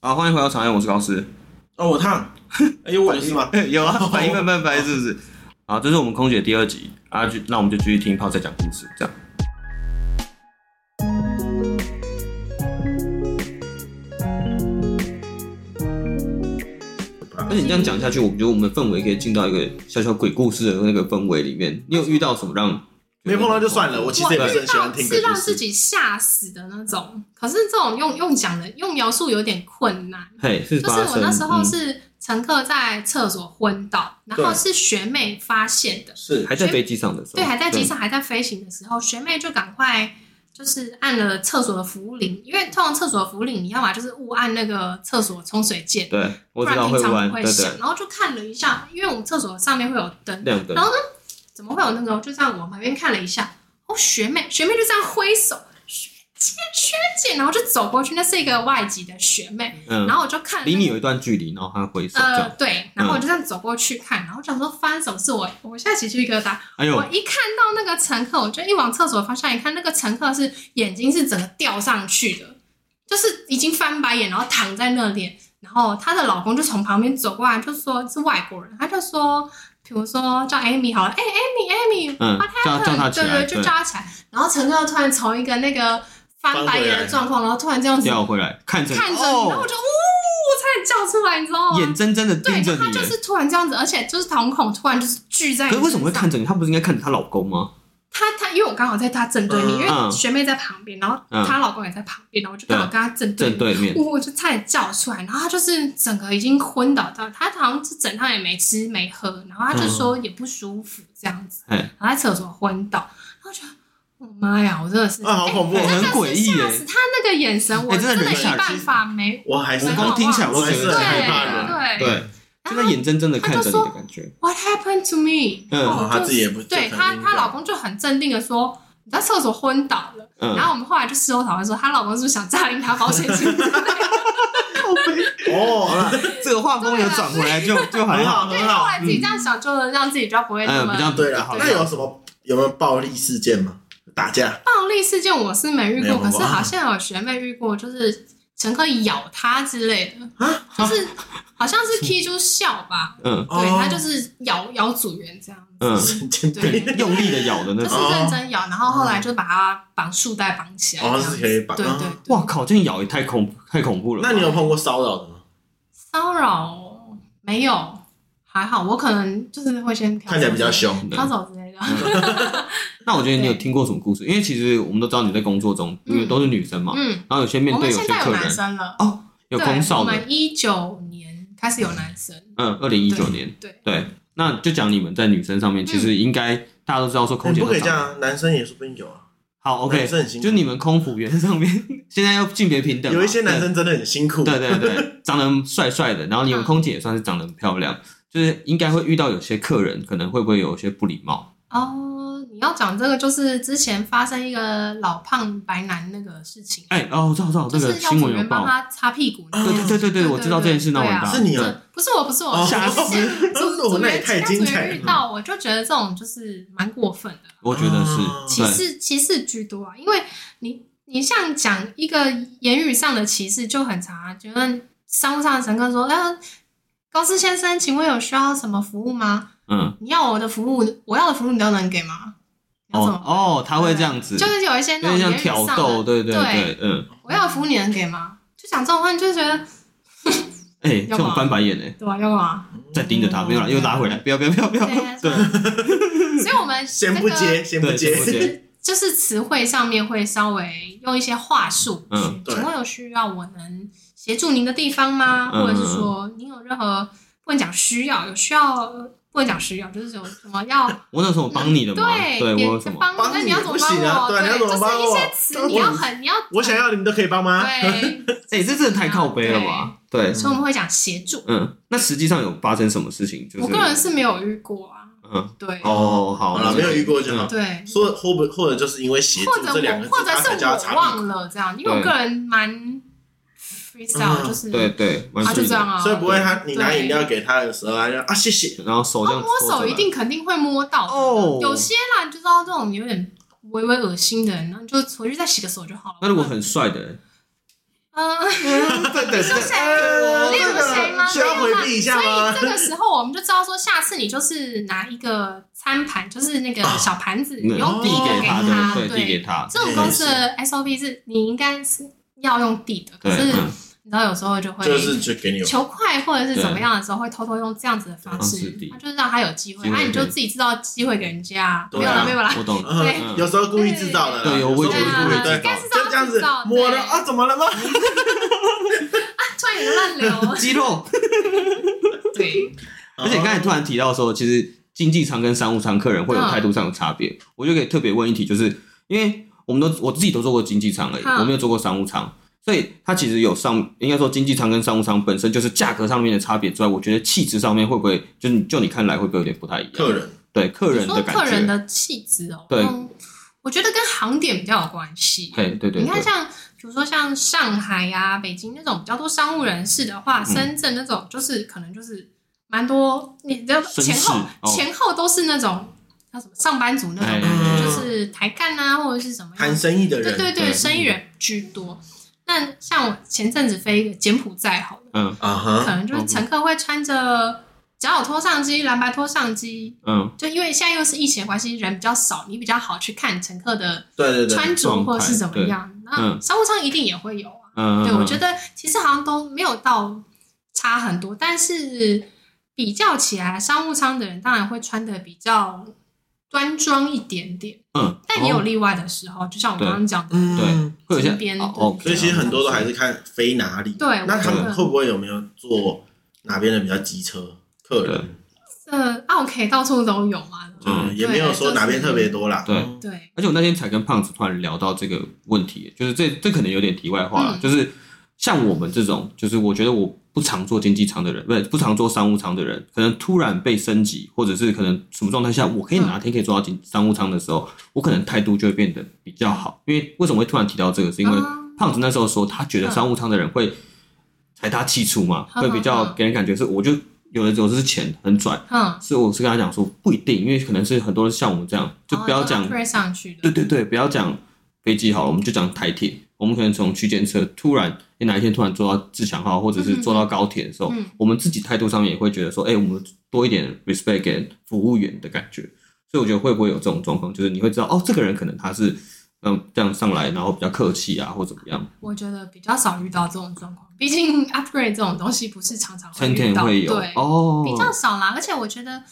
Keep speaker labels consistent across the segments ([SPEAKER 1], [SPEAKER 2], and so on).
[SPEAKER 1] 好，啊欢迎回到长安，我是高斯。
[SPEAKER 2] 哦，我烫，哎有我就是吗？
[SPEAKER 1] 有啊，反应慢半拍是不是？好，这是我们空姐第二集啊，就那我们就继续听炮仔讲故事，这样。而且你这样讲下去，我觉得我们的氛围可以进到一个小小鬼故事的那个氛围里面。你有遇到什么让
[SPEAKER 2] 没碰到就算了，我其
[SPEAKER 3] 我
[SPEAKER 2] 实
[SPEAKER 3] 遇
[SPEAKER 2] 也不
[SPEAKER 3] 到
[SPEAKER 2] 是很喜欢听鬼
[SPEAKER 3] 是
[SPEAKER 2] 故
[SPEAKER 3] 让自
[SPEAKER 2] 事。
[SPEAKER 3] 己吓死的那种，可是这种用用讲的用描述有点困难。
[SPEAKER 1] 嘿是
[SPEAKER 3] 就
[SPEAKER 1] 发
[SPEAKER 3] 是
[SPEAKER 1] 生？
[SPEAKER 3] 我那时候
[SPEAKER 1] 嗯
[SPEAKER 3] 是乘客在厕所昏倒，然后
[SPEAKER 2] 对
[SPEAKER 3] 是学妹发现的，
[SPEAKER 2] 是
[SPEAKER 1] 嗯还在飞机上的时候，
[SPEAKER 3] 对，还在机上还在飞行的时候，学妹就赶快就是按了厕所的扶铃，因为通常厕所的扶铃你要么就是误按那个厕所冲水键，
[SPEAKER 1] 对，
[SPEAKER 3] 不
[SPEAKER 1] 我知
[SPEAKER 3] 然
[SPEAKER 1] 道
[SPEAKER 3] 平常
[SPEAKER 1] 弯，
[SPEAKER 3] 不
[SPEAKER 1] 对
[SPEAKER 3] 会
[SPEAKER 1] 对
[SPEAKER 3] 响。，然后就看了一下，因为我们厕所上面会有灯，
[SPEAKER 1] 亮灯
[SPEAKER 3] 然，后呢，怎么会有那个？就在我旁边看了一下，哦，学妹，学妹就这样挥手，学姐，学姐，然后就走过去，那是一个外籍的学妹，
[SPEAKER 1] 嗯
[SPEAKER 3] 然，后我就看
[SPEAKER 1] 离你有一段距离，然后他挥手嗯这
[SPEAKER 3] 呃，
[SPEAKER 1] 样，
[SPEAKER 3] 对，然后我就这样走过去看，然后想说翻手是我，我现在起鸡皮疙瘩。
[SPEAKER 1] 哎呦
[SPEAKER 3] 我，一看到那个乘客，我就一往厕所方向一看，那个乘客是眼睛是整个吊上去的，就是已经翻白眼，然后躺在那里。然后她的老公就从旁边走过来，就说是外国人，他就说，比如说叫 Amy 好了，哎、a m y Amy，
[SPEAKER 1] 嗯
[SPEAKER 3] what
[SPEAKER 1] 叫
[SPEAKER 3] happened？
[SPEAKER 1] 叫她起来
[SPEAKER 3] 对对，就
[SPEAKER 1] 对
[SPEAKER 3] 叫他起来。然后乘客突然从一个那个翻白眼的状况，然后突然这样子
[SPEAKER 1] 掉回来，看着你，
[SPEAKER 3] 看着你，然后
[SPEAKER 1] 哦
[SPEAKER 3] 我，就呜，我差点叫出来，你知道吗？
[SPEAKER 1] 眼睁睁的
[SPEAKER 3] 对，
[SPEAKER 1] 盯着
[SPEAKER 3] 就
[SPEAKER 1] 你
[SPEAKER 3] 他，就
[SPEAKER 1] 哎
[SPEAKER 3] 是突然这样子，而且就是瞳孔突然就是聚在你
[SPEAKER 1] 可是
[SPEAKER 3] 身上。
[SPEAKER 1] 为什么会看着你？她不是应该看着她老公吗？
[SPEAKER 3] 她她，因为我刚好在她正对
[SPEAKER 2] 嗯
[SPEAKER 3] 面，因为学妹在旁边，然后
[SPEAKER 1] 嗯
[SPEAKER 3] 她老公也在旁边，然后我就刚好跟她正对
[SPEAKER 1] 正对面，
[SPEAKER 3] 面，我就差点叫出来，然后她就是整个已经昏倒到，她好像是整趟也没吃没喝，然后她就说也不舒服这样子，
[SPEAKER 1] 嘿
[SPEAKER 3] 然后在厕所昏倒，然后我觉得我妈呀，我真的是
[SPEAKER 2] 啊，好恐怖！
[SPEAKER 1] 哎
[SPEAKER 2] 我
[SPEAKER 1] 很诡异
[SPEAKER 3] 吓
[SPEAKER 1] 耶
[SPEAKER 3] 死她那个眼神，我
[SPEAKER 1] 哎真的
[SPEAKER 3] 真的
[SPEAKER 1] 人
[SPEAKER 3] 没
[SPEAKER 1] 吓
[SPEAKER 3] 办
[SPEAKER 1] 其实
[SPEAKER 3] 法没
[SPEAKER 2] 我还是
[SPEAKER 1] 我光听起来我
[SPEAKER 2] 我还
[SPEAKER 1] 觉
[SPEAKER 2] 是
[SPEAKER 1] 得
[SPEAKER 2] 很
[SPEAKER 3] 对
[SPEAKER 2] 害怕的。
[SPEAKER 3] 对
[SPEAKER 1] 对，
[SPEAKER 3] 然
[SPEAKER 1] 就
[SPEAKER 3] 后
[SPEAKER 1] 在眼睁睁的看着你的感觉，
[SPEAKER 3] What happened to me？
[SPEAKER 1] 嗯
[SPEAKER 3] 然后
[SPEAKER 2] 哦
[SPEAKER 3] 我
[SPEAKER 2] 她
[SPEAKER 3] 就
[SPEAKER 2] 自己也不
[SPEAKER 3] 对
[SPEAKER 2] 就
[SPEAKER 3] 她，
[SPEAKER 2] 很
[SPEAKER 3] 她老公就很镇定的说：“你在厕所昏倒了。
[SPEAKER 1] 嗯
[SPEAKER 3] 然后我们后来就事后讨论说，她老公是不是想诈领她保险金？
[SPEAKER 2] 哦，
[SPEAKER 1] 这个画
[SPEAKER 3] 啊
[SPEAKER 1] 风有转回来就就还
[SPEAKER 2] 很
[SPEAKER 1] 哦好，
[SPEAKER 2] 好
[SPEAKER 3] 对，
[SPEAKER 2] 很
[SPEAKER 3] 后
[SPEAKER 2] 好。
[SPEAKER 3] 来自己这样想，就让自己比较不会那
[SPEAKER 1] 嗯，
[SPEAKER 3] 么、
[SPEAKER 1] 比较
[SPEAKER 2] 对啊
[SPEAKER 1] 了
[SPEAKER 2] 了，，那有什么有没有暴力事件吗？打架？
[SPEAKER 3] 暴力事件。我是没遇
[SPEAKER 2] 没有啊吧
[SPEAKER 3] 过，可是好像有学妹遇过，就是乘客咬她之类的，
[SPEAKER 2] 啊
[SPEAKER 3] 就是好像是踢出笑吧，
[SPEAKER 1] 嗯
[SPEAKER 3] 对，她就
[SPEAKER 2] 哦
[SPEAKER 3] 是咬咬组员这样子。
[SPEAKER 1] 嗯，
[SPEAKER 2] 神经病。
[SPEAKER 3] 对
[SPEAKER 1] 用力的咬的那
[SPEAKER 3] 就是
[SPEAKER 1] 种。
[SPEAKER 3] 认真咬，然后后来就把它绑束带绑起来。
[SPEAKER 2] 哦
[SPEAKER 3] 这样
[SPEAKER 2] 是可以绑
[SPEAKER 3] 对对对
[SPEAKER 2] 哦。
[SPEAKER 1] 哇靠，这样咬也太恐太恐怖了吧。
[SPEAKER 2] 那你有碰过骚扰的吗？
[SPEAKER 3] 骚扰没有，还好，我可能就是会先
[SPEAKER 2] 看起来比较，凶。哦
[SPEAKER 1] 对
[SPEAKER 3] 飘走之类的。
[SPEAKER 1] 那我觉得你有
[SPEAKER 3] 对
[SPEAKER 1] 听过什么故事？因为其实我们都知道你在工作中，因为
[SPEAKER 3] 嗯
[SPEAKER 1] 都是女生嘛，
[SPEAKER 3] 嗯，
[SPEAKER 1] 然后有些面
[SPEAKER 3] 我
[SPEAKER 1] 对
[SPEAKER 3] 们
[SPEAKER 1] 有
[SPEAKER 3] 现
[SPEAKER 1] 些
[SPEAKER 3] 在有
[SPEAKER 1] 客
[SPEAKER 3] 男
[SPEAKER 1] 人
[SPEAKER 3] 生了，
[SPEAKER 1] 有
[SPEAKER 3] 对
[SPEAKER 1] 空少
[SPEAKER 3] 我
[SPEAKER 1] 的，
[SPEAKER 3] 们一九年开始有男生，
[SPEAKER 1] 嗯，二零一九年，
[SPEAKER 3] 对，嗯
[SPEAKER 1] 对，那就讲你们在女生上面，其实应该大家都知道说空
[SPEAKER 2] 你
[SPEAKER 1] 姐
[SPEAKER 2] 不
[SPEAKER 1] 都
[SPEAKER 2] 可以
[SPEAKER 1] 长
[SPEAKER 2] 这样，啊，男生也说不定有啊。
[SPEAKER 1] 好，OK，
[SPEAKER 2] 男生很辛苦
[SPEAKER 1] 就你们空服员上面 现在要性别平等嘛，
[SPEAKER 2] 有一些男生真的很辛苦。
[SPEAKER 1] 对，对对 对，长得帅帅的，然后你
[SPEAKER 3] 嗯
[SPEAKER 1] 们空姐也算是长得很漂亮，就是应该会遇到有些客人可能会不会有些不礼貌，
[SPEAKER 3] 哦，你要讲这个就是之前发生一个老胖白男那个事情，
[SPEAKER 1] 哎，哦，我知道我知道，这
[SPEAKER 3] 就
[SPEAKER 1] 个
[SPEAKER 3] 是要
[SPEAKER 1] 新
[SPEAKER 3] 主
[SPEAKER 1] 闻有
[SPEAKER 3] 人帮
[SPEAKER 1] 报，
[SPEAKER 3] 他擦屁股那
[SPEAKER 1] 对
[SPEAKER 3] 个。
[SPEAKER 1] 对对对对，
[SPEAKER 3] 对
[SPEAKER 1] 我知道这件事闹
[SPEAKER 3] 对
[SPEAKER 1] 很
[SPEAKER 3] 啊
[SPEAKER 1] 大，
[SPEAKER 2] 是你
[SPEAKER 3] 这
[SPEAKER 2] 啊？
[SPEAKER 3] 不是我，不是
[SPEAKER 2] 哦
[SPEAKER 3] 我，
[SPEAKER 1] 吓 死
[SPEAKER 3] 是主
[SPEAKER 2] 哦
[SPEAKER 3] 主
[SPEAKER 2] 那
[SPEAKER 3] 人
[SPEAKER 2] 也太
[SPEAKER 3] 其他
[SPEAKER 2] 精
[SPEAKER 3] 主
[SPEAKER 2] 彩
[SPEAKER 3] 人
[SPEAKER 2] 了
[SPEAKER 3] 遇到，我就觉得这种就是蛮过分的。
[SPEAKER 1] 我觉得
[SPEAKER 2] 啊
[SPEAKER 1] 是
[SPEAKER 3] 歧
[SPEAKER 1] 对。
[SPEAKER 3] 视歧视居多啊，因为你你像讲一个言语上的歧视就很常啊，就问商务上的乘客说，嗯、高斯先生，请问有需要什么服务吗？
[SPEAKER 1] 嗯，
[SPEAKER 3] 你要我的服务，我要的服务你都能给吗？你要什
[SPEAKER 1] 哦
[SPEAKER 3] 么？
[SPEAKER 1] 哦，他会这样子，
[SPEAKER 3] 就是有一些
[SPEAKER 1] 有
[SPEAKER 3] 那种
[SPEAKER 1] 点
[SPEAKER 3] 言
[SPEAKER 1] 像挑
[SPEAKER 3] 语上的，
[SPEAKER 1] 逗，对对
[SPEAKER 3] 对
[SPEAKER 1] 对，嗯，
[SPEAKER 3] 我要的服务你能给吗？就讲这种话，你就觉得
[SPEAKER 1] 哎，这
[SPEAKER 3] 要
[SPEAKER 1] 种
[SPEAKER 3] 吗
[SPEAKER 1] 翻白眼哎，
[SPEAKER 3] 对吧、要 干嘛？
[SPEAKER 1] 再盯着他，没有啦，又拉回来，不要不要不要不要，
[SPEAKER 3] 对啊
[SPEAKER 1] 对，
[SPEAKER 3] 所以我们
[SPEAKER 2] 先不接，先不
[SPEAKER 1] 对，
[SPEAKER 2] 接
[SPEAKER 1] 对。对对
[SPEAKER 3] 就是词汇上面会稍微用一些话术去，
[SPEAKER 1] 嗯
[SPEAKER 2] 对
[SPEAKER 3] 请问有需要我能协助您的地方吗？
[SPEAKER 1] 嗯
[SPEAKER 3] 或者是说您有任何不能讲需要，有需要呃不能讲需要，就是有什么要
[SPEAKER 1] 我那时候帮你的嘛，
[SPEAKER 3] 对
[SPEAKER 1] 对我
[SPEAKER 3] 别
[SPEAKER 1] 有什么？
[SPEAKER 3] 帮我，
[SPEAKER 2] 帮
[SPEAKER 3] 那
[SPEAKER 2] 你
[SPEAKER 3] 你要怎么
[SPEAKER 2] 不行啊
[SPEAKER 3] 我？
[SPEAKER 2] 对你要怎么帮
[SPEAKER 3] 就
[SPEAKER 2] 我
[SPEAKER 3] 是一些词
[SPEAKER 2] 我
[SPEAKER 3] 你要很你要
[SPEAKER 2] 我想要你们啊都可以帮吗？
[SPEAKER 3] 对，
[SPEAKER 1] 哎、这真的太靠背了吧？对，
[SPEAKER 3] 所以我们会讲协助。
[SPEAKER 1] 嗯，那实际上有发生什么事情？就是
[SPEAKER 3] 我个人是没有遇过啊，
[SPEAKER 1] 嗯，
[SPEAKER 3] 对
[SPEAKER 1] 哦，好，
[SPEAKER 2] 好了，啊没有遇过就好。
[SPEAKER 3] 对，
[SPEAKER 2] 说或不或者就是因为协助
[SPEAKER 3] 或者
[SPEAKER 2] 这两个
[SPEAKER 3] 我
[SPEAKER 2] 字，
[SPEAKER 3] 或者
[SPEAKER 2] 他才
[SPEAKER 3] 是
[SPEAKER 2] 叫他
[SPEAKER 3] 我
[SPEAKER 2] 查屁
[SPEAKER 3] 忘了这样，因为我
[SPEAKER 1] 对
[SPEAKER 3] 个人蛮 freestyle，
[SPEAKER 2] 嗯
[SPEAKER 3] 就是
[SPEAKER 1] 对对，完
[SPEAKER 3] 啊，就这样啊。
[SPEAKER 2] 所以不会他你拿
[SPEAKER 3] 对
[SPEAKER 2] 饮料给他的时候，他就啊谢谢。
[SPEAKER 1] 然后手这样
[SPEAKER 3] 摸
[SPEAKER 1] 搓着
[SPEAKER 3] 哦手
[SPEAKER 1] 来
[SPEAKER 3] 一定肯定会摸到的
[SPEAKER 1] 哦
[SPEAKER 3] 有些啦，你就知道这种有点微微恶心的人，然后就回去再洗个手就好了。
[SPEAKER 1] 那如果很帅的人，
[SPEAKER 3] 嗯，
[SPEAKER 1] 对对
[SPEAKER 3] 就谁
[SPEAKER 2] 呃需要回避一下吗
[SPEAKER 3] 所以这个时候我们就知道说，下次你就是拿一个餐盘，就是那个小盘子，你用
[SPEAKER 1] 啊那递给
[SPEAKER 3] 他
[SPEAKER 1] 他
[SPEAKER 3] 哦他。
[SPEAKER 1] 啊的，对，递给他，
[SPEAKER 3] 这种公司的 SOP 是你应该是要用递的，可
[SPEAKER 1] 对，
[SPEAKER 3] 是
[SPEAKER 1] 嗯
[SPEAKER 3] 你知道有时候就会
[SPEAKER 2] 就是就给你
[SPEAKER 3] 求快或者是怎么样的时候，会偷偷用这样子的方
[SPEAKER 1] 方式
[SPEAKER 3] 式
[SPEAKER 1] 递，
[SPEAKER 3] 那就是让他有机会，
[SPEAKER 1] 机会
[SPEAKER 3] 那你就
[SPEAKER 1] 对
[SPEAKER 3] 自己制造机会给人家。没
[SPEAKER 2] 对
[SPEAKER 3] 有
[SPEAKER 2] 啊
[SPEAKER 3] 了，没有了，
[SPEAKER 1] 我懂，
[SPEAKER 2] 嗯
[SPEAKER 3] 对
[SPEAKER 2] 有时候故意制造的啦，
[SPEAKER 1] 对有我
[SPEAKER 2] 时
[SPEAKER 1] 也
[SPEAKER 2] 候
[SPEAKER 1] 觉得
[SPEAKER 2] 故
[SPEAKER 1] 故
[SPEAKER 2] 意
[SPEAKER 1] 意
[SPEAKER 2] 对
[SPEAKER 1] 制造的
[SPEAKER 2] 就这样子摸了啊，怎么了吗？
[SPEAKER 3] 突然有个乱
[SPEAKER 1] 。
[SPEAKER 3] 流
[SPEAKER 1] 肌肉。
[SPEAKER 3] 对，
[SPEAKER 1] 而且刚
[SPEAKER 2] 哦
[SPEAKER 1] 才突然提到说，其实经济舱跟商务舱客人会有
[SPEAKER 3] 嗯
[SPEAKER 1] 态度上的差别，我就可以特别问一题，就是因为我们都我自己都做过经济舱而已，
[SPEAKER 3] 嗯
[SPEAKER 1] 我没有做过商务舱，所以它其实有上应该说经济舱跟商务舱本身就是价格上面的差别之外，我觉得气质上面会不会就你就你看来会不会有点不太一样？
[SPEAKER 2] 客人
[SPEAKER 1] 对客人
[SPEAKER 3] 说
[SPEAKER 1] 的
[SPEAKER 3] 客
[SPEAKER 1] 感
[SPEAKER 3] 人
[SPEAKER 1] 觉，
[SPEAKER 3] 的气质哦，
[SPEAKER 1] 对
[SPEAKER 3] 嗯，我觉得跟航点比较有关系。
[SPEAKER 1] 嘿，对对
[SPEAKER 3] 你看
[SPEAKER 1] 对，
[SPEAKER 3] 像比如说像上海呀、北京那种比较多商务人士的话，
[SPEAKER 1] 嗯
[SPEAKER 3] 深圳那种就是可能就是蛮多，你的
[SPEAKER 1] 绅士
[SPEAKER 3] 前后、
[SPEAKER 1] 哦
[SPEAKER 3] 前后都是那种叫什么上班族那种，
[SPEAKER 1] 哎
[SPEAKER 2] 嗯
[SPEAKER 3] 就是抬干啊或者是什么样
[SPEAKER 2] 谈生意的
[SPEAKER 3] 对
[SPEAKER 2] 人，
[SPEAKER 3] 对对，
[SPEAKER 1] 对
[SPEAKER 3] 生意人居多。那像我前阵子飞一个柬埔寨好了，
[SPEAKER 1] 嗯
[SPEAKER 2] 啊
[SPEAKER 3] 可
[SPEAKER 2] 哈，
[SPEAKER 3] 能就是乘客会穿着脚有拖上机、蓝白拖上机，
[SPEAKER 1] 嗯，
[SPEAKER 3] 就因为现在又是疫情的关系，人比较少，你比较好去看乘客的
[SPEAKER 2] 对对对，
[SPEAKER 3] 穿着或者是怎么样。那
[SPEAKER 1] 嗯
[SPEAKER 3] 商务舱一定也会有啊。
[SPEAKER 1] 嗯，
[SPEAKER 3] 对，我觉
[SPEAKER 1] 得
[SPEAKER 3] 得其实好像都没有到差很多，但是比较起来，商务舱的人当然会穿的比较端庄一点点，
[SPEAKER 1] 嗯，
[SPEAKER 3] 但也有
[SPEAKER 1] 哦
[SPEAKER 3] 例外的时候，就像我刚刚讲的，
[SPEAKER 2] 嗯，
[SPEAKER 1] 对，会有一些
[SPEAKER 3] 金边
[SPEAKER 1] 哦
[SPEAKER 3] 对
[SPEAKER 1] 哦，
[SPEAKER 2] 所以其实很多都还是看飞哪里，
[SPEAKER 3] 对
[SPEAKER 2] 那他
[SPEAKER 1] 我
[SPEAKER 3] 觉得
[SPEAKER 2] 们会不会有没有坐哪边的比较机车？客人
[SPEAKER 3] 这 OK 到处都有嘛。
[SPEAKER 1] 对
[SPEAKER 2] 嗯，也没有说哪边特别多啦，
[SPEAKER 1] 对
[SPEAKER 2] 嗯
[SPEAKER 3] 对，
[SPEAKER 1] 而且我那天才跟胖子突然聊到这个问题，就是这这可能有点题外话了，
[SPEAKER 3] 嗯
[SPEAKER 1] 就是像我们这种，就是我觉得我不常做经济舱的人，不是不常做商务舱的人，可能突然被升级，或者是可能什么状态下，我可以
[SPEAKER 3] 嗯
[SPEAKER 1] 哪天可以做到经商务舱的时候，我可能态度就会变得比较好。因为为什么会突然提到这个，是因为
[SPEAKER 3] 哦
[SPEAKER 1] 胖子那时候说他觉得商务舱的人会财大气粗嘛，
[SPEAKER 3] 嗯
[SPEAKER 1] 会比较
[SPEAKER 3] 嗯嗯
[SPEAKER 1] 给人感觉是我就有的有的是钱很拽，
[SPEAKER 3] 嗯，
[SPEAKER 1] 所以我是跟他讲说不一定，因为可能是很多人像我们这样，就不要讲
[SPEAKER 3] 推上去的，
[SPEAKER 1] 对对对，不要讲飞机好了，我们就讲台铁。我们可能从区间车突然诶哪一天突然坐到自强号，或者是坐到高铁的时候，
[SPEAKER 3] 嗯嗯
[SPEAKER 1] 我们自己态度上面也会觉得说，哎、我们多一点 respect 给服务员的感觉。所以我觉得会不会有这种状况，就是你会知道哦，这个人可能他是嗯这样上来，然后比较客气啊，或怎么样，
[SPEAKER 3] 我觉得比较少遇到这种状况，毕竟 upgrade 这种东西不是常常会
[SPEAKER 1] 天
[SPEAKER 3] 遇
[SPEAKER 1] 天
[SPEAKER 3] 到，
[SPEAKER 1] 会有
[SPEAKER 3] 对，
[SPEAKER 1] 哦，
[SPEAKER 3] 比较少啦。而且我觉得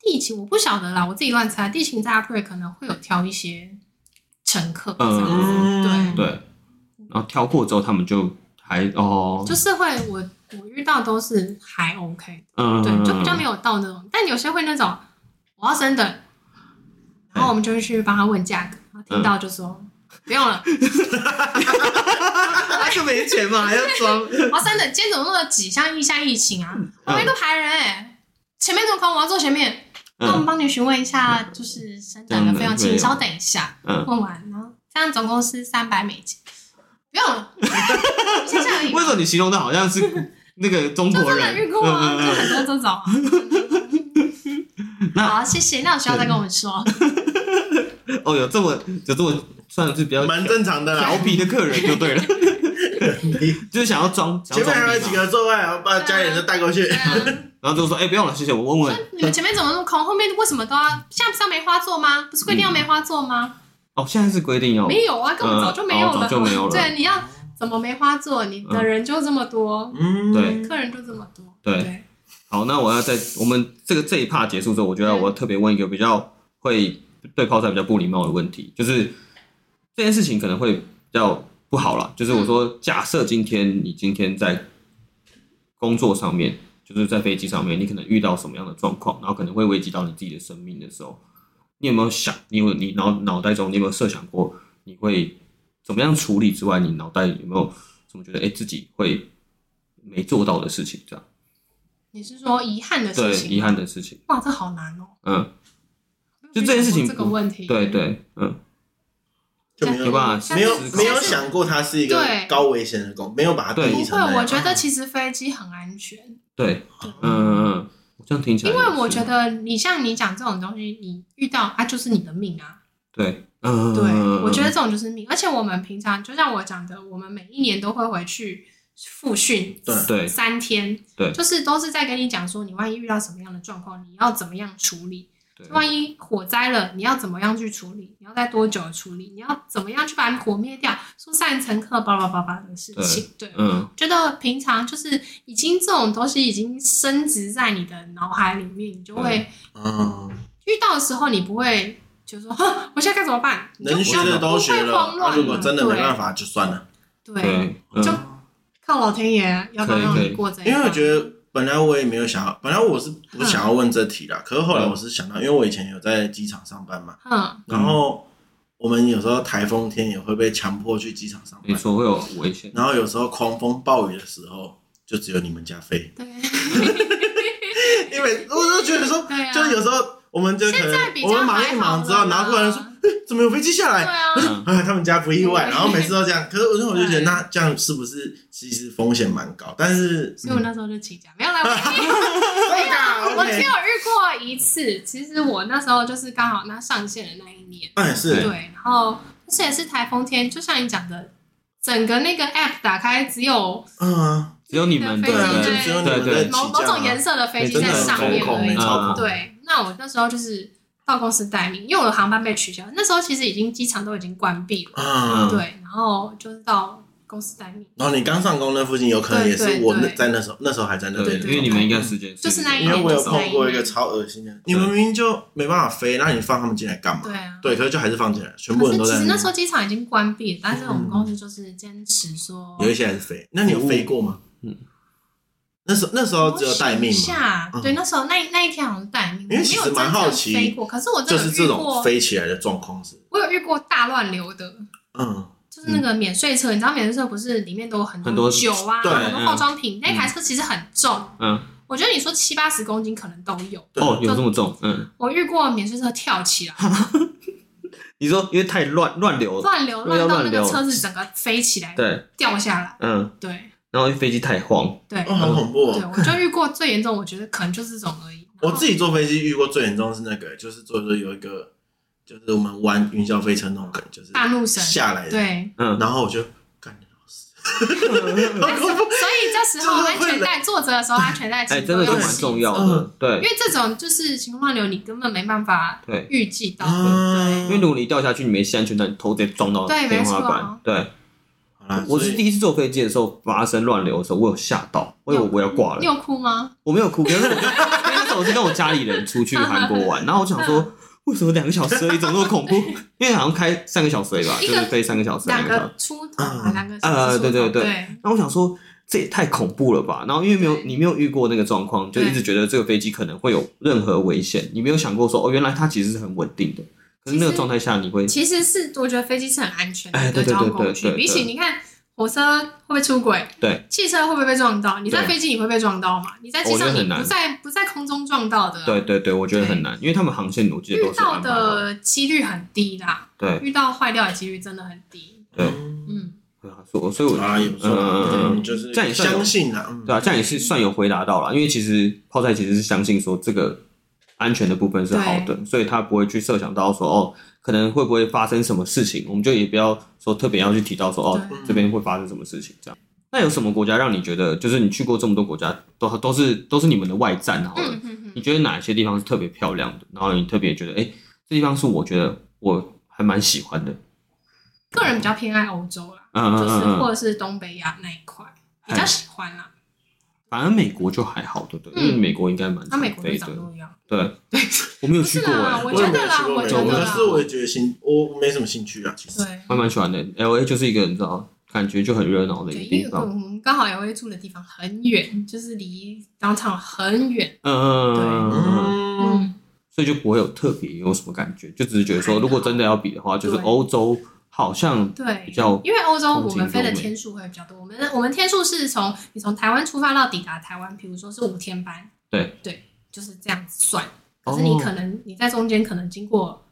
[SPEAKER 3] 地勤我不晓得啦，我自己乱猜，地勤在 upgrade 可能会有挑一些乘客，
[SPEAKER 1] 嗯
[SPEAKER 3] 这样
[SPEAKER 2] 嗯
[SPEAKER 1] 对，然后挑过之后他们就还哦，
[SPEAKER 3] 就是会我我遇到都是还 OK，
[SPEAKER 1] 嗯，
[SPEAKER 3] 对，就比较没
[SPEAKER 1] 有
[SPEAKER 3] 有到那种，但有些会那种我要升等，然后我们就会去帮他问价格，然后听到就说。不用了，
[SPEAKER 1] 他就没钱嘛，还要装，
[SPEAKER 3] 我要升等。今天怎么那么挤？像疫像疫情啊，旁边都排人哎、前面这么空，我要坐前面。那我们
[SPEAKER 1] 嗯
[SPEAKER 3] 帮你询问一下，就是生长的费用，请你稍等一下。
[SPEAKER 1] 嗯，
[SPEAKER 3] 问完呢，这样总共是三百美金，不用 了，谢谢而已。
[SPEAKER 1] 为什么你形容的好像 是那个中
[SPEAKER 3] 就
[SPEAKER 1] 国
[SPEAKER 3] 真的
[SPEAKER 1] 人？
[SPEAKER 3] 遇过啊，
[SPEAKER 1] 嗯嗯
[SPEAKER 3] 就
[SPEAKER 1] 嗯
[SPEAKER 3] 很多这种啊。
[SPEAKER 1] 那
[SPEAKER 3] 好，谢谢。那有需要再跟我们说。
[SPEAKER 1] 哦，有这么有这么算是比较
[SPEAKER 2] 蛮正常的啦
[SPEAKER 1] 调。皮的客人就对 了，就是想要装，想
[SPEAKER 2] 前
[SPEAKER 1] 要装
[SPEAKER 2] 面还有
[SPEAKER 1] 逼
[SPEAKER 2] 几
[SPEAKER 1] 嘛，
[SPEAKER 2] 个座位，我把家里人都带过去
[SPEAKER 3] 对。啊，
[SPEAKER 1] 然后就说哎不用了，谢谢，我问问。
[SPEAKER 3] 你们前面怎么那么空？后面为什么都要？现在不是要梅花座吗？不是规定要梅花座吗？
[SPEAKER 1] 哦，现在是规定哦，
[SPEAKER 3] 没有啊，根本
[SPEAKER 1] 嗯
[SPEAKER 3] 早就没有
[SPEAKER 1] 哦
[SPEAKER 3] 了。
[SPEAKER 1] 早就没有了
[SPEAKER 3] 对，你要怎么梅花座？你的人就这么多，
[SPEAKER 2] 嗯，
[SPEAKER 1] 对
[SPEAKER 3] 客人就这么多。
[SPEAKER 1] 对
[SPEAKER 3] 对，
[SPEAKER 1] 好，那我要在我们这个这一趴结束之后，我觉得我要特别问一个比较会对泡菜比较不礼貌的问题，就是这件事情可能会比较不好啦。就是我说，假设今天你今天在工作上面，就是在飞机上面，你可能遇到什么样的状况，然后可能会危及到你自己的生命的时候，你有没有想，你有你脑脑袋中你有没有设想过你会怎么样处理之外，你脑袋有没有什么觉得哎、诶自己会没做到的事情这样？
[SPEAKER 3] 你是说遗憾的
[SPEAKER 1] 对
[SPEAKER 3] 事，情？
[SPEAKER 1] 遗憾的事情。
[SPEAKER 3] 哇，这好难哦。
[SPEAKER 1] 嗯，就这件事情
[SPEAKER 3] 这个问题，
[SPEAKER 1] 对，对，嗯，
[SPEAKER 2] 就没
[SPEAKER 1] 有办法
[SPEAKER 2] 没有
[SPEAKER 1] 但是
[SPEAKER 2] 没有想过它是一个
[SPEAKER 3] 对
[SPEAKER 2] 高危险的工，没有把它定
[SPEAKER 1] 对
[SPEAKER 2] 义
[SPEAKER 3] 不
[SPEAKER 2] 成那
[SPEAKER 3] 会，
[SPEAKER 2] 样。啊
[SPEAKER 3] 我觉得其实飞机很安全，
[SPEAKER 1] 对，嗯嗯嗯，这样听起来
[SPEAKER 3] 因
[SPEAKER 1] 也是，
[SPEAKER 3] 为我觉得你像你讲这种东西，你遇到啊就是你的命啊。
[SPEAKER 1] 对，嗯，
[SPEAKER 3] 对，我觉得
[SPEAKER 1] 得
[SPEAKER 3] 这种就是命，而且我们平常就像我讲的，我们每一年都会回去复训
[SPEAKER 2] 对
[SPEAKER 1] 对
[SPEAKER 3] 三天，
[SPEAKER 1] 对
[SPEAKER 3] 就是都是在跟你讲说，你万一遇到什么样的状况，你要怎么样处理。
[SPEAKER 1] 对
[SPEAKER 3] 万一火灾了，你要怎么样去处理？你要在多久处理？你要怎么样去把火灭掉？疏散乘客，巴拉巴拉巴拉的事情。对，
[SPEAKER 1] 嗯，
[SPEAKER 3] 觉得平常就是已经这种东西已经升值在你的脑海里面，你就会
[SPEAKER 2] 啊，
[SPEAKER 3] 遇到的时候，你不会就说哼我现在该怎么办？你就
[SPEAKER 2] 能学的都学
[SPEAKER 3] 不会
[SPEAKER 2] 了
[SPEAKER 3] 慌，乱
[SPEAKER 2] 啊如果真的没办
[SPEAKER 3] 法，
[SPEAKER 2] 法就算了。
[SPEAKER 3] 对，
[SPEAKER 1] 对，嗯
[SPEAKER 3] 就靠老天爷要不要让
[SPEAKER 1] 可以
[SPEAKER 3] 你
[SPEAKER 1] 可以
[SPEAKER 3] 过这一
[SPEAKER 2] 因为我
[SPEAKER 3] 关
[SPEAKER 2] 觉得本来我也没有想要，本来我是不想要问这题啦，可是后来我是想到，因为我以前有在机场上班嘛，
[SPEAKER 3] 嗯，，
[SPEAKER 2] 然后我们有时候台风天也会被强迫去机场上
[SPEAKER 1] 没
[SPEAKER 2] 班，
[SPEAKER 1] 错，会有危险。
[SPEAKER 2] 然后有时候狂风暴雨的时候，就只有你们家飞
[SPEAKER 3] 对，
[SPEAKER 2] 因为我就觉得说
[SPEAKER 3] 对啊，
[SPEAKER 2] 就是有时候我们就可
[SPEAKER 3] 现
[SPEAKER 2] 能
[SPEAKER 3] 在比较
[SPEAKER 2] 我们忙
[SPEAKER 3] 还
[SPEAKER 2] 一
[SPEAKER 3] 好
[SPEAKER 2] 忙之后，
[SPEAKER 3] 了
[SPEAKER 2] 然后突然说
[SPEAKER 3] 啦
[SPEAKER 2] 怎么有飞机下
[SPEAKER 3] 对
[SPEAKER 2] 来？
[SPEAKER 3] 啊，
[SPEAKER 1] 嗯，
[SPEAKER 2] 哎，他们家不意外，
[SPEAKER 3] 对
[SPEAKER 2] 然后每次都这样。可是我就我就觉得，
[SPEAKER 3] 对
[SPEAKER 2] 那这样是不是其实风险蛮高？但是
[SPEAKER 3] 所以我那时候就请假，没 有啦，我
[SPEAKER 2] 我
[SPEAKER 3] 我只有遇过一次。其实我那时候就是刚好那上线的那一年，
[SPEAKER 2] 哎
[SPEAKER 1] 对
[SPEAKER 2] 是
[SPEAKER 3] 对，然后而且是台风天，就像你讲的，整个那个 app 打开只有
[SPEAKER 2] 嗯啊，
[SPEAKER 1] 只有你们
[SPEAKER 3] 飞
[SPEAKER 2] 对
[SPEAKER 3] 机
[SPEAKER 2] 啊，
[SPEAKER 1] 对
[SPEAKER 2] 就
[SPEAKER 3] 在
[SPEAKER 2] 只有你们
[SPEAKER 1] 对
[SPEAKER 2] 在
[SPEAKER 1] 对
[SPEAKER 2] 起
[SPEAKER 3] 某某
[SPEAKER 2] 降
[SPEAKER 3] 种
[SPEAKER 2] 啊
[SPEAKER 3] 颜色的飞
[SPEAKER 2] 哎
[SPEAKER 3] 机
[SPEAKER 2] 真
[SPEAKER 3] 在
[SPEAKER 2] 的很
[SPEAKER 3] 上
[SPEAKER 2] 疯
[SPEAKER 3] 面
[SPEAKER 2] 狂，
[SPEAKER 3] 而
[SPEAKER 2] 没
[SPEAKER 3] 已。
[SPEAKER 2] 超
[SPEAKER 1] 嗯
[SPEAKER 2] 狂。
[SPEAKER 3] 对，那我那时候就是到公司待命，因为我的航班被取消，那时候其实已经机场都已经关闭了，
[SPEAKER 2] 啊，
[SPEAKER 3] 对，然后就是到公司待命，
[SPEAKER 2] 然后你刚上工那附近，有可能也
[SPEAKER 3] 对
[SPEAKER 2] 是
[SPEAKER 3] 对
[SPEAKER 2] 我那
[SPEAKER 3] 对
[SPEAKER 2] 在那时候，那时候还在那
[SPEAKER 1] 对，
[SPEAKER 2] 边
[SPEAKER 1] 因为
[SPEAKER 2] 的状
[SPEAKER 1] 你
[SPEAKER 2] 态，
[SPEAKER 1] 们应该时间
[SPEAKER 3] 就是那一
[SPEAKER 2] 因为
[SPEAKER 3] 年
[SPEAKER 2] 我有
[SPEAKER 3] 就是那
[SPEAKER 2] 碰过一个超恶心的，你们明明就没办法飞，那你放他们进来干嘛
[SPEAKER 3] 对？啊。
[SPEAKER 2] 对，可是就还是放进来，全部
[SPEAKER 3] 可
[SPEAKER 2] 人都
[SPEAKER 3] 是其
[SPEAKER 2] 在
[SPEAKER 3] 实
[SPEAKER 2] 边
[SPEAKER 3] 那时候机场已经关闭了，但是我们
[SPEAKER 2] 嗯
[SPEAKER 3] 公司就是坚持说，
[SPEAKER 2] 有一些还是飞。那你有飞过吗？
[SPEAKER 1] 嗯，
[SPEAKER 2] 那时候那时候只有待命
[SPEAKER 3] 我
[SPEAKER 2] 嘛，
[SPEAKER 3] 想一下
[SPEAKER 2] 嗯
[SPEAKER 3] 对，那时候那那一天好像待命，
[SPEAKER 2] 因为其
[SPEAKER 3] 我
[SPEAKER 2] 实
[SPEAKER 3] 没有
[SPEAKER 2] 蛮
[SPEAKER 3] 真正
[SPEAKER 2] 好奇
[SPEAKER 3] 飞过，可是我真
[SPEAKER 2] 就
[SPEAKER 3] 的
[SPEAKER 2] 是
[SPEAKER 3] 有
[SPEAKER 2] 这
[SPEAKER 3] 哦
[SPEAKER 2] 种
[SPEAKER 3] 遇过，
[SPEAKER 2] 飞起来的状况是，
[SPEAKER 3] 我有遇过大乱流的，
[SPEAKER 2] 嗯，
[SPEAKER 3] 就是那个免税车，你知道免税车不是里面都有很
[SPEAKER 1] 很多
[SPEAKER 3] 酒啊，
[SPEAKER 2] 对
[SPEAKER 3] 很多
[SPEAKER 1] 嗯
[SPEAKER 3] 化妆品，那台车其实很重，
[SPEAKER 1] 嗯，
[SPEAKER 3] 我觉得你说七八十公斤可能都有。
[SPEAKER 2] 对
[SPEAKER 1] 哦，有这么重？嗯，
[SPEAKER 3] 我遇过免税车跳起 来，
[SPEAKER 1] 你说因为太乱乱流了，
[SPEAKER 3] 乱流
[SPEAKER 1] 因为要
[SPEAKER 3] 乱到那
[SPEAKER 1] 乱流
[SPEAKER 3] 个车子整个飞起来，
[SPEAKER 1] 对，
[SPEAKER 3] 掉下来，
[SPEAKER 1] 嗯，
[SPEAKER 3] 对
[SPEAKER 1] 然后飞机太晃，
[SPEAKER 3] 对
[SPEAKER 2] 哦，好恐怖
[SPEAKER 3] 对，
[SPEAKER 2] 哦！
[SPEAKER 3] 我就遇过最严重，我觉得可能就是这种而已。然后
[SPEAKER 2] 我自己坐飞机遇过最严重的是那个，就是坐着有一个，就是我们玩云霄飞车那种梗，就是
[SPEAKER 3] 大怒神，
[SPEAKER 2] 下来的，
[SPEAKER 3] 对，
[SPEAKER 1] 嗯，
[SPEAKER 2] 然后我就干你老师，
[SPEAKER 3] 但是所以这 时候安全带坐着的时候，安全带其
[SPEAKER 1] 哎，
[SPEAKER 3] 实
[SPEAKER 1] 真
[SPEAKER 3] 都
[SPEAKER 1] 的是
[SPEAKER 3] 要
[SPEAKER 1] 蛮
[SPEAKER 3] 系，
[SPEAKER 1] 重要的，
[SPEAKER 3] 因
[SPEAKER 1] 对
[SPEAKER 3] 为这种就是情况流，你根本没办法
[SPEAKER 1] 对，
[SPEAKER 3] 预计到。
[SPEAKER 2] 嗯
[SPEAKER 1] 因为如果你掉下去，你没系安全带，你头直接撞到
[SPEAKER 3] 对
[SPEAKER 1] 天花
[SPEAKER 3] 没错
[SPEAKER 1] 板，对。
[SPEAKER 2] 好啦，
[SPEAKER 1] 我
[SPEAKER 2] 啊所
[SPEAKER 1] 是
[SPEAKER 2] 以
[SPEAKER 1] 第一次坐飞机的时候发生乱流的时候，我有吓到，我以为我要挂
[SPEAKER 3] 你
[SPEAKER 1] 了，
[SPEAKER 3] 有哭吗？
[SPEAKER 1] 我没有哭，可是我 因为那时候我是跟我家里人出去韩国 玩，然后我想说。为什么两个小时而已，怎么那么恐怖？因为好像开三个小时而已吧，
[SPEAKER 3] 一
[SPEAKER 1] 就
[SPEAKER 3] 个
[SPEAKER 1] 是飞三个小时，
[SPEAKER 3] 两
[SPEAKER 1] 小时
[SPEAKER 3] 个出头嘛，
[SPEAKER 2] 嗯
[SPEAKER 3] 两个
[SPEAKER 1] 呃
[SPEAKER 3] 出头
[SPEAKER 1] 对对对
[SPEAKER 3] 对，
[SPEAKER 1] 那我想说，这也太恐怖了吧？然后因为没有
[SPEAKER 3] 对
[SPEAKER 1] 你没有遇过那个状况，就
[SPEAKER 3] 对
[SPEAKER 1] 一直觉得这个飞机可能会有任何危险，你没有想过说哦，原来它其实是很稳定的。可是那
[SPEAKER 3] 其
[SPEAKER 1] 个
[SPEAKER 3] 实
[SPEAKER 1] 状态下，你会
[SPEAKER 3] 其实是我觉得飞机是很安全的
[SPEAKER 1] 哎
[SPEAKER 3] 一个
[SPEAKER 1] 对对
[SPEAKER 3] 交通
[SPEAKER 1] 对对
[SPEAKER 3] 工具，
[SPEAKER 1] 对对
[SPEAKER 3] 比起你看火车会不会出轨，
[SPEAKER 1] 对，
[SPEAKER 3] 汽车会不会被撞到？你在
[SPEAKER 1] 对
[SPEAKER 3] 飞机你会被撞到嘛？你在机
[SPEAKER 1] 我觉
[SPEAKER 3] 上
[SPEAKER 1] 得
[SPEAKER 3] 你
[SPEAKER 1] 很难
[SPEAKER 3] 不在不在空中撞到的，
[SPEAKER 1] 对，对对，我觉得很难，因为他们航线我记得
[SPEAKER 3] 遇
[SPEAKER 1] 都是
[SPEAKER 3] 到
[SPEAKER 1] 安排好的
[SPEAKER 3] 的几率很低啦，
[SPEAKER 1] 对
[SPEAKER 3] 遇到坏掉的几率真的很低。
[SPEAKER 1] 对
[SPEAKER 2] 嗯
[SPEAKER 3] 嗯，
[SPEAKER 1] 对啊，所以我所以我
[SPEAKER 2] 啊也不错
[SPEAKER 1] 嗯嗯
[SPEAKER 2] 啦，
[SPEAKER 1] 嗯
[SPEAKER 2] 对
[SPEAKER 1] 嗯
[SPEAKER 2] 你就是
[SPEAKER 1] 这样也算有
[SPEAKER 2] 相信啦，嗯
[SPEAKER 1] 对啊，这样也是算有回答到了，因为其实泡菜其实是相信说这个安全的部分是好的，所以他不会去设想到说哦，可能会不会发生什么事情，我们就也不要说特别要去提到说哦
[SPEAKER 3] 对
[SPEAKER 1] 这边会发生什么事情这样。那有什么国家让你觉得，就是你去过这么多国家，都都是都是你们的外站好了，
[SPEAKER 3] 嗯嗯嗯，
[SPEAKER 1] 你觉得哪些地方是特别漂亮的？然后你特别觉得，哎、这地方是我觉得我还蛮喜欢的，
[SPEAKER 3] 个人比较偏爱欧洲啦，
[SPEAKER 1] 嗯嗯
[SPEAKER 3] 就是
[SPEAKER 1] 嗯哎
[SPEAKER 3] 或
[SPEAKER 1] 嗯，
[SPEAKER 3] 者是东北亚那一块比较喜欢啦。
[SPEAKER 1] 反而美国就还好，对不对？
[SPEAKER 3] 嗯
[SPEAKER 1] 因为美国应该蛮
[SPEAKER 3] 那
[SPEAKER 1] 常
[SPEAKER 3] 美国
[SPEAKER 1] 飞
[SPEAKER 3] 就
[SPEAKER 1] 的
[SPEAKER 3] 长，那样，
[SPEAKER 1] 对，我没有去过
[SPEAKER 3] 不是啦
[SPEAKER 1] 哎、
[SPEAKER 3] 我
[SPEAKER 2] 也
[SPEAKER 3] 觉
[SPEAKER 2] 没
[SPEAKER 3] 得
[SPEAKER 2] 有
[SPEAKER 3] 啦
[SPEAKER 2] 去过
[SPEAKER 3] 我
[SPEAKER 2] 美
[SPEAKER 1] 觉
[SPEAKER 2] 国
[SPEAKER 1] 得
[SPEAKER 2] 可
[SPEAKER 1] 啦
[SPEAKER 2] 是我也觉得兴，我没什么兴趣啊，其实。
[SPEAKER 3] 对。
[SPEAKER 1] 还蛮喜欢的。L A 就是一个你知道，感觉就很热闹的
[SPEAKER 3] 对，
[SPEAKER 1] 一个地
[SPEAKER 3] 因为我
[SPEAKER 1] 方。
[SPEAKER 3] 们刚好也会住的地方很远，就是离 downtown 很远。
[SPEAKER 1] 嗯嗯嗯嗯嗯，
[SPEAKER 2] 嗯，
[SPEAKER 3] 嗯，
[SPEAKER 1] 所以就不会有特别有什么感觉，就只是觉得说，
[SPEAKER 3] 还好
[SPEAKER 1] 如果真的要比的话，就是
[SPEAKER 3] 对
[SPEAKER 1] 欧洲好像
[SPEAKER 3] 对，
[SPEAKER 1] 比较
[SPEAKER 3] 因为欧洲
[SPEAKER 1] 风
[SPEAKER 3] 我
[SPEAKER 1] 景
[SPEAKER 3] 们飞的
[SPEAKER 1] 优美
[SPEAKER 3] 天数会比较多，我们我们天数是从你从台湾出发到抵达台湾，比如说是五天班，
[SPEAKER 1] 对哦
[SPEAKER 3] 对，就是这样子算。可是你可能、你在中间可能经过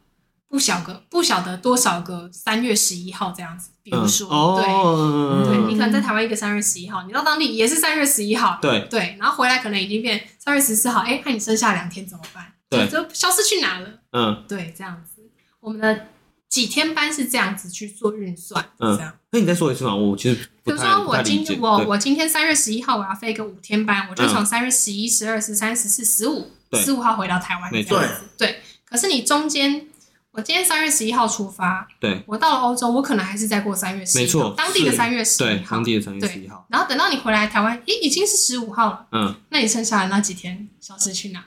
[SPEAKER 3] 不小个不晓得多少个三月十一号这样子，比如说，
[SPEAKER 1] 嗯、哦，
[SPEAKER 3] 对对，
[SPEAKER 1] 嗯
[SPEAKER 3] 你可能在台湾一个三月十一号，你到当地也是三月十一号，
[SPEAKER 1] 对
[SPEAKER 3] 对，然后回来可能已经变三月十四号，哎，那你剩下两天怎么办？
[SPEAKER 1] 对
[SPEAKER 3] 就消失去哪了？
[SPEAKER 1] 嗯
[SPEAKER 3] 对，这样子，我们的几天班是这样子去做运算，
[SPEAKER 1] 嗯
[SPEAKER 3] 这样，
[SPEAKER 1] 那你再说一次嘛，我其实
[SPEAKER 3] 比
[SPEAKER 1] 不
[SPEAKER 3] 如
[SPEAKER 1] 太
[SPEAKER 3] 说
[SPEAKER 1] 不
[SPEAKER 3] 我
[SPEAKER 1] 太
[SPEAKER 3] 今
[SPEAKER 1] 理解。
[SPEAKER 3] 我
[SPEAKER 1] 对
[SPEAKER 3] 我今天三月十一号我要飞一个五天班，我就
[SPEAKER 1] 嗯
[SPEAKER 3] 从三月十一、十二、十三、十四、十五、
[SPEAKER 1] 对
[SPEAKER 3] 十五号回到台湾，
[SPEAKER 1] 没
[SPEAKER 3] 这样子。对，可是你中间，我今天三月十一号出发，
[SPEAKER 1] 对
[SPEAKER 3] 我到了欧洲，我可能还是再过三月十一，
[SPEAKER 1] 没错
[SPEAKER 3] 当地的
[SPEAKER 1] 是
[SPEAKER 3] 三月十
[SPEAKER 1] 对
[SPEAKER 3] 一，号
[SPEAKER 1] 当。地的三月
[SPEAKER 3] 对
[SPEAKER 1] 十一号，
[SPEAKER 3] 然后等到你回来台湾，咦，已经是十五号了，
[SPEAKER 1] 嗯，
[SPEAKER 3] 那你剩下的那几天消失去哪？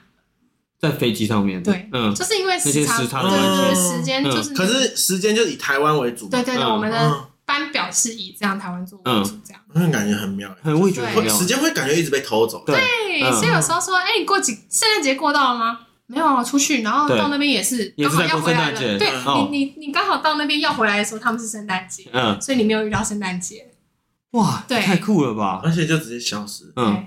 [SPEAKER 1] 在飞机上面，
[SPEAKER 3] 对
[SPEAKER 1] 嗯，
[SPEAKER 3] 就是因为时
[SPEAKER 1] 那
[SPEAKER 3] 差，
[SPEAKER 1] 些时差
[SPEAKER 2] 的
[SPEAKER 3] 对，
[SPEAKER 2] 关
[SPEAKER 3] 就
[SPEAKER 2] 系
[SPEAKER 3] 是时间
[SPEAKER 1] 嗯
[SPEAKER 3] 就是，
[SPEAKER 2] 可是时间就以台湾为主嘛，
[SPEAKER 3] 对对对，
[SPEAKER 1] 嗯
[SPEAKER 3] 我们的
[SPEAKER 2] 嗯，
[SPEAKER 3] 班表是以这样台湾做为主，这样。
[SPEAKER 2] 那感觉很妙，
[SPEAKER 1] 很味觉得
[SPEAKER 3] 对
[SPEAKER 1] 很
[SPEAKER 2] 会
[SPEAKER 1] 妙
[SPEAKER 2] 时间会感觉一直被偷走，
[SPEAKER 1] 对
[SPEAKER 3] 对，
[SPEAKER 1] 嗯
[SPEAKER 3] 所以有时候说，哎，你过几圣诞节过到了吗？没有啊，我出去，然后
[SPEAKER 1] 对
[SPEAKER 3] 到那边也是
[SPEAKER 1] 也
[SPEAKER 3] 刚
[SPEAKER 1] 是
[SPEAKER 3] 好
[SPEAKER 1] 在
[SPEAKER 3] 要
[SPEAKER 1] 过
[SPEAKER 3] 回
[SPEAKER 1] 圣
[SPEAKER 3] 来
[SPEAKER 1] 诞节，
[SPEAKER 3] 了，对
[SPEAKER 2] 哦
[SPEAKER 3] 你你你刚好到那边要回来的时候，他们是圣诞节，
[SPEAKER 1] 嗯，
[SPEAKER 3] 所以你没有遇到圣诞节，
[SPEAKER 1] 哇，
[SPEAKER 3] 对
[SPEAKER 1] 太酷了吧，
[SPEAKER 2] 而且就直接消失。
[SPEAKER 1] 嗯
[SPEAKER 3] 对，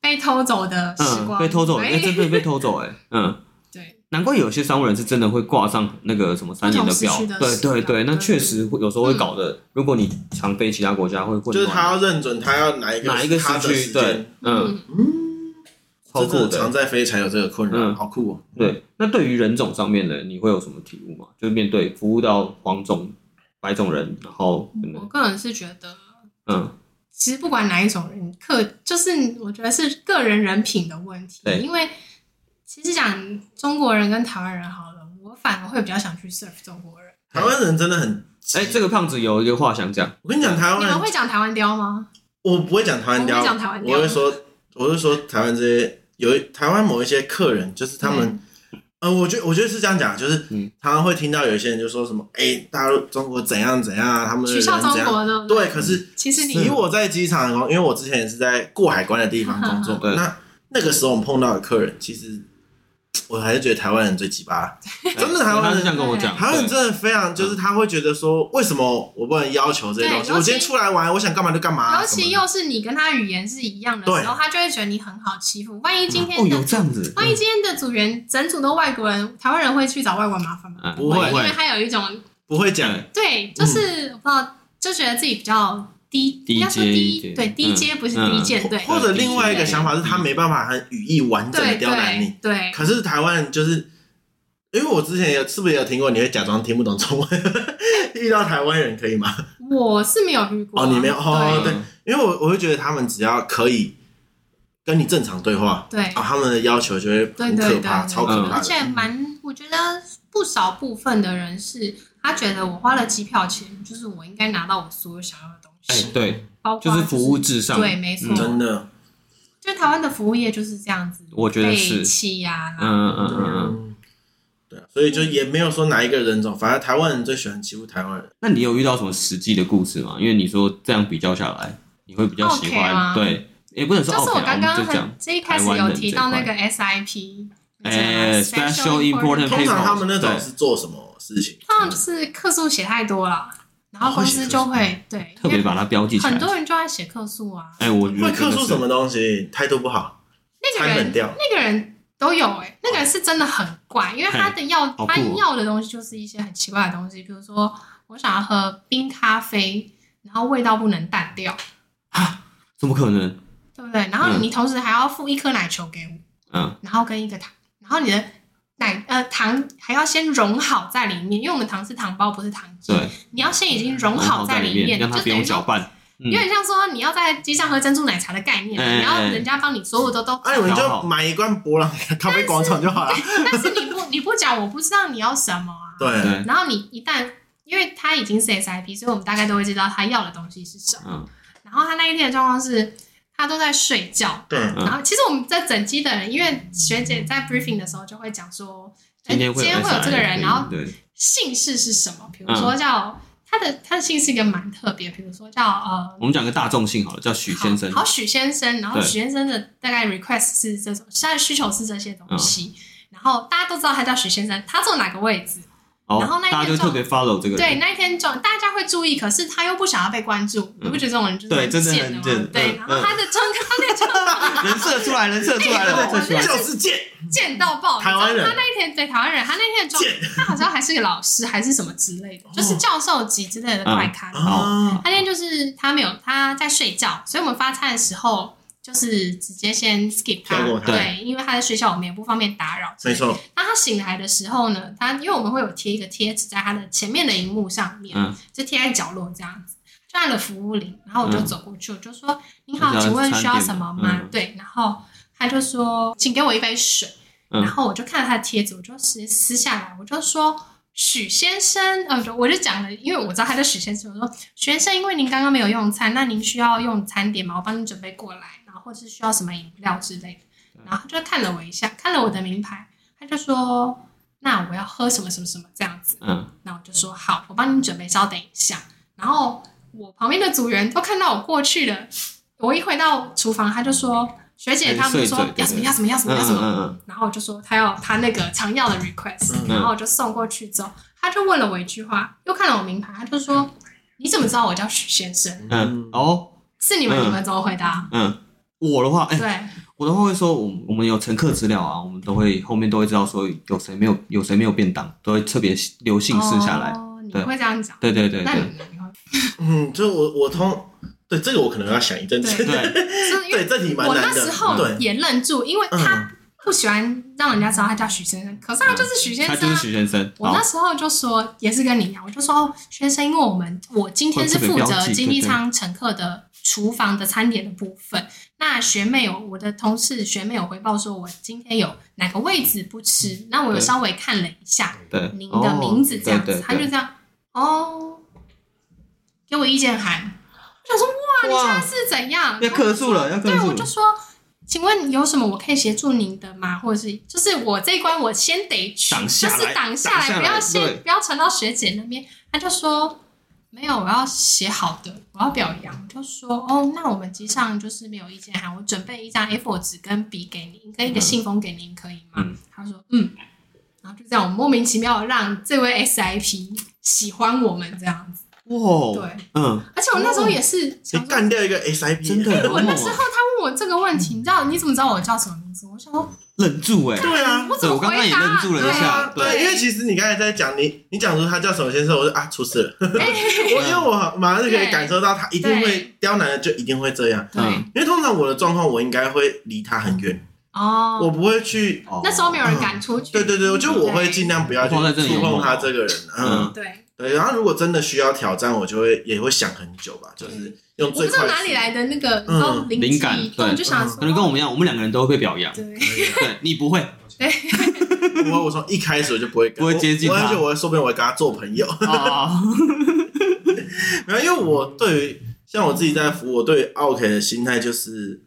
[SPEAKER 3] 被偷走的时
[SPEAKER 1] 嗯，
[SPEAKER 3] 光
[SPEAKER 1] 被偷走，哎，
[SPEAKER 3] 哎
[SPEAKER 1] 真的被偷走，哎，嗯，
[SPEAKER 3] 对，
[SPEAKER 1] 难怪有些商务人是真的会挂上那个什么三年
[SPEAKER 3] 不同时
[SPEAKER 1] 表
[SPEAKER 3] 区的，
[SPEAKER 1] 对
[SPEAKER 3] 时间
[SPEAKER 1] 对对，那
[SPEAKER 3] 对
[SPEAKER 1] 确实会有时候会搞得，如果你常飞其他国家会混
[SPEAKER 2] 嗯就是他
[SPEAKER 1] 乱，
[SPEAKER 2] 要认准他要哪一个
[SPEAKER 1] 哪一个
[SPEAKER 2] 他的
[SPEAKER 1] 时
[SPEAKER 2] 时
[SPEAKER 1] 区，对
[SPEAKER 2] 间，，
[SPEAKER 1] 嗯，超
[SPEAKER 2] 真
[SPEAKER 1] 酷
[SPEAKER 2] 的
[SPEAKER 1] 的，
[SPEAKER 2] 常在飞才有这个困扰，
[SPEAKER 1] 嗯
[SPEAKER 2] 好酷哦。
[SPEAKER 1] 对，那对于人种上面呢，你会有什么体悟吗？就是面对服务到黄种、白种人，然后可
[SPEAKER 3] 我
[SPEAKER 1] 能
[SPEAKER 3] 个人是觉得，
[SPEAKER 1] 嗯，
[SPEAKER 3] 其实不管哪一种人，个就是我觉得是个人人品的问题
[SPEAKER 1] 对。
[SPEAKER 3] 因为其实讲中国人跟台湾人好了，我反而会比较想去 serve 中国人。
[SPEAKER 2] 台湾人真的很，
[SPEAKER 1] 哎、这个胖子有一个话想讲，
[SPEAKER 2] 我跟你讲，台
[SPEAKER 3] 你
[SPEAKER 2] 湾
[SPEAKER 3] 们
[SPEAKER 2] 人，
[SPEAKER 3] 会讲台湾雕吗？
[SPEAKER 2] 我不会讲台湾
[SPEAKER 3] 我
[SPEAKER 2] 雕，
[SPEAKER 3] 不会讲台湾雕
[SPEAKER 2] 我会说，我会说台湾这些有一台湾某一些客人，就是他们，呃，我觉得我觉得是这样讲，啊就是
[SPEAKER 1] 嗯，
[SPEAKER 2] 常常会听到有一些人就说什么，哎，大陆中国怎样怎样啊，他们的
[SPEAKER 3] 取
[SPEAKER 2] 人
[SPEAKER 3] 笑中
[SPEAKER 2] 怎样，
[SPEAKER 3] 国的，
[SPEAKER 2] 对，可是
[SPEAKER 3] 其实
[SPEAKER 2] 以
[SPEAKER 3] 你
[SPEAKER 2] 我在机场的工，因为我之前也是在过海关的地方工 作
[SPEAKER 1] 对
[SPEAKER 2] 那那个时候我们碰到的客人，其实我还是觉得台湾人最鸡巴， 真的台
[SPEAKER 1] 哎他
[SPEAKER 2] 湾
[SPEAKER 1] 是这
[SPEAKER 2] 人
[SPEAKER 1] 样跟我讲，
[SPEAKER 2] 台湾人
[SPEAKER 1] 对
[SPEAKER 2] 真的非常，就是他会觉得说，为什么我不能要求这些东西？
[SPEAKER 3] 对尤其
[SPEAKER 2] 我今天出来玩，我想干嘛就干嘛、
[SPEAKER 3] 尤其
[SPEAKER 2] 啊什么
[SPEAKER 3] 又是你跟他语言是一样的时候，
[SPEAKER 2] 对
[SPEAKER 3] 他就会觉得你很好欺负。万一今
[SPEAKER 1] 哦，
[SPEAKER 3] 天的、
[SPEAKER 1] 有这样子，
[SPEAKER 3] 万一
[SPEAKER 2] 哎嗯
[SPEAKER 3] 今天的组员整组都外国人，台湾人会去找外国人麻烦吗？
[SPEAKER 1] 嗯
[SPEAKER 2] 不会
[SPEAKER 3] 因为他有一种
[SPEAKER 2] 的不会讲，
[SPEAKER 3] 对，就是我不知道，就觉得自己比较低，
[SPEAKER 1] 嗯低
[SPEAKER 3] 应该说
[SPEAKER 1] 阶一
[SPEAKER 3] 低，
[SPEAKER 1] 点
[SPEAKER 3] 对
[SPEAKER 1] 嗯
[SPEAKER 3] 低阶不是低贱，对
[SPEAKER 2] 或者另外一个想法是他没办法很语义完整的
[SPEAKER 3] 对
[SPEAKER 2] 刁难你
[SPEAKER 3] 对。对，
[SPEAKER 2] 可是台湾人就是，因为我之前有是不是有听过，你会假装听不懂中文， 遇到台湾人可以吗？
[SPEAKER 3] 我是没有遇过啊，
[SPEAKER 2] 哦你没有哦
[SPEAKER 1] 对，
[SPEAKER 2] 因为我我会觉得他们只要可以跟你正常对话，
[SPEAKER 3] 对
[SPEAKER 2] 啊，他们的要求就会
[SPEAKER 3] 对
[SPEAKER 2] 很
[SPEAKER 3] 对
[SPEAKER 2] 可
[SPEAKER 3] 对
[SPEAKER 2] 怕，
[SPEAKER 3] 对
[SPEAKER 2] 超可怕
[SPEAKER 3] 而
[SPEAKER 1] 嗯
[SPEAKER 2] 的。
[SPEAKER 3] 且蛮，我觉得不少部分的人是他觉得我花了机票钱，就是我应该拿到我所有想要的东
[SPEAKER 1] 哎、
[SPEAKER 3] 西，
[SPEAKER 1] 对，
[SPEAKER 3] 包括
[SPEAKER 1] 就是服务至上，
[SPEAKER 3] 对没错
[SPEAKER 1] 嗯
[SPEAKER 2] 真的，
[SPEAKER 3] 就台湾的服务业就是这样子，
[SPEAKER 1] 我觉得是
[SPEAKER 3] 被欺压啦，
[SPEAKER 1] 嗯嗯嗯嗯嗯。
[SPEAKER 2] 嗯，对啊，所以就也没有说哪一个人种，反正台湾人最喜欢欺负台湾人。
[SPEAKER 1] 那你有遇到什么实际的故事吗？因为你说这样比较下来，你会比较喜
[SPEAKER 3] OK
[SPEAKER 1] 欢，
[SPEAKER 3] 吗
[SPEAKER 1] 对，也不能说
[SPEAKER 3] 就是
[SPEAKER 1] OK，
[SPEAKER 3] 我刚刚
[SPEAKER 1] 们就
[SPEAKER 3] 很
[SPEAKER 1] 讲，
[SPEAKER 3] 这一开始有提到那个 SIP，
[SPEAKER 1] 哎，special important
[SPEAKER 2] 通常他们那种
[SPEAKER 1] 对
[SPEAKER 2] 是做什么事情？
[SPEAKER 3] 通常就是客诉写太多了，然后
[SPEAKER 2] 哦
[SPEAKER 3] 公
[SPEAKER 2] 会
[SPEAKER 3] 司
[SPEAKER 2] 写
[SPEAKER 3] 就
[SPEAKER 2] 客诉
[SPEAKER 3] 会对，
[SPEAKER 1] 特别
[SPEAKER 3] 因为
[SPEAKER 1] 把它标记起来。
[SPEAKER 3] 很多人就爱写客诉啊，
[SPEAKER 1] 哎、我觉得
[SPEAKER 2] 会克
[SPEAKER 1] 真的
[SPEAKER 2] 诉
[SPEAKER 1] 是
[SPEAKER 2] 什么东西？态度不好，
[SPEAKER 3] 那个
[SPEAKER 2] 残
[SPEAKER 3] 人
[SPEAKER 2] 忍掉。
[SPEAKER 3] 那个人都有哎、那个人是真的很怪，因为他的要
[SPEAKER 1] 哦好酷哦
[SPEAKER 3] 他要的东西就是一些很奇怪的东西，比如说我想要喝冰咖啡，然后味道不能淡掉，
[SPEAKER 1] 怎么可能？
[SPEAKER 3] 对不对？然后
[SPEAKER 1] 嗯
[SPEAKER 3] 你同时还要付一颗奶球给我，
[SPEAKER 1] 嗯，
[SPEAKER 3] 然后跟一个糖，然后你的奶呃糖还要先融好在里面，因为我们糖是糖包不是糖精，
[SPEAKER 1] 对，
[SPEAKER 3] 你要先已经融
[SPEAKER 1] 好
[SPEAKER 3] 好在
[SPEAKER 1] 里
[SPEAKER 3] 面，
[SPEAKER 1] 让它
[SPEAKER 3] 就
[SPEAKER 1] 不
[SPEAKER 3] 等
[SPEAKER 1] 用
[SPEAKER 3] 于说
[SPEAKER 1] 搅拌。嗯
[SPEAKER 3] 有点像说你要在机上喝珍珠奶茶的概念，
[SPEAKER 1] 哎
[SPEAKER 3] 你要人家帮你所有的都。
[SPEAKER 2] 啊，你们就买一罐波浪咖啡广场就好了。
[SPEAKER 3] 但是你不你不讲，我不知道你要什么啊。
[SPEAKER 2] 对，
[SPEAKER 1] 对，
[SPEAKER 3] 然后你一旦，因为他已经是 SIP，所以我们大概都会知道他要的东西是什么。
[SPEAKER 1] 嗯
[SPEAKER 3] 然后他那一天的状况是，他都在睡觉。
[SPEAKER 2] 对，
[SPEAKER 1] 嗯
[SPEAKER 3] 然后其实我们在整机的人，因为学姐在 briefing 的时候就会讲说，哎
[SPEAKER 1] 今天
[SPEAKER 3] 会
[SPEAKER 1] 会有
[SPEAKER 3] 有这个人，
[SPEAKER 1] SIP
[SPEAKER 3] 然后
[SPEAKER 1] 对，
[SPEAKER 3] 姓氏是什么？比如
[SPEAKER 1] 嗯
[SPEAKER 3] 说叫、他的他的姓是一个蛮特别，比如说叫呃
[SPEAKER 1] 我们讲个大众性好了，叫许先生
[SPEAKER 3] 好，。好许先生，然后
[SPEAKER 1] 对
[SPEAKER 3] 许先生的大概 request 是这种，现在需求是这些东西。
[SPEAKER 1] 嗯
[SPEAKER 3] 然后大家都知道他叫许先生，他坐哪个位置？
[SPEAKER 1] 好
[SPEAKER 3] 然后那一天
[SPEAKER 1] 大家就
[SPEAKER 3] 就
[SPEAKER 1] 特别 follow 这个
[SPEAKER 3] 对，
[SPEAKER 1] 人。
[SPEAKER 3] 那一天就大家会注意，可是他又不想要被关注，你不觉得这种人就是
[SPEAKER 1] 嗯对真的
[SPEAKER 3] 贱
[SPEAKER 1] 很
[SPEAKER 3] 吗？
[SPEAKER 1] 贱
[SPEAKER 3] 对，
[SPEAKER 1] 嗯
[SPEAKER 3] 然后他的状态，他的状
[SPEAKER 1] 人设出来，人设出来
[SPEAKER 3] 哎
[SPEAKER 1] 了，
[SPEAKER 3] 我
[SPEAKER 1] 最喜欢
[SPEAKER 3] 真的
[SPEAKER 2] 就是贱，
[SPEAKER 3] 贱到爆。
[SPEAKER 2] 台湾人
[SPEAKER 3] 你知道他那一天对台湾人，他那天的状态，他好像还是个老师，还是什么之类的，就是教授级之类的怪咖。
[SPEAKER 2] 啊，
[SPEAKER 3] 那天就是他没有他在睡觉，所以我们发餐的时候就是直接先 skip 他
[SPEAKER 2] 跳过，他
[SPEAKER 3] 对，因为他在睡觉，我们也不方便打扰。
[SPEAKER 2] 没。错，
[SPEAKER 3] 那他醒来的时候呢，他因为我们会有贴一个贴纸在他的前面的荧幕上面，
[SPEAKER 1] 嗯
[SPEAKER 3] 就贴在角落这样子。按了服务铃，然后我就
[SPEAKER 1] 嗯
[SPEAKER 3] 走过去，我就说：“您好
[SPEAKER 1] 我，想
[SPEAKER 3] 请问
[SPEAKER 1] 餐
[SPEAKER 3] 需要
[SPEAKER 1] 点
[SPEAKER 3] 什么
[SPEAKER 1] 的
[SPEAKER 3] 吗？”
[SPEAKER 1] 嗯
[SPEAKER 3] 对，然后他就说：“请给我一杯水。
[SPEAKER 1] 嗯
[SPEAKER 3] 然后我就看了他的贴纸，我就撕撕下来，我就说。许先生，呃，我就我就讲了，因为我知道他叫许先生，我说许先生，因为您刚刚没有用餐，那您需要用餐点吗？我帮您准备过来，然后或是需要什么饮料之类的。然后他就看了我一下，看了我的名牌，他就说：“那我要喝什么什么什么这样子。”
[SPEAKER 1] 嗯，
[SPEAKER 3] 那我就说好，我帮你准备，稍等一下。然后我旁边的组员都看到我过去了，我一回到厨房，他就说学
[SPEAKER 1] 还
[SPEAKER 3] 姐，
[SPEAKER 1] 是
[SPEAKER 3] 他们就
[SPEAKER 1] 哎碎
[SPEAKER 3] 说
[SPEAKER 1] 嘴对
[SPEAKER 3] 要什么要什么要什
[SPEAKER 1] 嗯
[SPEAKER 3] 么要什么，
[SPEAKER 1] 嗯嗯
[SPEAKER 3] 然后我就说他要他那个常要的 request，、
[SPEAKER 2] 嗯
[SPEAKER 3] 然后我就送过去之后，他就问了我一句话，又看了我名牌，他就说你怎么知道我叫许先生？
[SPEAKER 1] 嗯，哦，
[SPEAKER 3] 是你们、
[SPEAKER 1] 嗯
[SPEAKER 3] 你们怎么回答？
[SPEAKER 1] 嗯，我的话，哎、
[SPEAKER 3] 对，
[SPEAKER 1] 我的话会说，我们我们有乘客资料啊，我们都会后面都会知道说有谁没有有谁没有便当，都会特别留姓氏下来。
[SPEAKER 3] 哦、你
[SPEAKER 1] 对
[SPEAKER 3] 会这样讲？
[SPEAKER 1] 对对对
[SPEAKER 3] 那
[SPEAKER 1] 对
[SPEAKER 3] 你你会
[SPEAKER 2] 嗯，就我我通对这个我可能要想一阵子，
[SPEAKER 3] 对
[SPEAKER 1] 对，
[SPEAKER 3] 是因为
[SPEAKER 2] 对这题蛮
[SPEAKER 3] 我
[SPEAKER 2] 难
[SPEAKER 3] 那
[SPEAKER 2] 的，嗯
[SPEAKER 3] 时候
[SPEAKER 2] 对，嗯
[SPEAKER 3] 也愣住，因为他不喜欢让人家知道他叫许先生，可是他就是许先
[SPEAKER 1] 他
[SPEAKER 3] 生、
[SPEAKER 1] 就是
[SPEAKER 3] 啊。
[SPEAKER 1] 许先生。
[SPEAKER 3] 我
[SPEAKER 1] 好
[SPEAKER 3] 那时候就说，也是跟你一样，我就说哦许先生，因为我们我今天是负
[SPEAKER 1] 会特别标
[SPEAKER 3] 责
[SPEAKER 1] 记
[SPEAKER 3] 经济舱乘客的厨房的餐点的部分。那学妹有我的同事学妹有回报说，我今天有哪个位置不吃，那我有
[SPEAKER 1] 对
[SPEAKER 3] 稍微看了一下
[SPEAKER 1] 对，
[SPEAKER 3] 您的名字这样
[SPEAKER 1] 嗯哦
[SPEAKER 3] 子，他
[SPEAKER 1] 对
[SPEAKER 3] 就
[SPEAKER 1] 对
[SPEAKER 3] 这样哦，给我意见函。我想说
[SPEAKER 1] 对
[SPEAKER 3] 哇，你现
[SPEAKER 1] 哇
[SPEAKER 3] 在，是怎样？
[SPEAKER 1] 要克数了，要克
[SPEAKER 3] 对，
[SPEAKER 1] 数
[SPEAKER 3] 我就说，请问有什么我可以协助您的吗？或者是，就是我这一关我先得去，
[SPEAKER 1] 挡
[SPEAKER 3] 就
[SPEAKER 1] 下来
[SPEAKER 3] 是挡下
[SPEAKER 1] 挡下
[SPEAKER 3] 来，
[SPEAKER 1] 来
[SPEAKER 3] 不要
[SPEAKER 1] 对
[SPEAKER 3] 先不要传到学姐那边。他就说没有，我要写好的，我要表扬。就说哦，那我们机上就是没有意见函，我准备一张 A4 纸跟笔给您，跟一个信封给您，可以吗？
[SPEAKER 1] 嗯
[SPEAKER 3] 他说嗯，然后就这样，我莫名其妙让这位 SIP 喜欢我们这样子。
[SPEAKER 1] 哇，
[SPEAKER 3] 对，
[SPEAKER 1] 嗯，
[SPEAKER 3] 而且我那时候也是
[SPEAKER 2] 你
[SPEAKER 3] 想
[SPEAKER 1] 哎
[SPEAKER 3] 说。
[SPEAKER 2] 干掉一个 SIP，
[SPEAKER 1] 真的，
[SPEAKER 3] 我
[SPEAKER 1] 好
[SPEAKER 3] 那
[SPEAKER 1] 猛
[SPEAKER 3] 时候
[SPEAKER 1] 哦，
[SPEAKER 3] 他问我这个问题，你知道你怎么知道我叫什么名字？我想说，
[SPEAKER 1] 愣住哎，
[SPEAKER 2] 对啊，
[SPEAKER 3] 我怎
[SPEAKER 1] 对
[SPEAKER 3] 么
[SPEAKER 1] 我刚刚
[SPEAKER 3] 回
[SPEAKER 1] 也
[SPEAKER 3] 答？
[SPEAKER 1] 愣住了一
[SPEAKER 2] 对
[SPEAKER 1] 下
[SPEAKER 2] 啊，
[SPEAKER 1] 对
[SPEAKER 2] 对，因为其实你刚才在讲你，你讲出他叫什么先生，我说啊，出事 了。我因为我马上就可以感受到他一定会刁难的，就一定会这样。
[SPEAKER 3] 对啊
[SPEAKER 1] 嗯
[SPEAKER 2] 因为通常我的状况，我应该会离他很远，我
[SPEAKER 1] 嗯
[SPEAKER 3] 哦，
[SPEAKER 2] 不会去。
[SPEAKER 1] 哦
[SPEAKER 3] 那时候没有人敢出去。
[SPEAKER 2] 对对对，我
[SPEAKER 3] 嗯
[SPEAKER 2] 就我会尽量不要去
[SPEAKER 1] 放哦在这里
[SPEAKER 2] 触碰他这个人。嗯，
[SPEAKER 3] 对，
[SPEAKER 2] 对。然后如果真的需要挑战，我就会也会想很久吧，就是用
[SPEAKER 3] 我不
[SPEAKER 2] 最
[SPEAKER 3] 知道
[SPEAKER 2] 快的
[SPEAKER 3] 哪里来的那个，
[SPEAKER 2] 嗯
[SPEAKER 3] 然后灵
[SPEAKER 1] 灵
[SPEAKER 3] 机
[SPEAKER 1] 感
[SPEAKER 3] 一动，
[SPEAKER 1] 对
[SPEAKER 3] 就想说，
[SPEAKER 1] 可能跟我们一样，我们两个人都会被表扬，
[SPEAKER 3] 对，
[SPEAKER 2] 速度。
[SPEAKER 1] 对你 不会
[SPEAKER 2] 我我从一开始我就不会跟，
[SPEAKER 1] 不会接近
[SPEAKER 2] 我
[SPEAKER 1] 他
[SPEAKER 2] 我而且我会说不定我会跟他做朋友。
[SPEAKER 1] 啊，
[SPEAKER 3] 哦
[SPEAKER 2] 没有，因为我对于像我自己在服务，我对于 OK 的心态就是，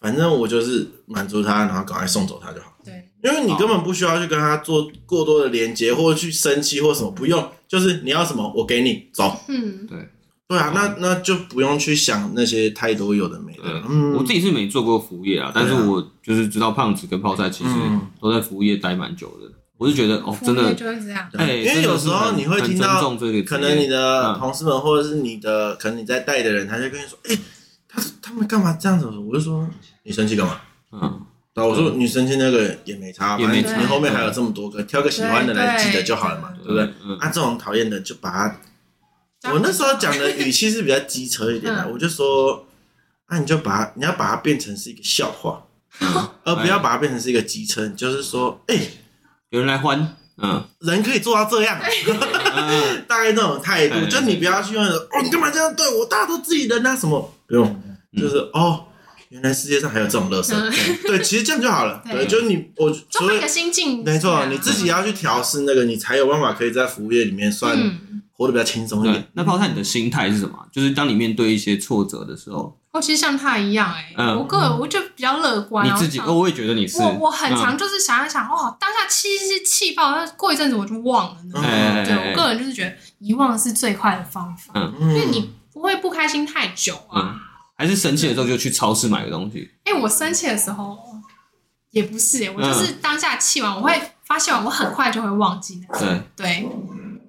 [SPEAKER 2] 反正我就是满足他，然后赶快送走他就好。
[SPEAKER 3] 对，
[SPEAKER 2] 因为你根本不需要去跟他做过多的连接，或者去生气或什么，不用，就是你要什么我给你，走。
[SPEAKER 3] 嗯，
[SPEAKER 2] 对啊
[SPEAKER 1] 嗯，
[SPEAKER 2] 那那就不用去想那些太多有的没的
[SPEAKER 1] 对。
[SPEAKER 2] 嗯，
[SPEAKER 1] 我自己是没做过服务业啊，但是我就是知道胖子跟泡菜其实
[SPEAKER 2] 嗯
[SPEAKER 1] 都在服务业待蛮久的。我就觉得哦，真
[SPEAKER 3] 服务业
[SPEAKER 1] 的，
[SPEAKER 3] 就会这样。
[SPEAKER 2] 对啊
[SPEAKER 1] 哎，
[SPEAKER 2] 因为有时候你会听
[SPEAKER 1] 真的是很很
[SPEAKER 2] 到，
[SPEAKER 1] 尊重这个职业
[SPEAKER 2] 可能你的
[SPEAKER 1] 嗯
[SPEAKER 2] 同事们或者是你的，可能你在带的人，他就跟你说，哎、他他们干嘛这样子？我就说你生气干嘛？
[SPEAKER 1] 嗯，
[SPEAKER 2] 对啊，我说女生去那个也没差，
[SPEAKER 1] 也
[SPEAKER 2] 反正
[SPEAKER 1] 没
[SPEAKER 3] 差
[SPEAKER 2] 你后面还有这么多个，挑个喜欢的来记得就好了嘛，对不对？
[SPEAKER 1] 嗯？
[SPEAKER 2] 啊，这种讨厌的就把他，
[SPEAKER 3] 这样
[SPEAKER 2] 我那时候讲的语气是比较机车一点的，
[SPEAKER 3] 嗯
[SPEAKER 2] 我就说，啊，你就把它，你要把它变成是一个笑话，
[SPEAKER 1] 嗯，
[SPEAKER 2] 而不
[SPEAKER 1] 哎
[SPEAKER 2] 要把它变成是一个机车，你就是说，哎、
[SPEAKER 1] 有人来欢， 嗯，
[SPEAKER 2] 人可以做到这样，
[SPEAKER 1] 嗯
[SPEAKER 2] 大概那种态
[SPEAKER 1] 哎
[SPEAKER 2] 度，就你不要去用哦，你干嘛这样对我？大家都自己人啊，什么不用，
[SPEAKER 1] 嗯
[SPEAKER 2] 就是哦，原来世界上还有这种乐色，
[SPEAKER 3] 嗯
[SPEAKER 2] 对，其实这样就好了，
[SPEAKER 3] 对
[SPEAKER 2] 对，就是你我
[SPEAKER 3] 就
[SPEAKER 2] 除
[SPEAKER 3] 换
[SPEAKER 2] 了
[SPEAKER 3] 一个心境，
[SPEAKER 2] 没
[SPEAKER 3] 对
[SPEAKER 2] 错，
[SPEAKER 3] 啊
[SPEAKER 2] 你自己要去调试那个，你才有办法可以在服务业里面算
[SPEAKER 3] 嗯，
[SPEAKER 2] 活得比较轻松一
[SPEAKER 1] 对
[SPEAKER 2] 点。。
[SPEAKER 1] 那泡菜，你的心态是什么？啊就是当你面对一些挫折的时候，
[SPEAKER 3] 或其实像他一样，哎，
[SPEAKER 1] 嗯
[SPEAKER 3] 我个人我就比较乐观
[SPEAKER 1] 你
[SPEAKER 3] 啊，
[SPEAKER 1] 自己，
[SPEAKER 3] 我
[SPEAKER 1] 哦，
[SPEAKER 3] 想
[SPEAKER 1] 我也觉得你是，
[SPEAKER 3] 我我很
[SPEAKER 1] 嗯
[SPEAKER 3] 常就是想一想，哦，当下气是气爆，但过一阵子我就忘了
[SPEAKER 2] 嗯
[SPEAKER 3] 呢。
[SPEAKER 1] 哎，
[SPEAKER 3] 对我个人就是觉得遗忘是最快的方法，
[SPEAKER 2] 嗯
[SPEAKER 3] 因为你不会不开心太久啊。
[SPEAKER 1] 嗯，还是生气的时候就去超市买个东西，
[SPEAKER 3] 哎、我生气的时候也不是、我就是当下气完，我会发泄完，我很快就会忘记那种。
[SPEAKER 1] 对，
[SPEAKER 3] 对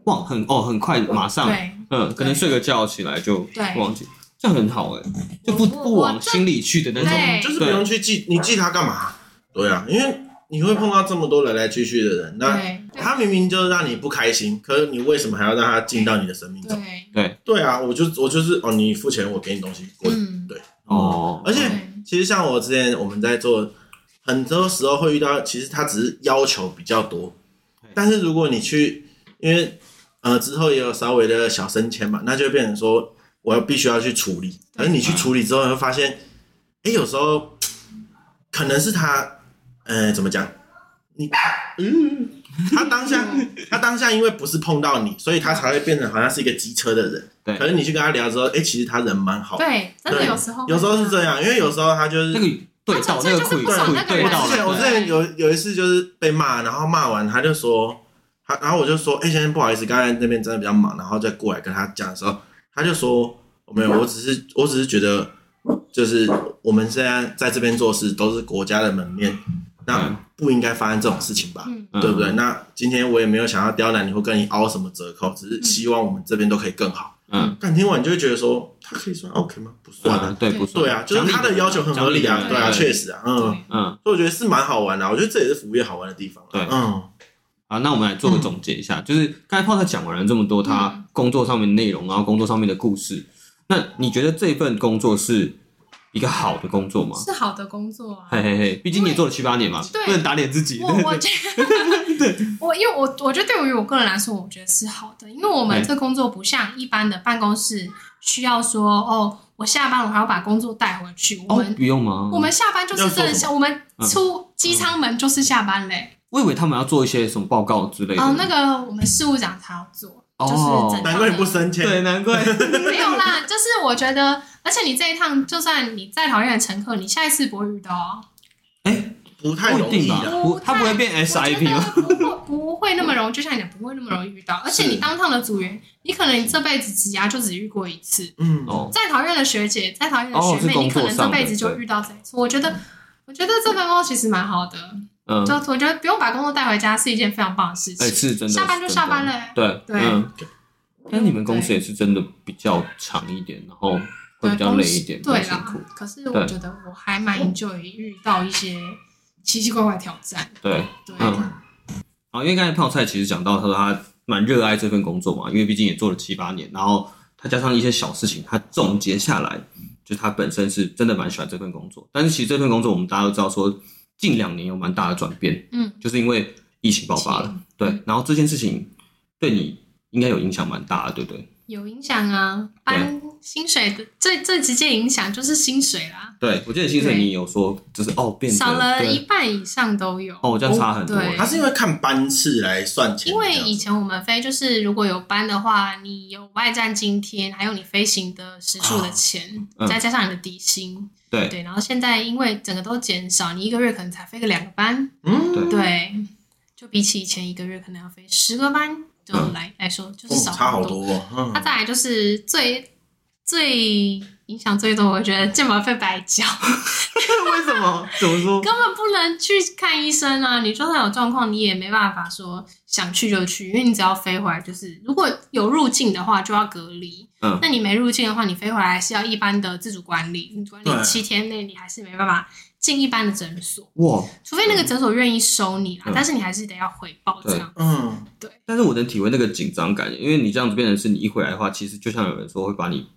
[SPEAKER 1] 忘很哦，很快马上，
[SPEAKER 3] 对
[SPEAKER 1] 嗯，可能睡个觉起来就
[SPEAKER 3] 对
[SPEAKER 1] 忘记，这样很好哎，就不
[SPEAKER 3] 我
[SPEAKER 1] 不往
[SPEAKER 3] 我这
[SPEAKER 1] 心里去的那种，
[SPEAKER 3] 对
[SPEAKER 2] 就是不用去记，你记他干嘛？对啊，因为你会碰到这么多来来去去的人，那
[SPEAKER 3] 对
[SPEAKER 2] 他明明就是让你不开心，可是你为什么还要让他进到你的生命中？
[SPEAKER 3] 对，
[SPEAKER 2] 对啊，我就我就是哦，你付钱，我给你东西，滚。
[SPEAKER 3] 嗯，
[SPEAKER 1] 哦，
[SPEAKER 2] 而且
[SPEAKER 3] 对
[SPEAKER 2] 其实像我之前我们在做，很多时候会遇到，其实他只是要求比较多
[SPEAKER 1] 对，
[SPEAKER 2] 但是如果你去，因为呃之后也有稍微的小升迁嘛，那就变成说我要必须要去处理。可是你去处理之后，你会发现，哎、有时候可能是他，呃，怎么讲？你，嗯，他当下他当下因为不是碰到你，所以他才会变成好像是一个机车的人。
[SPEAKER 1] 对
[SPEAKER 2] 可是你去跟他聊之后，哎、其实他人蛮好的。
[SPEAKER 3] 对，真的
[SPEAKER 2] 对
[SPEAKER 3] 有时候
[SPEAKER 2] 有时候是这样，因为有时候他就是
[SPEAKER 1] 那个对到那个鬼
[SPEAKER 3] 他纯粹就是不爽那个
[SPEAKER 1] 对
[SPEAKER 3] 人啊
[SPEAKER 1] 到
[SPEAKER 2] 之前哎我之前有有一次就是被骂，然后骂完他就说，他然后我就说，哎、先生不好意思，刚才那边真的比较忙，然后再过来跟他讲的时候，他就说我没有，我只是我只是觉得，就是我们现在在这边做事都是国家的门面，那
[SPEAKER 1] 嗯
[SPEAKER 2] 不应该发生这种事情吧？
[SPEAKER 3] 嗯
[SPEAKER 1] 嗯
[SPEAKER 2] 对不对？那今天我也没有想要刁难你或跟你凹什么折扣，只是希望我们这边都可以更好。
[SPEAKER 1] 嗯
[SPEAKER 2] 但听完你就会觉得说，他可以算 OK 吗？不算啊
[SPEAKER 1] 嗯，。对不错，
[SPEAKER 2] 对啊，就是他的要求很合理啊，
[SPEAKER 1] 讲理的
[SPEAKER 2] 对啊，
[SPEAKER 1] 对
[SPEAKER 2] 确实啊，嗯。
[SPEAKER 3] 对
[SPEAKER 1] 嗯
[SPEAKER 2] 所以我觉得是蛮好玩的啊、我觉得这也是服务业好玩的地方啊。
[SPEAKER 1] 对
[SPEAKER 2] 嗯，
[SPEAKER 1] 啊，那我们来做个总结一
[SPEAKER 3] 嗯
[SPEAKER 1] 下，就是刚才泡菜讲完了这么多他工作上面的内容，然后工作上面的故事，那你觉得这份工作是一个好的工作吗？
[SPEAKER 3] 是好的工作啊。
[SPEAKER 1] 嘿嘿嘿，毕竟你也做了七八年嘛，
[SPEAKER 3] 对
[SPEAKER 1] 不能打脸自己。
[SPEAKER 3] 我我觉得， 我因为我我觉得对于我个人来说，我觉得是好的，因为我们
[SPEAKER 1] 对
[SPEAKER 3] 这工作不像一般的办公室需要说哦，我下班我还要把工作带回去。我
[SPEAKER 1] 哦
[SPEAKER 3] 们、，
[SPEAKER 1] 不用吗？
[SPEAKER 3] 我们下班就是
[SPEAKER 2] 嗯要
[SPEAKER 3] 真的
[SPEAKER 2] 做什嗯
[SPEAKER 3] 下，我们出机舱门就是下班嘞。
[SPEAKER 1] 我以为他们要做一些什么报告之
[SPEAKER 2] 嗯
[SPEAKER 1] 类的。
[SPEAKER 3] 哦，那个我们事务长才要做，
[SPEAKER 1] 哦
[SPEAKER 3] 就是整趟的
[SPEAKER 2] 难怪你不升迁。
[SPEAKER 1] 对，难 怪
[SPEAKER 3] 没有啦，就是我觉得，而且你这一趟，就算你再讨厌的乘客，你下一次不会遇到哦。
[SPEAKER 2] 不太
[SPEAKER 1] 不
[SPEAKER 2] 容
[SPEAKER 1] 一
[SPEAKER 2] 易啊
[SPEAKER 1] 定吧啊
[SPEAKER 2] 的。？
[SPEAKER 1] 不，他不会变
[SPEAKER 3] 我觉
[SPEAKER 1] SIP 吗？
[SPEAKER 3] 得不会不会那么容易，就像你讲，不会那么容易遇到。而且你当趟的组员，你可能你这辈子职涯就只遇过一次。
[SPEAKER 2] 嗯，
[SPEAKER 1] 哦，
[SPEAKER 3] 再讨厌的学姐，再讨厌的
[SPEAKER 1] 哦
[SPEAKER 3] 学
[SPEAKER 1] 是
[SPEAKER 3] 妹，
[SPEAKER 1] 工
[SPEAKER 3] 你可
[SPEAKER 1] 作
[SPEAKER 3] 能
[SPEAKER 1] 上的
[SPEAKER 3] 这辈子就
[SPEAKER 1] 对
[SPEAKER 3] 遇到这一次。我觉得，我觉得这份工作其实蛮好的，
[SPEAKER 1] 嗯，
[SPEAKER 3] 就我觉得不用把工作带回家是一件非常棒的事
[SPEAKER 1] 哎，
[SPEAKER 3] 情。
[SPEAKER 1] 是真的，
[SPEAKER 3] 下班就下班
[SPEAKER 1] 了。
[SPEAKER 3] 了，
[SPEAKER 1] 对，
[SPEAKER 3] 对
[SPEAKER 1] 嗯。但你们公司
[SPEAKER 3] 对
[SPEAKER 1] 也是真的比较长一点，然后会
[SPEAKER 3] 对，
[SPEAKER 1] 比较累
[SPEAKER 3] 公司
[SPEAKER 1] 一点，比较
[SPEAKER 3] 对
[SPEAKER 1] 辛
[SPEAKER 3] 啦
[SPEAKER 1] 苦。，嗯
[SPEAKER 3] 可是我
[SPEAKER 1] 对
[SPEAKER 3] 觉得我还蛮 enjoy 遇到一些奇奇怪怪的挑战。
[SPEAKER 1] 对，
[SPEAKER 3] 对，
[SPEAKER 1] 嗯然后因为刚才泡菜其实讲到，他说他蛮热爱这份工作嘛，因为毕竟也做了七八年，然后他加上一些小事情，他总结下来，就他本身是真的蛮喜欢这份工作。但是其实这份工作我们大家都知道说，近两年有蛮大的转变，
[SPEAKER 3] 嗯，
[SPEAKER 1] 就是因为疫情爆发了，对，然后这件事情对你应该有影响蛮大的，对不对？
[SPEAKER 3] 有影响啊，搬薪水的最最直接影响就是薪水啦，
[SPEAKER 1] 对，我记得薪水
[SPEAKER 3] 对
[SPEAKER 1] 你有说就是哦变得
[SPEAKER 3] 少了
[SPEAKER 1] 对
[SPEAKER 3] 一半以上都有。
[SPEAKER 1] 哦，这样差很多，
[SPEAKER 3] 对
[SPEAKER 2] 他是因为看班次来算钱
[SPEAKER 3] 因
[SPEAKER 2] 这
[SPEAKER 3] 为
[SPEAKER 2] 样，
[SPEAKER 3] 以前我们飞就是如果有班的话，你有外站津贴，还有你飞行的时数的钱，
[SPEAKER 2] 啊
[SPEAKER 1] 嗯
[SPEAKER 3] 再加上你的底薪，
[SPEAKER 1] 对
[SPEAKER 3] 对。然后现在因为整个都减少，你一个月可能才飞个两个班，
[SPEAKER 2] 嗯，
[SPEAKER 3] 对，就比起以前一个月可能要飞十个班，就来、来说就是
[SPEAKER 2] 哦
[SPEAKER 3] 少
[SPEAKER 2] 差好
[SPEAKER 3] 很
[SPEAKER 2] 多哦。嗯
[SPEAKER 3] 那、，再来就是最最影响最多，我觉得健保费白交，
[SPEAKER 1] 为什么？怎么说？
[SPEAKER 3] 根本不能去看医生啊！你就算有状况，你也没办法说想去就去，因为你只要飞回来，就是如果有入境的话就要隔离，
[SPEAKER 1] 嗯
[SPEAKER 3] 那你没入境的话，你飞回来是要一般的自主管理，你管
[SPEAKER 2] 对
[SPEAKER 3] 理七天内你还是没办法进一般的诊所，
[SPEAKER 1] 哇！
[SPEAKER 3] 除非那个诊所愿意收你啦，
[SPEAKER 1] 嗯
[SPEAKER 3] 但是你还是得要回报这样。
[SPEAKER 2] 嗯，
[SPEAKER 1] 但是我能体会那个紧张感，因为你这样子变成是你一回来的话，其实就像有人说会把你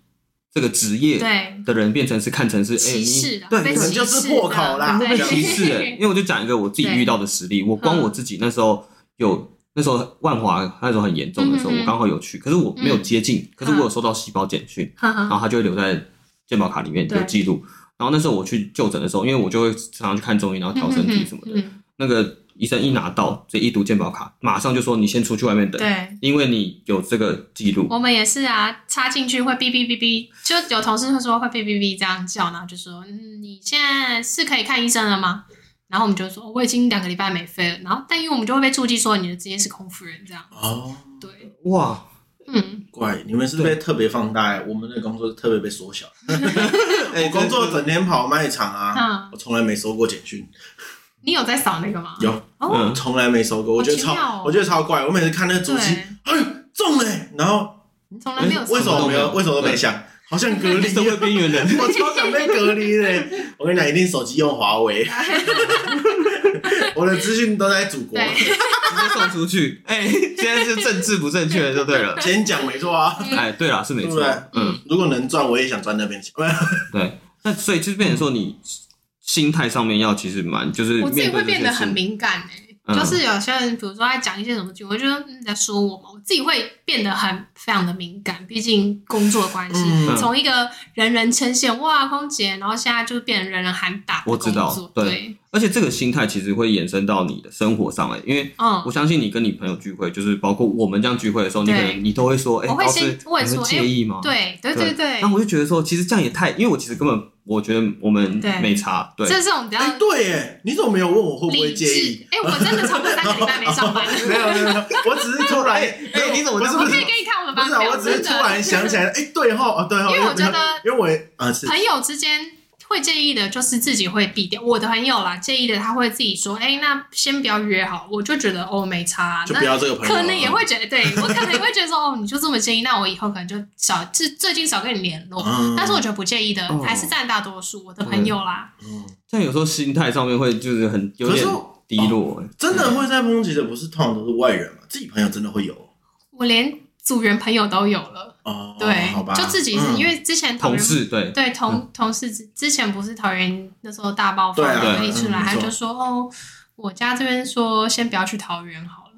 [SPEAKER 1] 这个职业
[SPEAKER 3] 对，
[SPEAKER 1] 的人变成是看成是哎、
[SPEAKER 3] 歧视
[SPEAKER 1] 你
[SPEAKER 3] 的，
[SPEAKER 1] 对
[SPEAKER 3] 被
[SPEAKER 1] 你
[SPEAKER 2] 可
[SPEAKER 1] 很
[SPEAKER 2] 能
[SPEAKER 3] 歧
[SPEAKER 2] 就是
[SPEAKER 3] 视
[SPEAKER 2] 破口啦
[SPEAKER 3] 的
[SPEAKER 1] 被
[SPEAKER 3] 对
[SPEAKER 1] 歧视哎、 因 为我就讲一个我自己遇到的实例，我光
[SPEAKER 3] 嗯
[SPEAKER 1] 我自己那时候有那时候万华那时候很严重的时候，
[SPEAKER 3] 嗯嗯嗯嗯
[SPEAKER 1] 我刚好有去，可是我没有接近，可是我有收到细胞简讯，
[SPEAKER 3] 哈哈
[SPEAKER 1] 然后它就会留在健保卡里面
[SPEAKER 3] 对
[SPEAKER 1] 有记录。然后那时候我去就诊的时候，因为我就会常常去看中医，然后调身体什么的。
[SPEAKER 3] 嗯嗯嗯
[SPEAKER 1] 那个医生一拿到这一读健保卡，马上就说你先出去外面等，
[SPEAKER 3] 对，
[SPEAKER 1] 因为你有这个记录。
[SPEAKER 3] 我们也是啊，插进去会哔哔哔哔，就有同事会说会哔哔哔这样叫，然后就说嗯，你现在是可以看医生了吗？然后我们就说我已经两个礼拜没飞了，然后但因为我们就会被注记说你的职业是空腹人这样，
[SPEAKER 2] 哦，
[SPEAKER 3] 对，
[SPEAKER 1] 哇，
[SPEAKER 3] 嗯，
[SPEAKER 2] 怪你们是被特别放大欸，我们的工作是特别被缩 小。
[SPEAKER 1] 哎
[SPEAKER 2] 我工作整天跑卖场啊
[SPEAKER 3] 嗯，
[SPEAKER 2] 我从来没收过简讯，
[SPEAKER 3] 你有在扫那个吗？
[SPEAKER 2] 有
[SPEAKER 3] 哦，
[SPEAKER 1] 嗯
[SPEAKER 2] 从来没收过，我觉得
[SPEAKER 3] 好奇妙哦
[SPEAKER 2] 超，我觉得超怪。我每次看那个主机，
[SPEAKER 3] 对，
[SPEAKER 2] 哎呦，中了欸，然后
[SPEAKER 3] 从啊来没有
[SPEAKER 1] 哎
[SPEAKER 3] 扫
[SPEAKER 2] 为什么没有？
[SPEAKER 1] 对
[SPEAKER 2] 为什么都没想？好像隔离 一
[SPEAKER 1] 社
[SPEAKER 2] 样
[SPEAKER 1] 会边缘人，
[SPEAKER 2] 我超想被隔离的。我跟你讲，一定手机用华 为。我的资讯都在祖国，
[SPEAKER 3] 对，
[SPEAKER 1] 直接送出去。哎，现在是政治不正确就对了。
[SPEAKER 2] 先讲没错啊。
[SPEAKER 1] 哎，对啦，是没错
[SPEAKER 2] 对不对。
[SPEAKER 1] 嗯，
[SPEAKER 2] 如果能赚，我也想赚那边钱。
[SPEAKER 1] 对。那所以就变成说，你心态上面要其实蛮就是
[SPEAKER 3] 我自己
[SPEAKER 1] 面
[SPEAKER 3] 会
[SPEAKER 1] 对这
[SPEAKER 3] 变
[SPEAKER 1] 些
[SPEAKER 3] 得
[SPEAKER 1] 事
[SPEAKER 3] 很，敏感哎、
[SPEAKER 1] 嗯
[SPEAKER 3] 就是有些人，比如说在讲一些什么句，我就觉得嗯你在说我嘛，我自己会变得很非常的敏感，毕竟工作关系，
[SPEAKER 2] 嗯
[SPEAKER 3] 从一个人人称羡哇空姐，然后现在就变成人人喊打的
[SPEAKER 1] 我知道
[SPEAKER 3] 工作
[SPEAKER 1] 对
[SPEAKER 3] 对，
[SPEAKER 1] 而且这个心态其实会延伸到你的生活上来，欸因为
[SPEAKER 3] 嗯，
[SPEAKER 1] 我相信你跟你朋友聚会，就是包括我们这样聚会的时候，你
[SPEAKER 3] 对
[SPEAKER 1] 可能你都会说，哎、
[SPEAKER 3] 我会
[SPEAKER 1] 老
[SPEAKER 3] 先
[SPEAKER 1] 师，
[SPEAKER 3] 我也
[SPEAKER 1] 你
[SPEAKER 3] 说
[SPEAKER 1] 会
[SPEAKER 3] 哎
[SPEAKER 1] 介意吗？
[SPEAKER 3] 对对
[SPEAKER 1] 对
[SPEAKER 3] 对对
[SPEAKER 1] 然，后我就觉得说，其实这样也太，因为我其实根本我觉得我们
[SPEAKER 3] 对
[SPEAKER 1] 没差，对，
[SPEAKER 3] 这是我们比较
[SPEAKER 2] 哎，对耶，你怎么没有问我会不会
[SPEAKER 3] 理
[SPEAKER 2] 介意
[SPEAKER 3] 智？。哎，我真的超过三个礼拜没上班了，
[SPEAKER 2] 没有没有没有，我只是突然，
[SPEAKER 1] 哎哎你怎么
[SPEAKER 2] 不是
[SPEAKER 1] 这么
[SPEAKER 2] 不
[SPEAKER 3] 我
[SPEAKER 2] 是
[SPEAKER 3] 可以给你看我的
[SPEAKER 2] 不
[SPEAKER 3] 班
[SPEAKER 2] 是啊，
[SPEAKER 3] 表，
[SPEAKER 2] 我只是
[SPEAKER 3] 真
[SPEAKER 2] 突
[SPEAKER 3] 的。
[SPEAKER 2] 然想起来，哎，对吼，哦对吼，
[SPEAKER 3] 因为我觉得
[SPEAKER 2] 因为我啊是
[SPEAKER 3] 朋友之间会介意的，就是自己会避掉。我的朋友啦，介意的他会自己说：“哎、那先不要约好。”我就觉得哦，没差啊、
[SPEAKER 2] 就不
[SPEAKER 3] 那
[SPEAKER 2] 要这个朋友，
[SPEAKER 3] 可能也会觉得，对我可能也会觉得说：“哦，你就这么介意，那我以后可能就少，最最近少跟你联络。
[SPEAKER 2] 嗯，
[SPEAKER 3] 但是我觉得不介意的、
[SPEAKER 1] 哦
[SPEAKER 3] 还是占大多数，我的朋友啦。
[SPEAKER 2] 嗯
[SPEAKER 1] 但有时候心态上面会就是很有
[SPEAKER 2] 可
[SPEAKER 1] 点
[SPEAKER 2] 是
[SPEAKER 1] 低落、
[SPEAKER 3] 哦
[SPEAKER 1] 哎
[SPEAKER 2] 真的会在抨击的，不是通常都是外人嘛，自己朋友真的会有
[SPEAKER 3] 我连组员朋友都有了，
[SPEAKER 2] 哦，
[SPEAKER 3] 对，
[SPEAKER 2] 好吧，
[SPEAKER 3] 就自己是、
[SPEAKER 2] 嗯
[SPEAKER 3] 因为之前
[SPEAKER 1] 同
[SPEAKER 3] 人
[SPEAKER 1] 事对，
[SPEAKER 3] 对同同事之之前不是桃园那时候大爆发
[SPEAKER 2] 对啊
[SPEAKER 3] 嘛，
[SPEAKER 1] 对
[SPEAKER 3] 一出
[SPEAKER 2] 嗯
[SPEAKER 3] 来他
[SPEAKER 2] 没错
[SPEAKER 3] 就说哦，我家这边说先不要去桃园好了，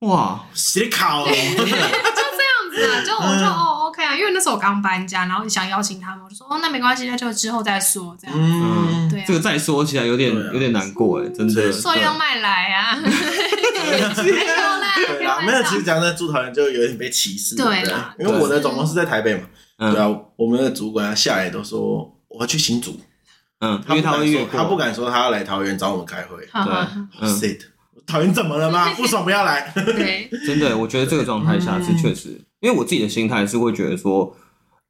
[SPEAKER 1] 哇，
[SPEAKER 2] 谁 考你？
[SPEAKER 3] 这样子啊，就我就
[SPEAKER 2] 嗯
[SPEAKER 3] 哦 OK 啊，因为那时候我刚搬家，然后想邀请他们，我就说哦那没关系，那就之后再说这样。
[SPEAKER 2] 嗯，
[SPEAKER 3] 对啊
[SPEAKER 1] 这，个再说起来有点、
[SPEAKER 2] 对啊
[SPEAKER 1] 有点难过哎、真的
[SPEAKER 2] 是
[SPEAKER 3] 说要卖来啊，
[SPEAKER 1] 啊
[SPEAKER 3] 没有啦，
[SPEAKER 2] 对啦，
[SPEAKER 3] 开玩笑
[SPEAKER 2] 没有，其实讲真的，住桃园就有点被歧视，
[SPEAKER 3] 对啦
[SPEAKER 2] 啊因
[SPEAKER 1] 对
[SPEAKER 2] 为我的总公司在台北嘛，
[SPEAKER 1] 嗯
[SPEAKER 2] 对啊，我们的主管下来都说我要去新竹，
[SPEAKER 1] 嗯，因
[SPEAKER 2] 他
[SPEAKER 1] 为他会
[SPEAKER 2] 不敢
[SPEAKER 1] 越
[SPEAKER 2] 说，
[SPEAKER 1] 过，
[SPEAKER 2] 他不敢说他要来桃园找我们开会
[SPEAKER 3] 哈哈哈
[SPEAKER 1] 嗯
[SPEAKER 2] ，sit，桃园怎么了 吗？不爽不要来，
[SPEAKER 3] 对，
[SPEAKER 1] 真的，我觉得这个状态下是
[SPEAKER 2] 嗯
[SPEAKER 1] 确实，因为我自己的心态是会觉得说，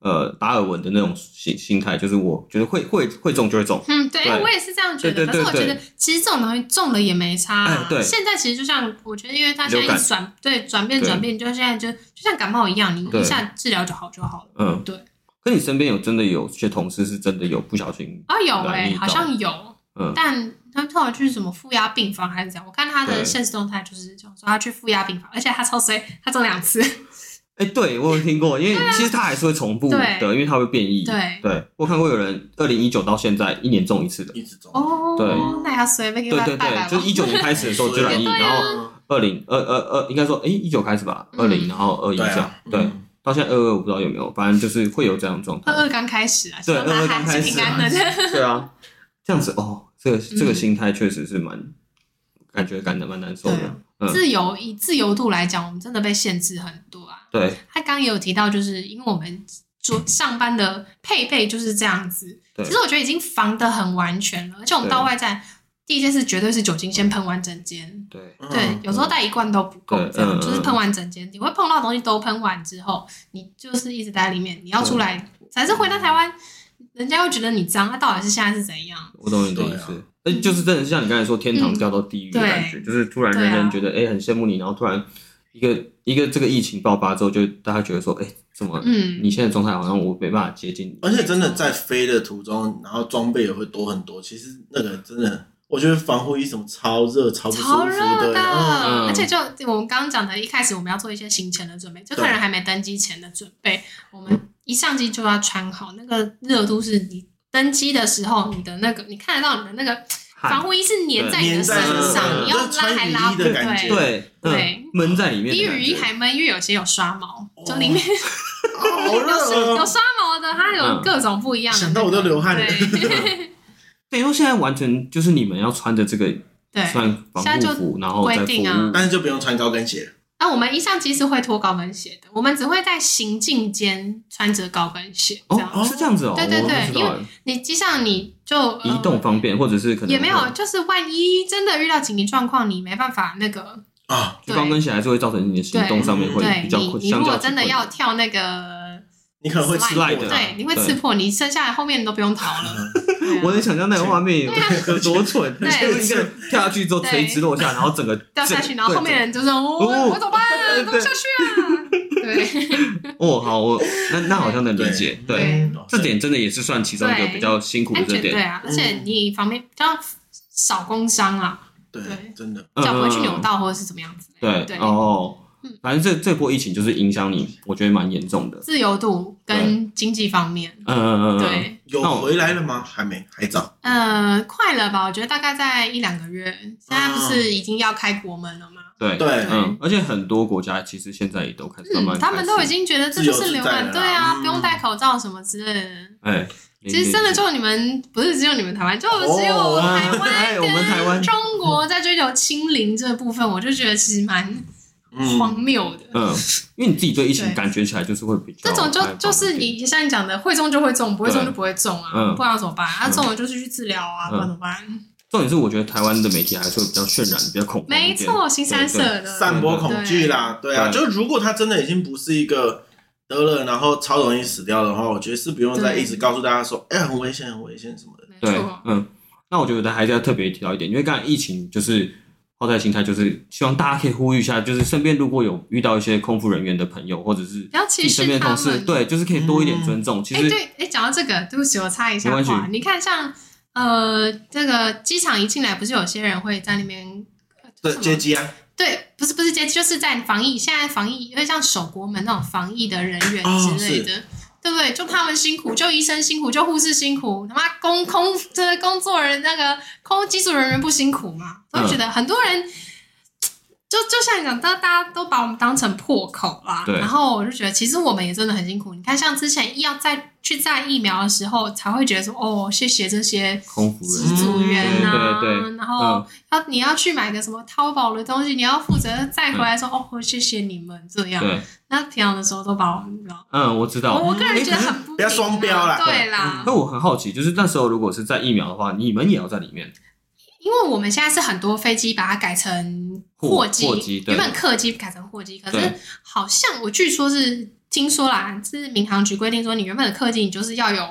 [SPEAKER 1] 呃，达尔文的那种心心态，就是我觉得会会会中就会中，
[SPEAKER 3] 嗯，对，
[SPEAKER 1] 对
[SPEAKER 3] 我也是这样觉
[SPEAKER 1] 对
[SPEAKER 3] 得。
[SPEAKER 1] 对
[SPEAKER 3] 可是我
[SPEAKER 1] 对
[SPEAKER 3] 觉
[SPEAKER 1] 对
[SPEAKER 3] 得其实这种东西中了也没差
[SPEAKER 1] 哎
[SPEAKER 3] 啊。
[SPEAKER 1] 对
[SPEAKER 3] 现在其实就像我觉得，因为它现
[SPEAKER 1] 流
[SPEAKER 3] 在
[SPEAKER 1] 感
[SPEAKER 3] 一转对转变
[SPEAKER 1] 对
[SPEAKER 3] 转变，就现在就就像感冒一样，你
[SPEAKER 1] 对
[SPEAKER 3] 一下治疗就好就好了。
[SPEAKER 1] 嗯，
[SPEAKER 3] 对。
[SPEAKER 1] 可你身边有真的有些同事是真的有不小心，
[SPEAKER 3] 啊，有
[SPEAKER 1] 来
[SPEAKER 3] 哎、
[SPEAKER 1] 你
[SPEAKER 3] 好
[SPEAKER 1] 懂
[SPEAKER 3] 像有，
[SPEAKER 1] 嗯
[SPEAKER 3] 但他后来去什么负压病房还是怎样？我看他
[SPEAKER 1] 对
[SPEAKER 3] 的现实动态就是这样说，他去负压病房，而且他超衰，他中两次。
[SPEAKER 1] 哎、对我有听过，因为其实他还是会重复的，
[SPEAKER 3] 啊对
[SPEAKER 1] 因为他会变异，
[SPEAKER 3] 对
[SPEAKER 1] 对，我看过有人二零一九到现在一年中一次的，
[SPEAKER 2] 一直中，
[SPEAKER 3] 哦，
[SPEAKER 1] 对
[SPEAKER 3] 那他衰被给
[SPEAKER 1] 对
[SPEAKER 3] 他
[SPEAKER 1] 对
[SPEAKER 3] 拜拜
[SPEAKER 1] 对，
[SPEAKER 3] 了。
[SPEAKER 1] 就是一九年开始的时候就染疫，
[SPEAKER 3] 对啊
[SPEAKER 1] 然后二零二二二应该说，哎、一九开始吧，二
[SPEAKER 3] 嗯
[SPEAKER 1] 零然后二一
[SPEAKER 2] 对
[SPEAKER 1] 这样
[SPEAKER 2] 啊，，
[SPEAKER 1] 对，
[SPEAKER 2] 嗯
[SPEAKER 1] 到现在二二我不知道有没有，反正就是会有这样的状态
[SPEAKER 3] 二。二刚开始啊，希
[SPEAKER 1] 对
[SPEAKER 3] 望他
[SPEAKER 1] 22刚
[SPEAKER 3] 还
[SPEAKER 1] 开
[SPEAKER 3] 是平
[SPEAKER 1] 始啊
[SPEAKER 3] 安的。
[SPEAKER 1] 对啊，这样子哦，这个这个
[SPEAKER 3] 嗯
[SPEAKER 1] 心态确实是蛮，感觉感的蛮难受
[SPEAKER 3] 对
[SPEAKER 1] 的
[SPEAKER 3] 啊。
[SPEAKER 1] 嗯，
[SPEAKER 3] 自由以自由度来讲，我们真的被限制很多啊。
[SPEAKER 1] 对
[SPEAKER 3] 他刚刚也有提到，就是因为我们做上班的配备就是这样子。
[SPEAKER 1] 对
[SPEAKER 3] 其实我觉得已经防得很完全了，而且我们到
[SPEAKER 1] 对
[SPEAKER 3] 外站，第一件事绝对是酒精先喷完整间。
[SPEAKER 1] 对
[SPEAKER 2] 嗯
[SPEAKER 3] 对，有时候带一罐都不够
[SPEAKER 1] 对，
[SPEAKER 3] 这样
[SPEAKER 1] 嗯
[SPEAKER 3] 就是喷完整间，你会碰到的东西都喷完之后，你就是一直待在里面，你要出来，才是回到台湾，人家会觉得你脏，那到底是现在是怎样？
[SPEAKER 1] 我懂你的意
[SPEAKER 2] 对
[SPEAKER 1] 思。哎，就是真的是像你刚才说，天堂掉到地狱的
[SPEAKER 3] 嗯
[SPEAKER 1] 感觉，就是突然
[SPEAKER 3] 对
[SPEAKER 1] 人
[SPEAKER 3] 啊
[SPEAKER 1] 人觉得哎很羡慕你，然后突然一个一个这个疫情爆发之后，就大家觉得说哎怎么
[SPEAKER 3] 嗯，
[SPEAKER 1] 你现在状态好像我没办法接近你。
[SPEAKER 2] 而且真的在飞的途中，然后装备也会多很多。其实那个真的，我觉得防护衣什么超热、超不舒
[SPEAKER 3] 超
[SPEAKER 2] 服
[SPEAKER 3] 热的，
[SPEAKER 2] 嗯，
[SPEAKER 1] 嗯
[SPEAKER 3] 而且就我们刚刚讲的，一开始我们要做一些行前的准备，就客人还没登机前的准备，我们一上机就要穿好，那个热度是你登机的时候，你的那个你看得到你的那个防
[SPEAKER 1] 汗，
[SPEAKER 3] 护衣是粘在你
[SPEAKER 2] 粘
[SPEAKER 3] 的
[SPEAKER 2] 在
[SPEAKER 3] 身
[SPEAKER 1] 嗯
[SPEAKER 3] 上，你要
[SPEAKER 2] 就
[SPEAKER 3] 拉
[SPEAKER 2] 穿
[SPEAKER 3] 还
[SPEAKER 2] 雨
[SPEAKER 3] 拉
[SPEAKER 2] 衣
[SPEAKER 3] 不
[SPEAKER 2] 的感觉
[SPEAKER 1] 对嗯
[SPEAKER 3] 对，
[SPEAKER 1] 闷在里面
[SPEAKER 3] 比
[SPEAKER 1] 的感觉。
[SPEAKER 3] 雨衣还闷，因为有些有刷毛，就里面
[SPEAKER 2] 啊 好热
[SPEAKER 3] 有
[SPEAKER 2] 哦！
[SPEAKER 3] 刷毛的，它有
[SPEAKER 1] 嗯
[SPEAKER 3] 各种不一样的。
[SPEAKER 2] 想到我都流汗了。
[SPEAKER 3] 对
[SPEAKER 1] 等于说现在完全就是你们要穿着这个
[SPEAKER 3] 对，
[SPEAKER 1] 算防
[SPEAKER 3] 现在
[SPEAKER 1] 护
[SPEAKER 3] 就
[SPEAKER 1] 服，然后再服
[SPEAKER 3] 规定啊
[SPEAKER 1] 务。
[SPEAKER 2] 但是就不用穿高跟鞋了，
[SPEAKER 3] 那我们一上机是会脱高跟鞋的，我们只会在行进间穿着高跟鞋这样。
[SPEAKER 1] 哦，是这样子哦，
[SPEAKER 3] 对对
[SPEAKER 1] 我
[SPEAKER 3] 对
[SPEAKER 1] 不知
[SPEAKER 3] 因
[SPEAKER 1] 道
[SPEAKER 3] 为
[SPEAKER 1] 哎。
[SPEAKER 3] 你机上你就、呃
[SPEAKER 1] 移动方便，或者是可能嗯
[SPEAKER 3] 也没有，就是万一真的遇到紧急状况，你没办法那个，
[SPEAKER 2] 啊，
[SPEAKER 1] 就高跟鞋还是会造成你的行动上面会
[SPEAKER 3] 对
[SPEAKER 1] 比较
[SPEAKER 3] 你
[SPEAKER 1] 困，
[SPEAKER 3] 你如
[SPEAKER 1] 相较
[SPEAKER 3] 果
[SPEAKER 1] 起
[SPEAKER 3] 真的
[SPEAKER 1] 困难
[SPEAKER 3] 要跳那个，
[SPEAKER 2] 你可能会吃
[SPEAKER 1] Slide
[SPEAKER 2] 过
[SPEAKER 1] 的啊
[SPEAKER 3] 对，你会
[SPEAKER 1] 对
[SPEAKER 3] 刺破，你剩下的后面你都不用逃 了。对啊
[SPEAKER 1] 我能想象那个画面有
[SPEAKER 3] 对啊
[SPEAKER 1] 有多蠢，
[SPEAKER 3] 对
[SPEAKER 1] 就是一个人跳下去之后
[SPEAKER 3] 对
[SPEAKER 1] 垂直落下，然后整个
[SPEAKER 3] 掉下去，然后后面人就说：“
[SPEAKER 1] 哦
[SPEAKER 3] 我、我我怎 么办？怎么下去啊？”对
[SPEAKER 1] 整个哦，好，我那那好像能理解，
[SPEAKER 2] 对
[SPEAKER 1] 对，
[SPEAKER 2] 嗯
[SPEAKER 1] 这点真的也是算其中一个
[SPEAKER 3] 对
[SPEAKER 1] 比较辛苦的
[SPEAKER 3] 安
[SPEAKER 1] 这
[SPEAKER 3] 全对
[SPEAKER 1] 点，
[SPEAKER 3] 啊，而且你方面要少工伤啦，
[SPEAKER 2] 对
[SPEAKER 3] 对
[SPEAKER 2] 真的
[SPEAKER 1] 嗯
[SPEAKER 3] 脚不会去
[SPEAKER 1] 嗯
[SPEAKER 3] 扭到或者是怎么样子。
[SPEAKER 1] 对
[SPEAKER 3] 对
[SPEAKER 1] 哦，反正这这波疫情就是影响你，我觉得蛮严重的。
[SPEAKER 3] 自由度跟经济方面，
[SPEAKER 1] 嗯嗯嗯，嗯，
[SPEAKER 3] 对，
[SPEAKER 2] 有回来了吗？还没，还早。
[SPEAKER 1] 嗯
[SPEAKER 3] 呃，快了吧？我觉得大概在一两个月，现在不是已经要开国门了吗？
[SPEAKER 1] 对
[SPEAKER 2] 对
[SPEAKER 1] 嗯，而且很多国家其实现在也都开始慢慢
[SPEAKER 3] 嗯，
[SPEAKER 1] 开始，
[SPEAKER 3] 他们都已经觉得这就是流感，
[SPEAKER 2] 自由自在了啦
[SPEAKER 3] 对啊，
[SPEAKER 2] 嗯
[SPEAKER 3] 不用戴口罩什么之类的。
[SPEAKER 1] 哎，
[SPEAKER 3] 其实真
[SPEAKER 1] 零
[SPEAKER 3] 的
[SPEAKER 1] 零
[SPEAKER 3] 就你们，不是只有你们台湾，就
[SPEAKER 2] 哦
[SPEAKER 3] 只有我们台
[SPEAKER 1] 哎
[SPEAKER 3] 湾
[SPEAKER 1] 我们台湾
[SPEAKER 3] 跟中国在追求清零这部分，我就觉得其实蛮荒
[SPEAKER 2] 嗯，
[SPEAKER 3] 谬的。
[SPEAKER 1] 嗯，因为你自己对疫情
[SPEAKER 3] 对
[SPEAKER 1] 感觉起来就是会比较
[SPEAKER 3] 这种
[SPEAKER 1] 害怕
[SPEAKER 3] 就就是你像你讲的，会中就会中，不会中就不会中啊，
[SPEAKER 1] 嗯
[SPEAKER 3] 不然要怎么办？啊，
[SPEAKER 1] 嗯
[SPEAKER 3] 中了就是去治疗啊，不然怎么办？
[SPEAKER 1] 重点是，我觉得台湾的媒体还是会比较渲染、比较恐慌一
[SPEAKER 3] 没
[SPEAKER 1] 点。
[SPEAKER 3] 错，新三社的，
[SPEAKER 2] 散播恐惧啦，对啊，
[SPEAKER 1] 对
[SPEAKER 2] 就如果他真的已经不是一个得了然后超容易死掉的话，我觉得是不用再
[SPEAKER 3] 对
[SPEAKER 2] 一直告诉大家说，哎，很危险，很危险什么的。
[SPEAKER 3] 没
[SPEAKER 1] 对
[SPEAKER 3] 错，，
[SPEAKER 1] 嗯，那我觉得还是要特别提到一点，因为刚才疫情就是抛在心态，就是希望大家可以呼吁一下，就是身边如果有遇到一些空服人员的朋友，或者是
[SPEAKER 3] 不要
[SPEAKER 1] 自
[SPEAKER 3] 歧
[SPEAKER 1] 己身
[SPEAKER 3] 视
[SPEAKER 1] 边的
[SPEAKER 3] 他
[SPEAKER 1] 同事，
[SPEAKER 3] 们。
[SPEAKER 1] 对，就是可以多一点尊重。其
[SPEAKER 3] 哎、
[SPEAKER 1] 实，
[SPEAKER 3] 对，哎、讲到这个，对不起，我插一
[SPEAKER 1] 没
[SPEAKER 3] 下
[SPEAKER 1] 关系
[SPEAKER 3] 话。你看像，呃，这个机场一进来，不是有些人会在那边呃
[SPEAKER 2] 对，接机啊，
[SPEAKER 3] 对，不是不是接，就是在防疫，现在防疫，因为像守国门那种防疫的人员
[SPEAKER 2] 哦
[SPEAKER 3] 之类的，对不对？就他们辛苦，就医生辛苦，就护士辛苦，他妈工空这工作人那个空机组人员不辛苦嘛？都会
[SPEAKER 1] 嗯
[SPEAKER 3] 觉得很多人。就就像你讲，大大家都把我们当成破口啦。
[SPEAKER 1] 对
[SPEAKER 3] 然后我就觉得，其实我们也真的很辛苦。你看，像之前要在去在疫苗的时候，才会觉得说，哦，谢谢这些
[SPEAKER 1] 空服人员，
[SPEAKER 3] 机
[SPEAKER 1] 嗯
[SPEAKER 3] 组员呐、
[SPEAKER 1] 对对对
[SPEAKER 3] 然后
[SPEAKER 1] 嗯，
[SPEAKER 3] 要啊你要去买个什么淘宝的东西，你要负责再回来说、哦，谢谢你们这
[SPEAKER 1] 嗯
[SPEAKER 3] 样。
[SPEAKER 1] 对，
[SPEAKER 3] 那平常的时候都把我们搞，
[SPEAKER 1] 嗯，我知
[SPEAKER 3] 我、
[SPEAKER 1] 道。
[SPEAKER 3] 我个人觉得
[SPEAKER 1] 诶可是
[SPEAKER 3] 很不、
[SPEAKER 2] 不要双标啦
[SPEAKER 3] 啦，对啦，
[SPEAKER 1] 那我很好奇，就是那时候如果是在疫苗的话，你们也要在里面，
[SPEAKER 3] 因为我们现在是很多飞机把它改成
[SPEAKER 1] 货
[SPEAKER 3] 货机，
[SPEAKER 1] 货机对
[SPEAKER 3] 原本客机改成货机，可是
[SPEAKER 1] 对
[SPEAKER 3] 好像我据说是听说啦，是民航局规定说，你原本的客机你就是要有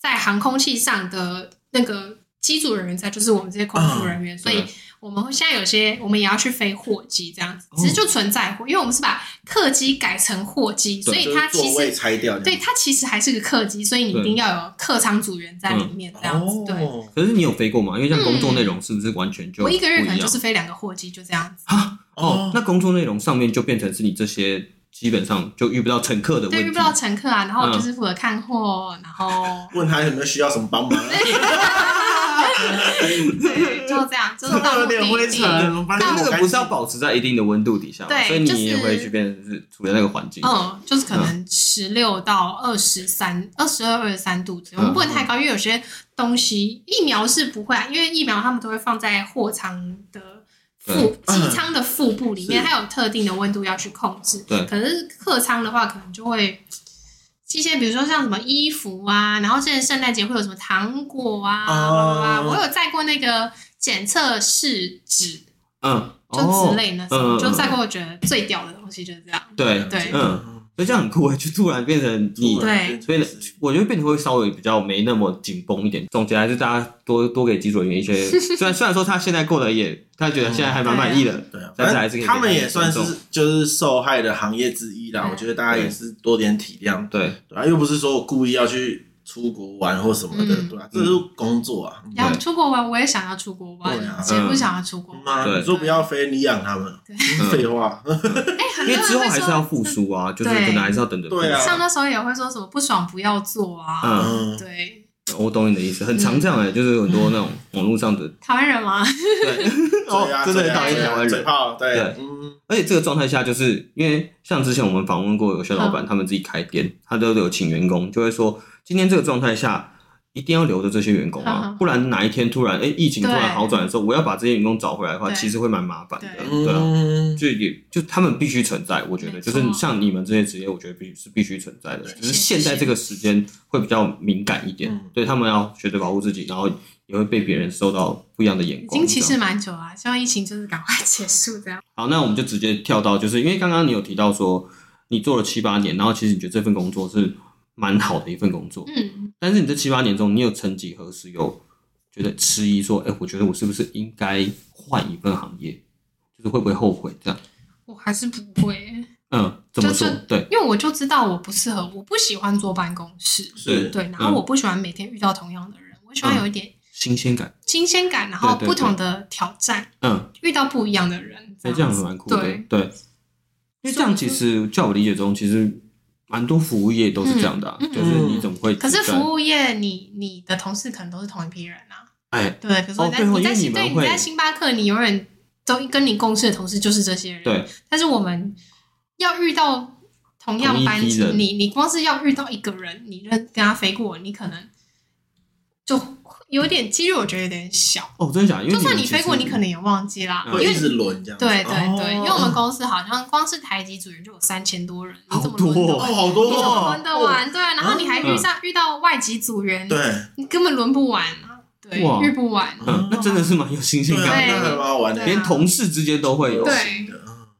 [SPEAKER 3] 在航空器上的那个机组人员在，就是我们这些空服人员，所以
[SPEAKER 1] 嗯对
[SPEAKER 3] 我们会现在有些我们也要去飞货机这样子
[SPEAKER 1] 哦，
[SPEAKER 3] 只是就存在货，因为我们是把客机改成货机，所
[SPEAKER 1] 对
[SPEAKER 3] 以
[SPEAKER 2] 就
[SPEAKER 3] 它
[SPEAKER 2] 是
[SPEAKER 3] 其
[SPEAKER 2] 座位
[SPEAKER 3] 实
[SPEAKER 2] 拆掉。
[SPEAKER 3] 对，它其实还是个客机，所以你一定要有客舱组员在里
[SPEAKER 1] 嗯
[SPEAKER 3] 面这样子，对。
[SPEAKER 2] 哦，
[SPEAKER 1] 可是你有飞过吗？因为像工作内容是不是完全就
[SPEAKER 3] 我
[SPEAKER 1] 不
[SPEAKER 3] 一个月可能
[SPEAKER 1] 样
[SPEAKER 3] 就是飞两个货机，就这样子。
[SPEAKER 1] 哦，那工作内容上面就变成是你这些基本上就遇不到乘客的
[SPEAKER 3] 对，
[SPEAKER 1] 问
[SPEAKER 3] 遇
[SPEAKER 1] 题，
[SPEAKER 3] 不到乘客啊，然后我就是负责看货，然 后
[SPEAKER 2] 问他有没有需要什么帮忙啊？
[SPEAKER 3] 对，就这样，就是到
[SPEAKER 2] 有
[SPEAKER 3] 目的
[SPEAKER 2] 点灰
[SPEAKER 3] 地。
[SPEAKER 2] 尘，反
[SPEAKER 1] 啊但
[SPEAKER 2] 正
[SPEAKER 1] 那
[SPEAKER 2] 我
[SPEAKER 1] 个
[SPEAKER 2] 赶
[SPEAKER 1] 不是
[SPEAKER 2] 紧
[SPEAKER 1] 要保持在一定的温度底下嘛，
[SPEAKER 3] 对
[SPEAKER 1] 所以
[SPEAKER 3] 就是
[SPEAKER 1] 你也会去变成是处在那个环境。
[SPEAKER 3] 嗯，就是可能十六到二十三、二十二、二十三度左右，我
[SPEAKER 1] 嗯
[SPEAKER 3] 们不能太高，因为有些东西疫苗是不会啊，因为疫苗他们都会放在货舱的腹
[SPEAKER 2] 对
[SPEAKER 1] 嗯
[SPEAKER 3] 机舱的腹部里面，
[SPEAKER 2] 是
[SPEAKER 3] 它有特定的温度要去控制。
[SPEAKER 1] 对
[SPEAKER 3] 可是客舱的话，可能就会一些，比如说像什么衣服啊，然后现在圣诞节会有什么糖果啊，
[SPEAKER 2] 哦
[SPEAKER 3] 我有载过那个检测试纸，
[SPEAKER 1] 嗯，
[SPEAKER 3] 就
[SPEAKER 1] 哦
[SPEAKER 3] 之类那种，
[SPEAKER 1] 嗯
[SPEAKER 3] 就载过我觉得最屌的东西就是这样。
[SPEAKER 1] 对，
[SPEAKER 3] 对
[SPEAKER 1] 嗯，所以这样很酷欸，就突然变成你
[SPEAKER 2] 突，然变成
[SPEAKER 1] 所以呢
[SPEAKER 2] 是
[SPEAKER 1] 我觉得变成会稍微比较没那么紧绷一点。总结还是大家多多给机组人员一 些，虽然虽然说他现在过得也，他觉得现在还蛮满意的，
[SPEAKER 2] 对啊，
[SPEAKER 1] 但是
[SPEAKER 2] 反
[SPEAKER 1] 还是可以
[SPEAKER 2] 正他们
[SPEAKER 1] 给他
[SPEAKER 2] 也
[SPEAKER 1] 们
[SPEAKER 2] 算
[SPEAKER 1] 尊
[SPEAKER 2] 是就是受害的行业之一啦。
[SPEAKER 3] 对
[SPEAKER 2] 我觉得大家也是多点体谅，
[SPEAKER 1] 对，
[SPEAKER 2] 对啊，又不是说我故意要去出国玩或什么的，
[SPEAKER 3] 嗯
[SPEAKER 2] 对啊，这是工作啊。
[SPEAKER 3] 然后
[SPEAKER 1] 对
[SPEAKER 3] 出国玩，我也想要出国玩
[SPEAKER 2] 对啊，
[SPEAKER 3] 谁不想要出国玩？
[SPEAKER 2] 妈，
[SPEAKER 1] 对
[SPEAKER 2] 你说不要飞，你养他们嗯
[SPEAKER 3] 对，
[SPEAKER 2] 废话。
[SPEAKER 3] 哎，很
[SPEAKER 1] 因为
[SPEAKER 3] 多人
[SPEAKER 1] 之后还是要
[SPEAKER 3] 会
[SPEAKER 1] 复
[SPEAKER 3] 说
[SPEAKER 1] 苏啊，就是
[SPEAKER 3] 对
[SPEAKER 1] 可能还是要等等复苏。
[SPEAKER 2] 对啊
[SPEAKER 3] 像那时候也会说什么不爽不要做啊，
[SPEAKER 1] 嗯，
[SPEAKER 2] 嗯，
[SPEAKER 3] 对，
[SPEAKER 1] 我懂你的意思，很常这样哎、就是很多那种网络上的，
[SPEAKER 3] 台湾人嘛，
[SPEAKER 1] 对，
[SPEAKER 2] 对啊，
[SPEAKER 1] 哦真的很讨厌
[SPEAKER 2] 对啊
[SPEAKER 1] 台湾
[SPEAKER 2] 嘴
[SPEAKER 1] 人。
[SPEAKER 2] 炮，对
[SPEAKER 1] 对，
[SPEAKER 2] 嗯，
[SPEAKER 1] 而且这个状态下，就是因为像之前我们访问过有些
[SPEAKER 3] 嗯
[SPEAKER 1] 老板，他们自己开店，他都有请员工，就会说，今天这个状态下一定要留着这些员工啊
[SPEAKER 3] 嗯，
[SPEAKER 1] 不然哪一天突然哎、疫情突然
[SPEAKER 3] 对
[SPEAKER 1] 好转的时候，我要把这些员工找回来的话，
[SPEAKER 3] 对
[SPEAKER 1] 其实会蛮麻烦的，
[SPEAKER 3] 对
[SPEAKER 1] 对啊。
[SPEAKER 2] 嗯，
[SPEAKER 1] 就也就他们必须存在，我觉得
[SPEAKER 3] 没
[SPEAKER 1] 就
[SPEAKER 3] 错
[SPEAKER 1] 是像你们这些职业，我觉得必须是必须存在的。
[SPEAKER 3] 对
[SPEAKER 1] 只是现在这个时间会比较敏感一点
[SPEAKER 2] 嗯，
[SPEAKER 1] 对他们要学着保护自己，然后也会被别人受到不一样的眼
[SPEAKER 3] 已
[SPEAKER 1] 光。
[SPEAKER 3] 经其
[SPEAKER 1] 这
[SPEAKER 3] 实
[SPEAKER 1] 样
[SPEAKER 3] 蛮久了，啊希望疫情就是赶快结束这样。
[SPEAKER 1] 好，那我们就直接跳到，就是因为刚刚你有提到说你做了七八年，然后其实你觉得这份工作是蛮好的一份工作，
[SPEAKER 3] 嗯，
[SPEAKER 1] 但是你这七八年中，你有曾几何时有觉得迟疑说，哎、我觉得我是不是应该换一份行业，就是会不会后悔这样？
[SPEAKER 3] 我还是不会，
[SPEAKER 1] 嗯，怎么
[SPEAKER 3] 就是
[SPEAKER 1] 说？对，
[SPEAKER 3] 因为我就知道我不适合，我不喜欢坐办公室，
[SPEAKER 2] 是
[SPEAKER 3] 对，然后我不喜欢每天遇到同样的人，我喜欢有一点
[SPEAKER 1] 新鲜感，
[SPEAKER 3] 新鲜感，然
[SPEAKER 1] 对
[SPEAKER 3] 后
[SPEAKER 1] 对对
[SPEAKER 3] 不同的挑战，
[SPEAKER 1] 嗯，
[SPEAKER 3] 遇到不一样的人，
[SPEAKER 1] 哎、
[SPEAKER 3] 样
[SPEAKER 1] 这样子
[SPEAKER 3] 子
[SPEAKER 1] 蛮酷的，
[SPEAKER 3] 对
[SPEAKER 1] 对。因为这样其实，在我理解中，其实蛮多服务业都是这样的、啊，就是你怎么会
[SPEAKER 3] 嗯可
[SPEAKER 1] 只在？
[SPEAKER 3] 是服务业你，你的同事可能都是同一批人啊。
[SPEAKER 1] 哎，
[SPEAKER 3] 对，比如说
[SPEAKER 1] 哦
[SPEAKER 3] 你在、
[SPEAKER 1] 对哦
[SPEAKER 3] 你
[SPEAKER 1] 因
[SPEAKER 3] 在
[SPEAKER 1] 为你
[SPEAKER 3] 星
[SPEAKER 1] 们
[SPEAKER 3] 对你
[SPEAKER 1] 会
[SPEAKER 3] 在星巴克，你永远都跟你共事的同事就是这些人。
[SPEAKER 1] 对，
[SPEAKER 3] 但是我们要遇到同样班
[SPEAKER 1] 同一批
[SPEAKER 3] 级，
[SPEAKER 1] 人
[SPEAKER 3] 你你光是要遇到一个人，你就跟他飞过，你可能就有点几率，我觉得有点小。
[SPEAKER 1] 哦，我真的假的？因为
[SPEAKER 3] 就算
[SPEAKER 1] 们
[SPEAKER 3] 你
[SPEAKER 1] 其实
[SPEAKER 3] 飞过，你可能也忘记啦，
[SPEAKER 1] 嗯
[SPEAKER 3] 因
[SPEAKER 2] 会
[SPEAKER 3] 为
[SPEAKER 2] 一直轮这样子。
[SPEAKER 3] 对对对，因为我
[SPEAKER 2] 哦
[SPEAKER 3] 们公司好像光是台籍组员就有三千多人，你怎么
[SPEAKER 1] 好多
[SPEAKER 3] 轮得
[SPEAKER 1] 哦嗯
[SPEAKER 3] 完？
[SPEAKER 2] 哦，好多
[SPEAKER 3] 你怎么
[SPEAKER 2] 哦
[SPEAKER 3] 轮得完？对啊，然后你还遇上、遇到外籍组员，
[SPEAKER 2] 对，
[SPEAKER 3] 你根本轮不完啊，对
[SPEAKER 1] 哇，
[SPEAKER 3] 遇不完。
[SPEAKER 1] 嗯，那真的是蛮有新鲜
[SPEAKER 2] 对啊，
[SPEAKER 1] 感
[SPEAKER 3] 对
[SPEAKER 2] 那还
[SPEAKER 1] 的，
[SPEAKER 2] 蛮好玩的
[SPEAKER 3] 对。
[SPEAKER 1] 连同事之间都会有。
[SPEAKER 3] 对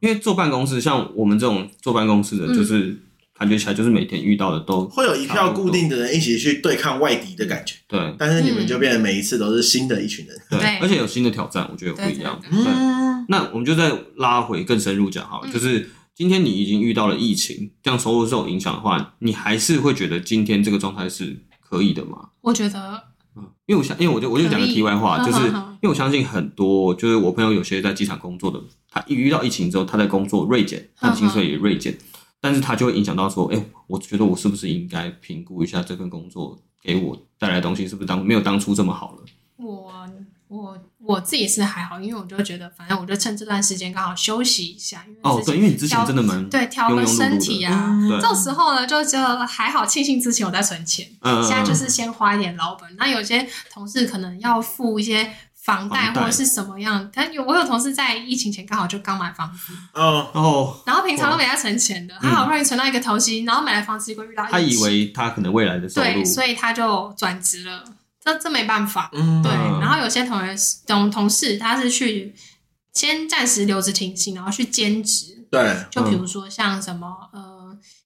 [SPEAKER 1] 因为坐办公室，像我们这种坐办公室的，
[SPEAKER 3] 嗯
[SPEAKER 1] 就是、感觉起来就是每天遇到的都
[SPEAKER 2] 会有一票固定的人一起去对抗外敌的感觉，
[SPEAKER 1] 对
[SPEAKER 2] 但是你们就变得每一次都是新的一群人。
[SPEAKER 1] 对
[SPEAKER 3] 对
[SPEAKER 1] 而且有新的挑战，我觉得不一样。
[SPEAKER 3] 对
[SPEAKER 1] 对，
[SPEAKER 2] 嗯，
[SPEAKER 1] 那我们就再拉回更深入讲好了，
[SPEAKER 3] 嗯
[SPEAKER 1] 就是今天你已经遇到了疫情，这样收入受影响的话，你还是会觉得今天这个状态是可以的吗？
[SPEAKER 3] 我觉得，
[SPEAKER 1] 嗯，因为我想，因为我就我就讲个
[SPEAKER 3] 可以
[SPEAKER 1] 题外话，
[SPEAKER 3] 嗯
[SPEAKER 1] 就是
[SPEAKER 3] 嗯嗯
[SPEAKER 1] 因为我相信很多，就是我朋友有些在机场工作的，他一遇到疫情之后，他在工作锐减，他的薪水也锐减，但是他就会影响到说，哎、我觉得我是不是应该评估一下这份工作给我带来的东西是不是当没有当初这么好了？
[SPEAKER 3] 我我我自己是还好，因为我就觉得，反正我就趁这段时间刚好休息一下，因为
[SPEAKER 1] 哦，
[SPEAKER 3] 自己
[SPEAKER 1] 对，因为你之前
[SPEAKER 3] 挑
[SPEAKER 1] 真的蛮
[SPEAKER 3] 对调
[SPEAKER 1] 庸
[SPEAKER 3] 个
[SPEAKER 1] 庸碌碌
[SPEAKER 3] 身
[SPEAKER 1] 的
[SPEAKER 3] 体啊。
[SPEAKER 1] 对
[SPEAKER 3] 这种时候呢，就觉得还好，庆幸之前我在存钱，
[SPEAKER 1] 嗯，
[SPEAKER 3] 现在就是先花一点老本。那有些同事可能要付一些房贷
[SPEAKER 1] 房贷
[SPEAKER 3] 或者是什么样，但有我有同事在疫情前刚好就刚买房子，
[SPEAKER 2] 哦，
[SPEAKER 1] 哦，
[SPEAKER 3] 然后平常都没在存钱的，他好不容易存到一个头期，然后买了房子，结果遇到疫
[SPEAKER 1] 嗯他以
[SPEAKER 3] 情
[SPEAKER 1] 为他可能未来的收入
[SPEAKER 3] 对，所以他就转职了，这这没办法。
[SPEAKER 2] 嗯，
[SPEAKER 3] 对，
[SPEAKER 1] 嗯
[SPEAKER 3] 然后有些同学同同事他是去先暂时留职停薪，然后去兼职，
[SPEAKER 2] 对，
[SPEAKER 3] 就
[SPEAKER 1] 嗯
[SPEAKER 3] 比如说像什么、呃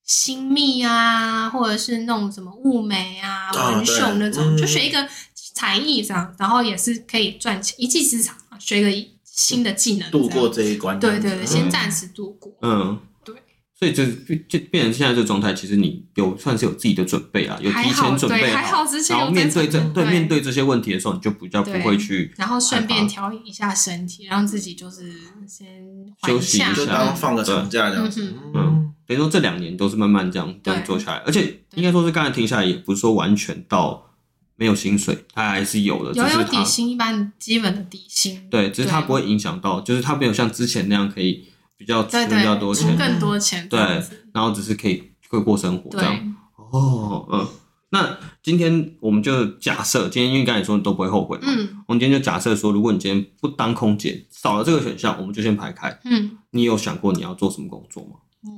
[SPEAKER 3] 新密啊，或者是弄什么物美啊、
[SPEAKER 2] 啊
[SPEAKER 3] 文秀那种，
[SPEAKER 2] 对嗯
[SPEAKER 3] 就学一个才艺这样，然后也是可以赚钱，一技之长啊，学一个新的技能，
[SPEAKER 2] 度过。这一关。
[SPEAKER 3] 对对对，
[SPEAKER 1] 这样
[SPEAKER 3] 先
[SPEAKER 1] 子
[SPEAKER 3] 暂时度过。
[SPEAKER 1] 嗯，
[SPEAKER 3] 对，
[SPEAKER 1] 所以就就变成现在这个状态，其实你有算是有自己的准备啊啦，有
[SPEAKER 3] 还
[SPEAKER 1] 提
[SPEAKER 3] 好，
[SPEAKER 1] 前准备
[SPEAKER 3] 对，还好之前
[SPEAKER 1] 然
[SPEAKER 3] 有
[SPEAKER 1] 后
[SPEAKER 3] 在
[SPEAKER 1] 面对这
[SPEAKER 3] 准
[SPEAKER 1] 对
[SPEAKER 3] 备
[SPEAKER 1] 面对这些问题的时候，你就比较不
[SPEAKER 3] 对
[SPEAKER 1] 会去
[SPEAKER 3] 然后顺
[SPEAKER 1] 害
[SPEAKER 3] 便
[SPEAKER 1] 怕
[SPEAKER 3] 调一下身体，让自己就是先缓
[SPEAKER 1] 休息一
[SPEAKER 2] 就
[SPEAKER 1] 下
[SPEAKER 2] 当放个长假这样子。嗯，
[SPEAKER 1] 等于说这两年都是慢慢这样这样
[SPEAKER 3] 对
[SPEAKER 1] 做下来，而且应该说是刚才停下来，也不是说完全到没有薪水，它还是有的，
[SPEAKER 3] 有
[SPEAKER 1] 只
[SPEAKER 3] 有
[SPEAKER 1] 是
[SPEAKER 3] 底
[SPEAKER 1] 它
[SPEAKER 3] 薪，一般基本的底薪，
[SPEAKER 1] 对，只是它
[SPEAKER 3] 对
[SPEAKER 1] 不会影响到，就是它没有像之前那样可以比较
[SPEAKER 3] 对
[SPEAKER 1] 存比
[SPEAKER 3] 对，
[SPEAKER 1] 较多钱
[SPEAKER 3] 出，更多钱，
[SPEAKER 1] 对
[SPEAKER 3] 这样子
[SPEAKER 1] 然后只是可以会过生活这样。
[SPEAKER 3] 对，
[SPEAKER 1] 哦，嗯，那今天我们就假设，今天因为刚才说你都不会后悔嘛，
[SPEAKER 3] 嗯
[SPEAKER 1] 我们今天就假设说，如果你今天不当空姐，少了这个选项，我们就先排开。
[SPEAKER 3] 嗯，
[SPEAKER 1] 你有想过你要做什么工作吗？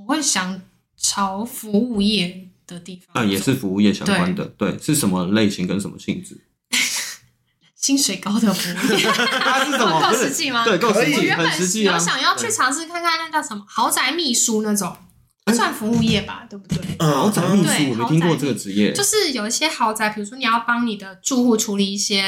[SPEAKER 3] 我会想朝服务业的地方走，
[SPEAKER 1] 啊，也是服务业相关的，对，是什么类型跟什么性质？
[SPEAKER 3] 薪水高的 服务业，
[SPEAKER 1] 它是什么？
[SPEAKER 3] 够
[SPEAKER 1] 不是
[SPEAKER 3] 实际吗？
[SPEAKER 1] 哦对，够实
[SPEAKER 2] 可以
[SPEAKER 3] 我
[SPEAKER 1] 际，
[SPEAKER 3] 原
[SPEAKER 1] 很
[SPEAKER 3] 本
[SPEAKER 1] 实际啊
[SPEAKER 3] 有。想要去尝试看看那叫什么豪宅秘书那种，
[SPEAKER 1] 哎
[SPEAKER 3] 算服务业吧，对不对？
[SPEAKER 1] 豪哦宅秘
[SPEAKER 3] 对
[SPEAKER 1] 书，我没听过这个职业
[SPEAKER 3] 就是有一些豪宅，比如说你要帮你的住户处理一些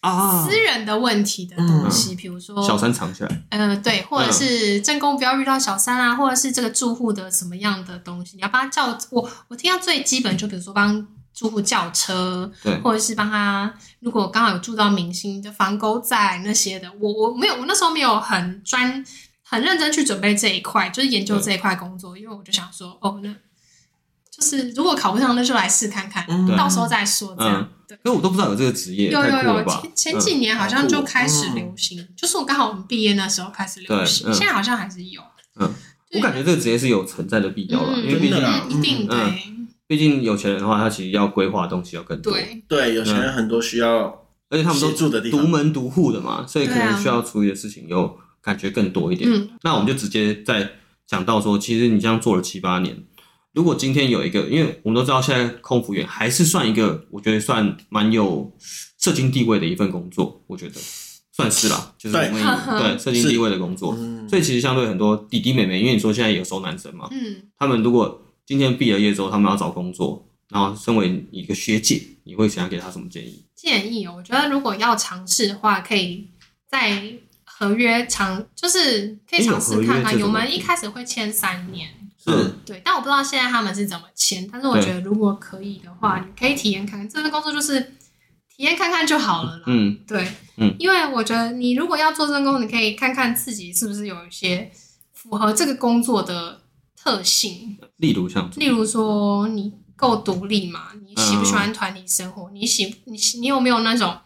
[SPEAKER 1] 啊。嗯
[SPEAKER 3] 私人哦的问题的东西，比如说
[SPEAKER 1] 小三藏起来，
[SPEAKER 3] 呃，对，或
[SPEAKER 1] 嗯
[SPEAKER 3] 者是正宫不要遇到小三啊，或者是这个住户的什么样的东西，你要帮他叫我，我听到最基本就比如说帮住户叫车，
[SPEAKER 1] 对
[SPEAKER 3] 或者是帮他如果刚好有住到明星就防狗仔那些的，我我没有，我那时候没有很专很认真去准备这一块，就是研究这一块工作，因为我就想说，哦，那就是如果考不上，那就来试看看，
[SPEAKER 1] 嗯对
[SPEAKER 3] 嗯到时候再说这样。
[SPEAKER 1] 嗯
[SPEAKER 3] 对。
[SPEAKER 1] 可我都不知道有这个职业，
[SPEAKER 3] 有
[SPEAKER 1] 太
[SPEAKER 3] 有
[SPEAKER 1] 酷了
[SPEAKER 3] 有，
[SPEAKER 1] 吧嗯
[SPEAKER 3] 前？前几年好像就开
[SPEAKER 2] 嗯
[SPEAKER 3] 始流行，就是我刚好我们毕业那时候开始流行，
[SPEAKER 1] 对嗯
[SPEAKER 3] 现在好像还是有。
[SPEAKER 1] 嗯，
[SPEAKER 3] 对
[SPEAKER 1] 我感觉这个职业是有存在的必要了，
[SPEAKER 3] 嗯
[SPEAKER 1] 因为毕
[SPEAKER 2] 真的啊
[SPEAKER 1] 竟
[SPEAKER 2] 啦
[SPEAKER 3] 嗯一定
[SPEAKER 1] 嗯
[SPEAKER 3] 对
[SPEAKER 1] 毕竟有钱人的话，他其实要规划的东西要更多，
[SPEAKER 3] 对，
[SPEAKER 2] 对，有钱人很多需要，
[SPEAKER 1] 而且他们都
[SPEAKER 2] 协助的地方
[SPEAKER 1] 独门独户的嘛，所以可
[SPEAKER 3] 对
[SPEAKER 1] 能
[SPEAKER 3] 啊
[SPEAKER 1] 需要处理的事情又感觉更多一点。
[SPEAKER 3] 嗯
[SPEAKER 1] 那我们就直接再讲到说，其实你这样做了七八年，如果今天有一个，因为我们都知道现在空服员还是算一个，我觉得算蛮有社经地位的一份工作，我觉得算是啦，就是我
[SPEAKER 2] 对
[SPEAKER 1] 们以对
[SPEAKER 3] 是
[SPEAKER 1] 社经地位的工作，
[SPEAKER 2] 嗯，
[SPEAKER 1] 所以其实相对很多弟弟妹妹，因为你说现在有收男生嘛，
[SPEAKER 3] 嗯，
[SPEAKER 1] 他们如果今天毕了业之后，他们要找工作，然后身为一个学姐，你会想要给他什么建议？
[SPEAKER 3] 建议哦我觉得如果要尝试的话，可以在合约尝，就是可以尝
[SPEAKER 1] 诶有合
[SPEAKER 3] 试看
[SPEAKER 1] 约这
[SPEAKER 3] 看。
[SPEAKER 1] 种
[SPEAKER 3] 有
[SPEAKER 1] 东
[SPEAKER 3] 们
[SPEAKER 1] 西
[SPEAKER 3] 一开始会签三年，
[SPEAKER 1] 嗯
[SPEAKER 2] 是
[SPEAKER 3] 对，但我不知道现在他们是怎么签。但是我
[SPEAKER 1] 对
[SPEAKER 3] 觉得如果可以的话，你可以体验看看这份工作，就是体验看看就好了啦。
[SPEAKER 1] 嗯，
[SPEAKER 3] 对，
[SPEAKER 1] 嗯
[SPEAKER 3] 因为我觉得你如果要做这份工，你可以看看自己是不是有一些符合这个工作的特性，
[SPEAKER 1] 例如像
[SPEAKER 3] 例如说你够独立嘛，你喜不喜欢团体生活，你喜你喜你有没有那种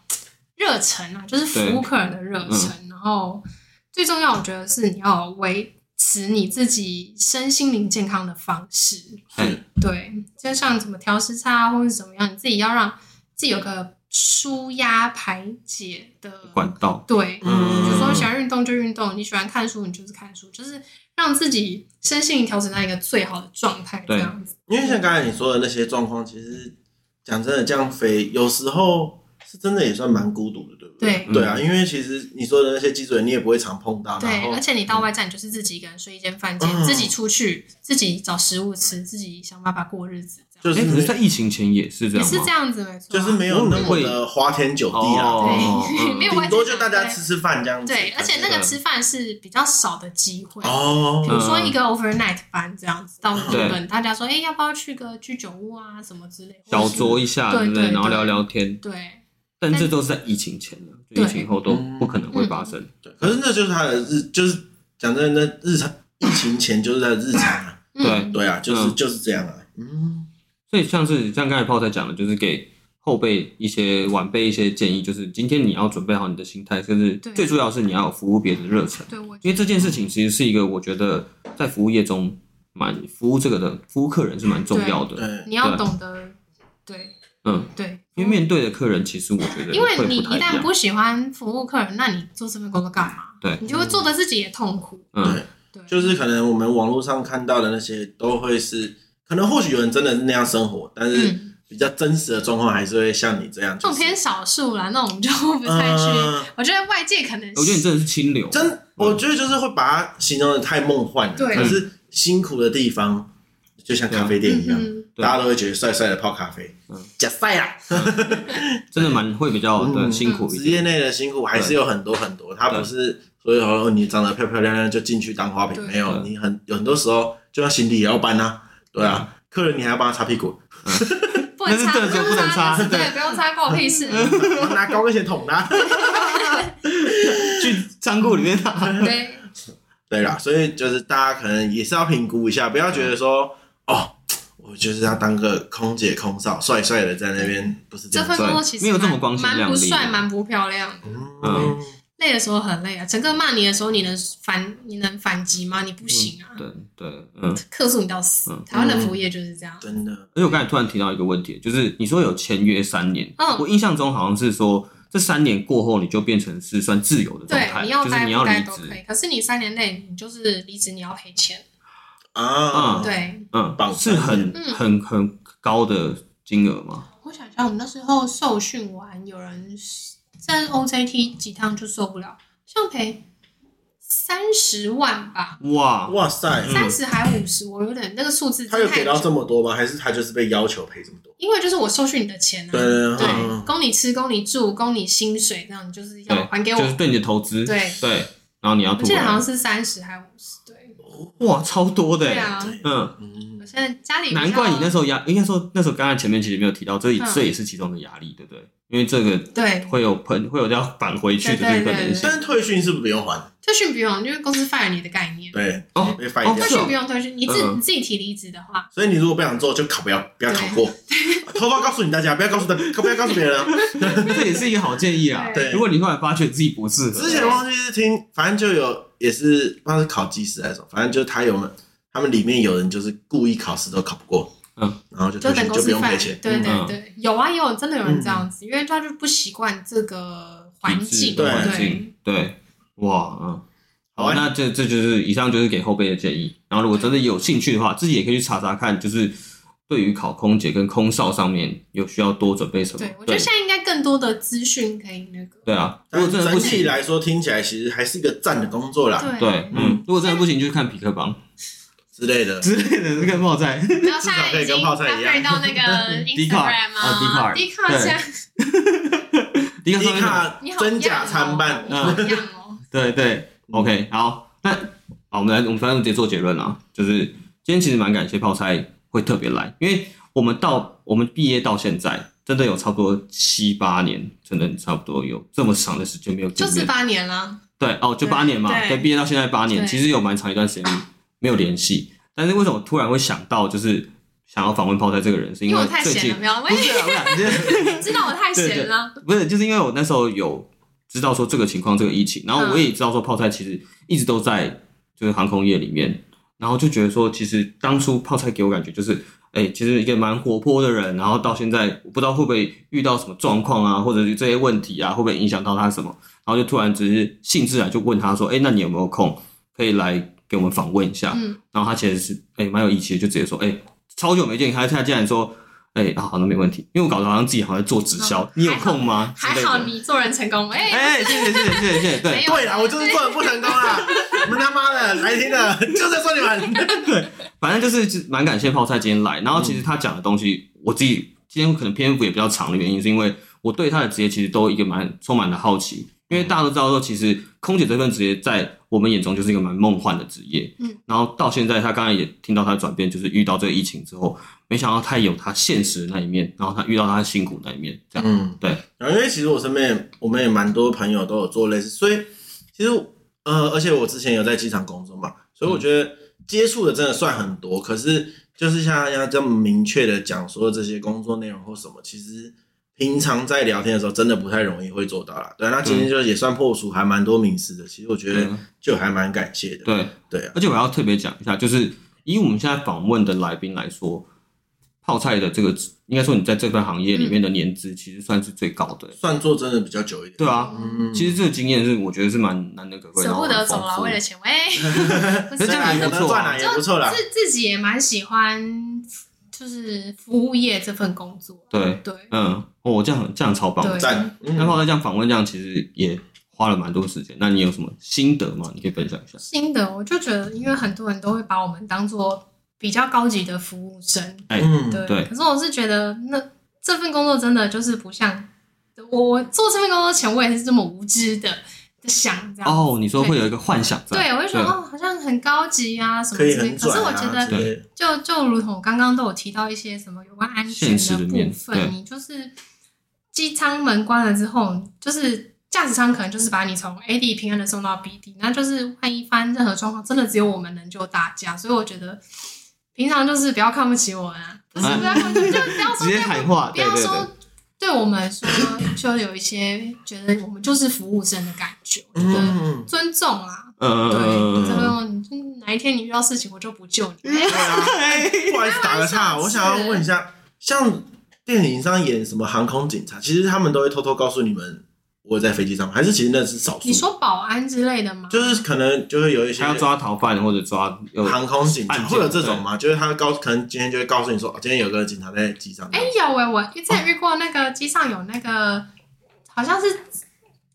[SPEAKER 3] 热忱啊，就是服务客人的热忱。然后最重要，我觉得是你要维持你自己身心灵健康的方式。
[SPEAKER 1] 哎
[SPEAKER 3] 对，就像怎么调时差啊或者是怎么样，你自己要让自己有个舒压排解的
[SPEAKER 1] 管道，
[SPEAKER 3] 对，
[SPEAKER 2] 嗯
[SPEAKER 3] 比如说喜欢运动就运动，你喜欢看书你就是看书，就是让自己身心灵调整到一个最好的状态，这
[SPEAKER 1] 对
[SPEAKER 3] 样子。
[SPEAKER 2] 因为像刚才你说的那些状况，其实讲真的，这样飞有时候是真的也算蛮孤独的，对不对？
[SPEAKER 1] 对
[SPEAKER 2] 啊，因为其实你说的那些基准，你也不会常碰到，然
[SPEAKER 3] 对，
[SPEAKER 2] 后
[SPEAKER 3] 而且你到外站你就是自己一个人睡一间饭店，
[SPEAKER 2] 嗯
[SPEAKER 3] 自己出去，自己找食物吃，自己想办法过日子，这
[SPEAKER 2] 就
[SPEAKER 3] 样
[SPEAKER 1] 哎，
[SPEAKER 2] 是
[SPEAKER 1] 可
[SPEAKER 2] 没
[SPEAKER 1] 是，在疫情前也是这
[SPEAKER 3] 也
[SPEAKER 1] 样
[SPEAKER 3] 是
[SPEAKER 1] 吗
[SPEAKER 3] 这？样子，没错啊，
[SPEAKER 2] 就是没有那么的花天酒地啊，
[SPEAKER 1] 哦，
[SPEAKER 3] 对
[SPEAKER 1] 嗯
[SPEAKER 3] 没有
[SPEAKER 2] 顶多就大家吃吃饭这样子。
[SPEAKER 3] 对，而且那
[SPEAKER 1] 对
[SPEAKER 3] 个吃饭是比较少的机会。比
[SPEAKER 2] 哦，
[SPEAKER 3] 如说一个 overnight 班这样子到日
[SPEAKER 1] 对
[SPEAKER 3] 本，大家说，哎、要不要去个居酒屋啊，什么之类的，
[SPEAKER 1] 小
[SPEAKER 3] 或是
[SPEAKER 1] 酌一下，
[SPEAKER 3] 对
[SPEAKER 1] 对不对？
[SPEAKER 3] 对
[SPEAKER 1] 然后
[SPEAKER 3] 对
[SPEAKER 1] 聊聊天，
[SPEAKER 3] 对，
[SPEAKER 1] 但
[SPEAKER 3] 但
[SPEAKER 1] 这都是在疫情前了，就
[SPEAKER 3] 对嗯
[SPEAKER 1] 疫情后都不可能会发生。
[SPEAKER 2] 对，可是那就是他的日，就是讲真的，那日常疫情前就是他的日常啊，
[SPEAKER 3] 嗯，
[SPEAKER 2] 对啊，就是、
[SPEAKER 1] 嗯
[SPEAKER 2] 就是这样啊，嗯，
[SPEAKER 1] 所以像是像刚才泡菜讲的，就是给后辈一些晚辈一些建议，就是今天你要准备好你的心态，甚至
[SPEAKER 3] 对
[SPEAKER 1] 最重要的是你要有服务别人的热忱，
[SPEAKER 3] 对我觉
[SPEAKER 1] 因为这件事情其实是一个我觉得在服务业中蛮服务这个的服务客人是蛮重要的，
[SPEAKER 3] 得
[SPEAKER 2] 对，
[SPEAKER 3] 你要
[SPEAKER 1] 对
[SPEAKER 3] 懂得，对
[SPEAKER 1] 嗯，
[SPEAKER 3] 对，
[SPEAKER 1] 因为面对的客人其实我觉得
[SPEAKER 3] 因为
[SPEAKER 1] 会
[SPEAKER 3] 你
[SPEAKER 1] 不太
[SPEAKER 3] 一
[SPEAKER 1] 一
[SPEAKER 3] 旦
[SPEAKER 1] 样，
[SPEAKER 3] 不喜欢服务客人，那你做这份工作干嘛？
[SPEAKER 1] 对
[SPEAKER 3] 你就会做的自己也痛苦。
[SPEAKER 1] 嗯，
[SPEAKER 3] 对，
[SPEAKER 2] 就是可能我们网络上看到的那些都会是，可能或许有人真的是那样生活，但是
[SPEAKER 3] 嗯，
[SPEAKER 2] 比较真实的状况还是会像你这样，
[SPEAKER 3] 这
[SPEAKER 2] 就
[SPEAKER 3] 种
[SPEAKER 2] 是
[SPEAKER 3] 偏少数啦，那我们就 不太去。
[SPEAKER 2] 嗯，
[SPEAKER 3] 我觉得外界可能
[SPEAKER 1] 我觉得你真的是清流，
[SPEAKER 2] 真，我觉得就是会把它形容的太梦幻了，
[SPEAKER 3] 对
[SPEAKER 2] 可是辛苦的地方就像咖啡店一样，
[SPEAKER 3] 嗯
[SPEAKER 1] 对
[SPEAKER 2] 大家都会觉得帅帅的泡咖啡
[SPEAKER 1] 嗯，
[SPEAKER 2] 假啊晒啦。
[SPEAKER 1] 真的蛮会比较的
[SPEAKER 2] 嗯
[SPEAKER 1] 辛苦一
[SPEAKER 2] 职
[SPEAKER 1] 点，
[SPEAKER 2] 业内的辛苦还是有很多很多，他不是所以说你长得漂漂亮亮就进去当花瓶，
[SPEAKER 3] 对
[SPEAKER 2] 没有，
[SPEAKER 1] 对
[SPEAKER 2] 你很有很多时候就像行李也要搬啊，对啊，客人你还要帮他擦屁股，
[SPEAKER 3] 哼嗯不能擦，
[SPEAKER 1] 但是对
[SPEAKER 3] 不
[SPEAKER 1] 就不能擦
[SPEAKER 3] 就是对，不用擦，关我屁事。
[SPEAKER 2] 拿高跟鞋捅他，
[SPEAKER 1] 去仓库里面打，
[SPEAKER 3] 对，
[SPEAKER 2] 对啦，所以就是大家可能也是要评估一下，不要觉得说哦，我就是要当个空姐空少，帅帅的在那边，不是这
[SPEAKER 3] 这
[SPEAKER 2] 样
[SPEAKER 3] 份
[SPEAKER 2] 子，
[SPEAKER 3] 工作其实
[SPEAKER 1] 没有这么
[SPEAKER 3] 蛮
[SPEAKER 1] 光鲜亮
[SPEAKER 3] 蛮不
[SPEAKER 1] 丽
[SPEAKER 3] 帅，
[SPEAKER 1] 的
[SPEAKER 3] 蛮不漂亮的。
[SPEAKER 1] 嗯
[SPEAKER 2] 嗯，
[SPEAKER 3] 累的时候很累啊，乘客骂你的时候，你能反你能反击吗？你不行啊，
[SPEAKER 1] 对对，嗯。
[SPEAKER 3] 客诉你到死
[SPEAKER 1] 嗯。
[SPEAKER 3] 台湾的服务业就是这样。
[SPEAKER 2] 真的，
[SPEAKER 1] 而且我刚才突然提到一个问题，就是你说有签约三年，
[SPEAKER 3] 嗯
[SPEAKER 1] 我印象中好像是说这三年过后你就变成是算自由的状
[SPEAKER 3] 对，
[SPEAKER 1] 态，
[SPEAKER 3] 你要
[SPEAKER 1] 就是
[SPEAKER 3] 待
[SPEAKER 1] 你
[SPEAKER 3] 不
[SPEAKER 1] 要
[SPEAKER 3] 待
[SPEAKER 1] 离
[SPEAKER 3] 都可以
[SPEAKER 1] 职，，
[SPEAKER 3] 可是你三年内你就是离职，你要赔钱。
[SPEAKER 2] 啊，
[SPEAKER 1] 嗯，
[SPEAKER 3] 对，
[SPEAKER 1] 嗯
[SPEAKER 2] 绑，
[SPEAKER 1] 是很
[SPEAKER 3] 嗯
[SPEAKER 1] 很很高的金额嘛，
[SPEAKER 3] 我想一下，我们那时候受训完，有人在 OJT 几趟就受不了，像赔三十万吧，
[SPEAKER 1] 哇，
[SPEAKER 2] 哇塞，
[SPEAKER 1] 嗯
[SPEAKER 3] 三十还五十，我有点那个数字
[SPEAKER 2] 他有
[SPEAKER 3] 太
[SPEAKER 2] 给到
[SPEAKER 3] 久，
[SPEAKER 2] 这么多吗？还是他就是被要求赔这么多？
[SPEAKER 3] 因为就是我受训你的钱啊，
[SPEAKER 2] 对对
[SPEAKER 3] 对
[SPEAKER 2] 嗯，
[SPEAKER 3] 供你吃，供你住，供你薪水，这样你就是要
[SPEAKER 1] 对，
[SPEAKER 3] 还给我。
[SPEAKER 1] 就是对你的投资，
[SPEAKER 3] 对
[SPEAKER 1] 然后你要
[SPEAKER 3] 我
[SPEAKER 1] 吐
[SPEAKER 3] 记
[SPEAKER 1] 回
[SPEAKER 3] 得好
[SPEAKER 1] 来
[SPEAKER 3] 像，是三十还五十，对，
[SPEAKER 1] 哇，超多的
[SPEAKER 3] 对
[SPEAKER 1] 欸，
[SPEAKER 3] 啊。
[SPEAKER 1] 嗯，
[SPEAKER 2] 嗯
[SPEAKER 3] 我，现在家里比较
[SPEAKER 1] 难怪你那时候压，应该说那时候刚才前面其实没有提到，这也
[SPEAKER 3] 嗯
[SPEAKER 1] 这也是其中的压力，对不对？因为这个
[SPEAKER 3] 对
[SPEAKER 1] 会有喷，会有要返回去的这个可能
[SPEAKER 3] 对对对
[SPEAKER 1] 性
[SPEAKER 2] 但。是退训是不是不用还？
[SPEAKER 3] 退训不用，因为公司 fire 你的概念，
[SPEAKER 2] 对，
[SPEAKER 1] 哦
[SPEAKER 2] 被 fire
[SPEAKER 1] 哦
[SPEAKER 2] 掉
[SPEAKER 3] 退
[SPEAKER 1] 是
[SPEAKER 3] 训
[SPEAKER 1] 哦
[SPEAKER 3] 不用退训，你自
[SPEAKER 1] 嗯
[SPEAKER 3] 你自己提离职的话，
[SPEAKER 2] 所以你如果不想做，就考不要，不要考过。偷偷告诉你大家，不要告诉大，不要告诉别人啊。
[SPEAKER 1] 这也是一个好建议啊。
[SPEAKER 3] 对
[SPEAKER 1] 如果你后来发觉自己不适合，
[SPEAKER 2] 之前忘记是听，反正就有也是，不知道是考技师还是什么，反正就他有们，他们里面有人就是故意考试都考不过，
[SPEAKER 1] 嗯，
[SPEAKER 2] 然后就
[SPEAKER 3] 就
[SPEAKER 2] 退
[SPEAKER 3] 等
[SPEAKER 2] 训
[SPEAKER 3] 公
[SPEAKER 2] 就不
[SPEAKER 3] 司
[SPEAKER 2] 用赔
[SPEAKER 3] fire。
[SPEAKER 2] 钱。
[SPEAKER 3] 对
[SPEAKER 1] 嗯
[SPEAKER 3] 对对，有啊，也有真的有人这样子，因为他就不习惯这个环
[SPEAKER 1] 体制
[SPEAKER 3] 境，
[SPEAKER 1] 对
[SPEAKER 2] 对
[SPEAKER 1] 环
[SPEAKER 3] 对
[SPEAKER 1] 境，对，哇，嗯。
[SPEAKER 2] 好
[SPEAKER 1] 好，
[SPEAKER 2] 啊
[SPEAKER 1] 那这这就是以上就是给后辈的建议。然后，如果真的有兴趣的话，自己也可以去查查看，就是对于考空姐跟空少上面有需要多准备什么。
[SPEAKER 3] 对，我觉得现在应该更多的资讯可以那个，
[SPEAKER 1] 对啊，如
[SPEAKER 2] 但
[SPEAKER 1] 果真的
[SPEAKER 2] 整
[SPEAKER 1] 不
[SPEAKER 2] 体
[SPEAKER 1] 行，
[SPEAKER 2] 来说，听起来其实还是一个赞的工作啦，
[SPEAKER 1] 对，嗯，如果真的不行，就去看匹克帮
[SPEAKER 2] 之类的。
[SPEAKER 1] 之类的这个冒在。
[SPEAKER 3] 然后现
[SPEAKER 2] 至少可
[SPEAKER 3] 在
[SPEAKER 2] 以
[SPEAKER 3] 已
[SPEAKER 2] 跟
[SPEAKER 3] 经
[SPEAKER 2] 泡菜一样
[SPEAKER 3] upgrade 到那 个 Instagram 啊
[SPEAKER 1] Dcard，啊 Dcard，
[SPEAKER 3] ，Dcard
[SPEAKER 1] 对
[SPEAKER 3] 现在
[SPEAKER 1] 迪卡
[SPEAKER 2] 迪
[SPEAKER 1] 上面有，
[SPEAKER 2] 卡
[SPEAKER 3] 你好
[SPEAKER 2] 真假
[SPEAKER 3] 样
[SPEAKER 2] 参半，
[SPEAKER 3] 哦你好样 哦，
[SPEAKER 1] 对对，OK，好，那好，我们来，我们反正直接做结论啦，就是今天其实蛮感谢泡菜会特别来，因为我们到我们毕业到现在，真的有差不多七八年，真的差不多有这么长的时间没有
[SPEAKER 3] 就
[SPEAKER 1] 见
[SPEAKER 3] 十
[SPEAKER 1] 面，
[SPEAKER 3] 八年了，
[SPEAKER 1] 对，哦，就八年嘛，
[SPEAKER 3] 对
[SPEAKER 1] 对，毕业到现在八年，
[SPEAKER 3] 对
[SPEAKER 1] 其实有蛮长一段时间没有联系，但是为什么我突然会想到就是想要访问泡菜这个人，是
[SPEAKER 3] 因为
[SPEAKER 1] 为
[SPEAKER 3] 我太
[SPEAKER 1] 最
[SPEAKER 3] 闲
[SPEAKER 1] 近
[SPEAKER 3] 了，没有，我
[SPEAKER 1] 不是啊，不是啊你 这
[SPEAKER 3] 也知道我 太
[SPEAKER 1] 对对
[SPEAKER 3] 闲了，
[SPEAKER 1] 不是，就是因为我那时候有知道说这个情况，这个疫情，然后我也知道说泡菜其实一直都在就是航空业里面，然后就觉得说，其实当初泡菜给我感觉就是，哎、其实一个蛮活泼的人，然后到现在我不知道会不会遇到什么状况啊，或者是这些问题啊，会不会影响到他什么，然后就突然只是兴致来就问他说，哎、那你有没有空可以来给我们访问一下？
[SPEAKER 3] 嗯，
[SPEAKER 1] 然后他其实是哎蛮、有义气的，就直接说，哎、超久没见，他他竟然说。哎、啊，好，那没问题，因为我搞得好像自己好像在做直销，
[SPEAKER 3] 哦
[SPEAKER 1] 你有空吗？之
[SPEAKER 3] 还
[SPEAKER 1] 类的
[SPEAKER 3] 好你做人成功，哎、
[SPEAKER 1] 哎，谢谢谢谢谢谢谢谢，
[SPEAKER 3] 没
[SPEAKER 1] 对
[SPEAKER 3] 有
[SPEAKER 2] 对啦，我就是做的不成功啦，你们他妈的来听的，就在说你们。
[SPEAKER 1] 反正就是蛮感谢泡菜今天来。然后其实他讲的东西，我自己今天可能篇幅也比较长的原因，是因为我对他的职业其实都一个蛮充满了好奇，因为大家都知道说，其实空姐这份职业在我们眼中就是一个蛮梦幻的职业。
[SPEAKER 3] 嗯，
[SPEAKER 1] 然后到现在，他刚才也听到他的转变，就是遇到这个疫情之后，没想到他有他现实的那一面，然后他遇到他辛苦的那一面，这样。
[SPEAKER 2] 嗯，
[SPEAKER 1] 对。
[SPEAKER 2] 然后因为其实我身边我们也蛮多朋友都有做类似，所以其实呃，而且我之前有在机场工作嘛，所以我觉
[SPEAKER 1] 嗯
[SPEAKER 2] 得接触的真的算很多。可是就是像要这么明确的讲说这些工作内容或什么，其实平常在聊天的时候真的不太容易会做到啦。对，那今天就也算破除还蛮多名词的，其实我觉得
[SPEAKER 1] 嗯
[SPEAKER 2] 就还蛮感谢的。
[SPEAKER 1] 对，
[SPEAKER 2] 对啊，
[SPEAKER 1] 而且我要特别讲一下，就是以我们现在访问的来宾来说，泡菜的这个职应该说你在这份行业里面的年资其实算是最高的、
[SPEAKER 2] 算做真的比较久一点。
[SPEAKER 1] 对啊，
[SPEAKER 2] 嗯，
[SPEAKER 1] 其实这个经验是我觉得是蛮难能可贵，
[SPEAKER 3] 舍不得走
[SPEAKER 1] 然后很
[SPEAKER 3] 了，
[SPEAKER 1] 丰富
[SPEAKER 3] 为了钱， 喂、
[SPEAKER 1] 可
[SPEAKER 3] 不是
[SPEAKER 1] 是这样也
[SPEAKER 2] 可
[SPEAKER 1] 不
[SPEAKER 2] 能
[SPEAKER 1] 错
[SPEAKER 2] 赚
[SPEAKER 1] 啊
[SPEAKER 2] 了也不错啦。
[SPEAKER 3] 自自己也蛮喜欢，就是服务业这份工作，
[SPEAKER 1] 对，
[SPEAKER 3] 对，
[SPEAKER 1] 嗯，哦，这样这样超棒。
[SPEAKER 3] 对
[SPEAKER 2] 赞，嗯
[SPEAKER 1] 那泡菜这样访问这样其实也花了蛮多时间，那你有什么心得吗？你可以分享一下。
[SPEAKER 3] 新的我就觉得，因为很多人都会把我们当做比较高级的服务生，
[SPEAKER 2] 嗯，
[SPEAKER 3] 对。
[SPEAKER 1] 对
[SPEAKER 3] 可是我是觉得那，这份工作真的就是不像我我做这份工作前，我也是这么无知的的想这样。
[SPEAKER 1] 哦，你说会有一个幻想在，
[SPEAKER 3] 对，我就觉得哦，好像很高级啊，什么
[SPEAKER 2] 可
[SPEAKER 3] 之
[SPEAKER 2] 以
[SPEAKER 3] 类
[SPEAKER 2] 很
[SPEAKER 3] 的。可是
[SPEAKER 2] 转
[SPEAKER 3] 我
[SPEAKER 2] 啊
[SPEAKER 3] 觉
[SPEAKER 2] 之类
[SPEAKER 3] 得
[SPEAKER 2] 的，
[SPEAKER 3] 就就如同我刚刚都有提到一些什么有关安全
[SPEAKER 1] 现实的面
[SPEAKER 3] 部
[SPEAKER 1] 对
[SPEAKER 3] 分，你就是机舱门关了之后，就是驾驶舱可能就是把你从 A 地平安的送到 B 地，那就是万一发生任何状况，真的只有我们能救大家。所以我觉得平常就是不要看不起我们啊，不是
[SPEAKER 1] 啊
[SPEAKER 3] 不要看不起，就不要说
[SPEAKER 1] 直接
[SPEAKER 3] 对我
[SPEAKER 1] 喊话，
[SPEAKER 3] 不
[SPEAKER 1] 对
[SPEAKER 3] 要
[SPEAKER 1] 对对
[SPEAKER 3] 说。对我们来说，就有一些觉得我们就是服务生的感觉，我觉得
[SPEAKER 2] 嗯，
[SPEAKER 3] 尊重啊，
[SPEAKER 1] 嗯，嗯
[SPEAKER 3] 对，
[SPEAKER 1] 嗯
[SPEAKER 3] 这
[SPEAKER 1] 嗯
[SPEAKER 3] 个你就哪一天你遇到事情，我就不救你。
[SPEAKER 2] 对啊，哎不好意思打个 岔，我想要问一下，像电影上演什么航空警察，其实他们都会偷偷告诉你们我在飞机上吗，还是其实那是少数？
[SPEAKER 3] 你说保安之类的吗？
[SPEAKER 2] 就是可能就会有一些
[SPEAKER 1] 他要抓哎逃犯或者抓有
[SPEAKER 2] 航空警察
[SPEAKER 1] 案件
[SPEAKER 2] 会有这种吗？就是他告，可能今天就会告诉你说，哦，今天有个警察在机上。
[SPEAKER 3] 哎、有哎、我之前遇过那个机上有那个好像是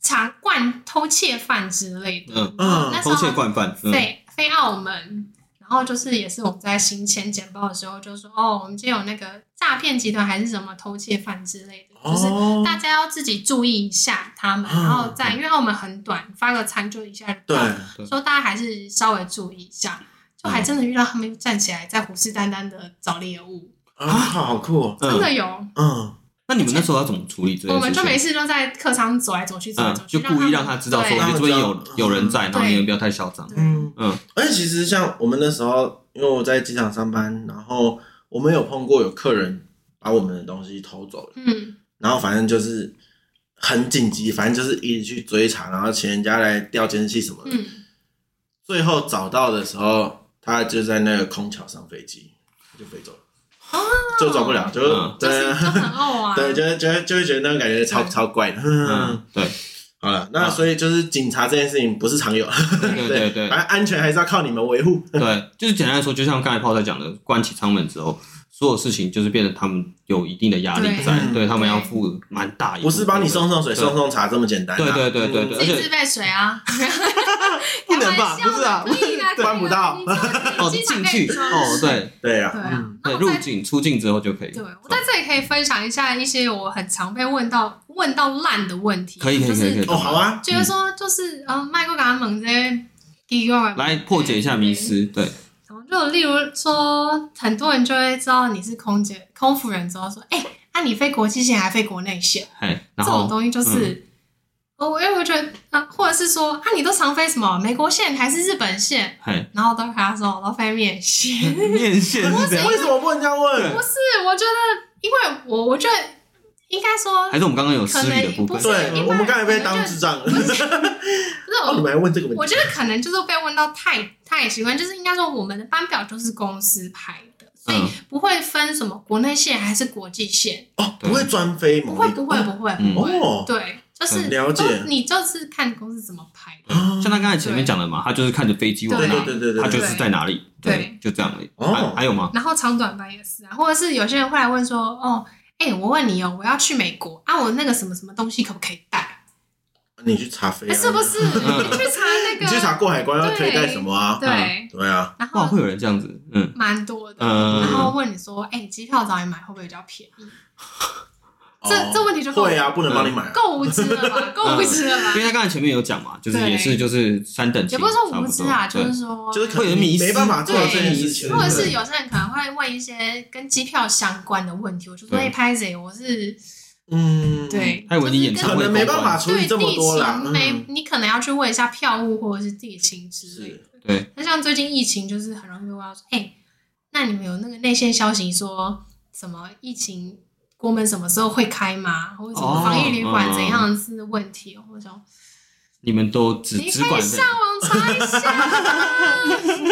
[SPEAKER 3] 茶罐偷窃犯之类的，
[SPEAKER 1] 嗯
[SPEAKER 3] 然后那时
[SPEAKER 1] 偷
[SPEAKER 3] 候
[SPEAKER 1] 窃惯犯，嗯
[SPEAKER 3] 飞飞澳门，然后就是也是我们在行前简报的时候就说，哦，我们今天有那个诈骗集团还是什么偷窃犯之类的，就是
[SPEAKER 2] 哦，
[SPEAKER 3] 大家要自己注意一下他们，
[SPEAKER 2] 嗯
[SPEAKER 3] 然后再因为澳门很短，发个餐就一下就
[SPEAKER 2] 对
[SPEAKER 3] 到，，说大家还是稍微注意一下。就还真的遇到他们站起来在虎视眈眈的找猎物，
[SPEAKER 2] 啊，好酷哦，
[SPEAKER 3] 真
[SPEAKER 1] 嗯。
[SPEAKER 3] 的有，
[SPEAKER 2] 嗯，
[SPEAKER 1] 那你们那时候要怎么处理这件事情？
[SPEAKER 3] 我们就没事就在客舱走来走去，走来
[SPEAKER 1] 嗯
[SPEAKER 3] 走，去，
[SPEAKER 1] 就故意让他知道说哎
[SPEAKER 3] 对
[SPEAKER 1] 你这边有
[SPEAKER 2] 对
[SPEAKER 1] 有人在，然后
[SPEAKER 3] 对
[SPEAKER 1] 你们不要太嚣张。
[SPEAKER 3] 对
[SPEAKER 2] 嗯
[SPEAKER 1] 嗯，
[SPEAKER 2] 而且其实像我们那时候，因为我在机场上班，然后我们有碰过有客人把我们的东西偷走了。
[SPEAKER 3] 嗯，
[SPEAKER 2] 然后反正就是很紧急，反正就是一直去追查，然后请人家来调监视器什么的。
[SPEAKER 3] 嗯
[SPEAKER 2] 最后找到的时候，他就在那个空桥上飞机，就飞走了，就走不了，就、
[SPEAKER 1] 嗯
[SPEAKER 3] 啊就
[SPEAKER 2] 对
[SPEAKER 3] 是就很傲啊，
[SPEAKER 2] 对，就就就会觉得那种感觉超
[SPEAKER 3] 对
[SPEAKER 2] 超怪的。嗯，
[SPEAKER 1] 嗯，对
[SPEAKER 2] 好了，那
[SPEAKER 1] 好
[SPEAKER 2] 所以就是警察这件事情不是常有，
[SPEAKER 1] 对嗯对对
[SPEAKER 2] 反正安全还是要靠你们维护。
[SPEAKER 1] 对，就是简单来说，就像刚才泡仔讲的，关起舱门之后，所有事情就是变得他们有一定的压力
[SPEAKER 3] 对
[SPEAKER 1] 在，
[SPEAKER 2] 嗯
[SPEAKER 1] 对他们要负蛮大一部
[SPEAKER 2] 不
[SPEAKER 1] 分的。
[SPEAKER 2] 是帮你送送水、
[SPEAKER 1] 嗯对
[SPEAKER 2] 送送茶这么简单啊、
[SPEAKER 1] 对对对对
[SPEAKER 2] 嗯
[SPEAKER 1] 对
[SPEAKER 3] 自己自备水啊，
[SPEAKER 1] 不能吧
[SPEAKER 3] 开玩笑的
[SPEAKER 1] 不是啊
[SPEAKER 3] 可以啊，可以啊
[SPEAKER 2] 办不到
[SPEAKER 3] 你知 道
[SPEAKER 1] 哦，
[SPEAKER 3] 你机场
[SPEAKER 1] 进
[SPEAKER 3] 可
[SPEAKER 1] 去
[SPEAKER 3] 以装
[SPEAKER 1] 哦，对
[SPEAKER 2] 对
[SPEAKER 3] 对
[SPEAKER 2] 啊，
[SPEAKER 3] 啊
[SPEAKER 2] 嗯，
[SPEAKER 3] 那
[SPEAKER 1] 对，
[SPEAKER 3] 我
[SPEAKER 1] 入
[SPEAKER 3] 在
[SPEAKER 1] 境出境之后就可以。哦
[SPEAKER 3] 对，我在这里可以分享一下一些我很常被问到问到烂的问题，
[SPEAKER 1] 可以可以
[SPEAKER 3] 就
[SPEAKER 1] 可以
[SPEAKER 3] 是
[SPEAKER 1] 可以。嗯
[SPEAKER 2] 哦，好啊，
[SPEAKER 3] 就是说就是呃，麦克港猛这些机构啊
[SPEAKER 1] 来破解一下迷思。对，
[SPEAKER 3] 然后就例如说，很多人就会知道你是空姐、空服人之啊后说，哎、那、你飞国际线还飞国内线？
[SPEAKER 1] 哎，
[SPEAKER 3] 这
[SPEAKER 1] 然
[SPEAKER 3] 种
[SPEAKER 1] 后
[SPEAKER 3] 东西就是，哦，因为我觉得，啊，或者是说，啊，你都常飞什么美国线还是日本线？
[SPEAKER 1] 嘿，
[SPEAKER 3] 然后我都跟他说，我都飞面线。
[SPEAKER 1] 面线是怎样？
[SPEAKER 2] 为什么不能这样问？
[SPEAKER 3] 不是，我觉得，因为我我觉得应该说
[SPEAKER 1] 还是我们刚刚有失礼的部分
[SPEAKER 3] 可能？
[SPEAKER 2] 对
[SPEAKER 3] 一般人
[SPEAKER 2] 我们刚才被当智障了，
[SPEAKER 3] 不是
[SPEAKER 2] 哦你
[SPEAKER 3] 我，
[SPEAKER 2] 们还问这个问
[SPEAKER 3] 我
[SPEAKER 2] 题？
[SPEAKER 3] 觉得可能就是被问到太太习惯，就是应该说我们的班表就是公司排的，所以
[SPEAKER 1] 嗯
[SPEAKER 3] 不会分什么国内线还是国际线，
[SPEAKER 2] 哦，不会专飞
[SPEAKER 3] 不
[SPEAKER 2] 某
[SPEAKER 3] 会
[SPEAKER 2] 一个
[SPEAKER 3] 不会不会
[SPEAKER 1] 嗯
[SPEAKER 3] 不会，
[SPEAKER 2] 哦
[SPEAKER 3] 对，就是
[SPEAKER 1] 嗯
[SPEAKER 2] 了解
[SPEAKER 3] 都你就是看公司怎么排的，
[SPEAKER 2] 啊
[SPEAKER 1] 像他刚才前面讲的嘛，他就是看着飞机往
[SPEAKER 3] 对
[SPEAKER 1] 哪
[SPEAKER 2] 对
[SPEAKER 1] 里，
[SPEAKER 2] 对对对，
[SPEAKER 1] 他
[SPEAKER 2] 对
[SPEAKER 1] 就是在哪里，
[SPEAKER 3] 对
[SPEAKER 1] 对，就这样而已。
[SPEAKER 2] 哦
[SPEAKER 1] 还还有吗？
[SPEAKER 3] 然后长短班也是啊，或者是有些人会来问说，哦，哎、我问你哦，我要去美国啊，我那个什么什么东西可不可以带？哎
[SPEAKER 2] 你去查飞啊，
[SPEAKER 3] 是不是？你去查 那
[SPEAKER 2] 你去查
[SPEAKER 3] 个，
[SPEAKER 2] 过海关要可以带
[SPEAKER 3] 对
[SPEAKER 2] 什么啊？
[SPEAKER 3] 对，
[SPEAKER 2] 对啊，
[SPEAKER 3] 然后
[SPEAKER 1] 哇，会有人这样子，嗯，
[SPEAKER 3] 蛮多的。
[SPEAKER 1] 嗯
[SPEAKER 3] 然后问你说，哎、你机票早点买会不会比较便宜？这
[SPEAKER 2] 哦
[SPEAKER 3] 这问题就够
[SPEAKER 2] 会啊，不能帮你买啊。
[SPEAKER 3] 够无知了吧？够无知了吧
[SPEAKER 2] 嗯
[SPEAKER 1] 因？为他刚才前面有讲嘛，就是
[SPEAKER 3] 对
[SPEAKER 1] 也是就是三等
[SPEAKER 3] 也
[SPEAKER 1] 亲，
[SPEAKER 3] 不是说
[SPEAKER 1] 差
[SPEAKER 3] 无知
[SPEAKER 1] 多
[SPEAKER 3] 啊，就
[SPEAKER 1] 对
[SPEAKER 3] 是说，
[SPEAKER 2] 就是可
[SPEAKER 1] 会有
[SPEAKER 2] 能
[SPEAKER 1] 迷失
[SPEAKER 2] 没办法做到这件事
[SPEAKER 1] 对
[SPEAKER 2] 情，
[SPEAKER 3] 或者
[SPEAKER 2] 对
[SPEAKER 3] 是有些人可能会问一些跟机票相关的问题，我就说，
[SPEAKER 1] 对
[SPEAKER 3] 哎，拍谁？我是
[SPEAKER 2] 嗯，
[SPEAKER 3] 对，
[SPEAKER 1] 还以为你演
[SPEAKER 3] 就是
[SPEAKER 1] 唱
[SPEAKER 2] 可
[SPEAKER 1] 会
[SPEAKER 3] 跟
[SPEAKER 2] 能没办法处
[SPEAKER 3] 对
[SPEAKER 2] 理
[SPEAKER 3] 地
[SPEAKER 2] 这么多啦。
[SPEAKER 3] 勤没
[SPEAKER 2] 嗯，，
[SPEAKER 3] 你可能要去问一下票务或者是地勤之类的
[SPEAKER 2] 是。
[SPEAKER 1] 对，
[SPEAKER 3] 那像最近疫情，就是很容易被问到说，哎、那你们有那个内线消息说什么疫情国门什么时候会开吗？或者什么
[SPEAKER 1] 哦
[SPEAKER 3] 防疫旅馆
[SPEAKER 1] 嗯
[SPEAKER 3] 怎样是问题？哦我想
[SPEAKER 1] 你们都只
[SPEAKER 3] 你
[SPEAKER 1] 只
[SPEAKER 3] 可
[SPEAKER 1] 管
[SPEAKER 3] 以上网查一 下。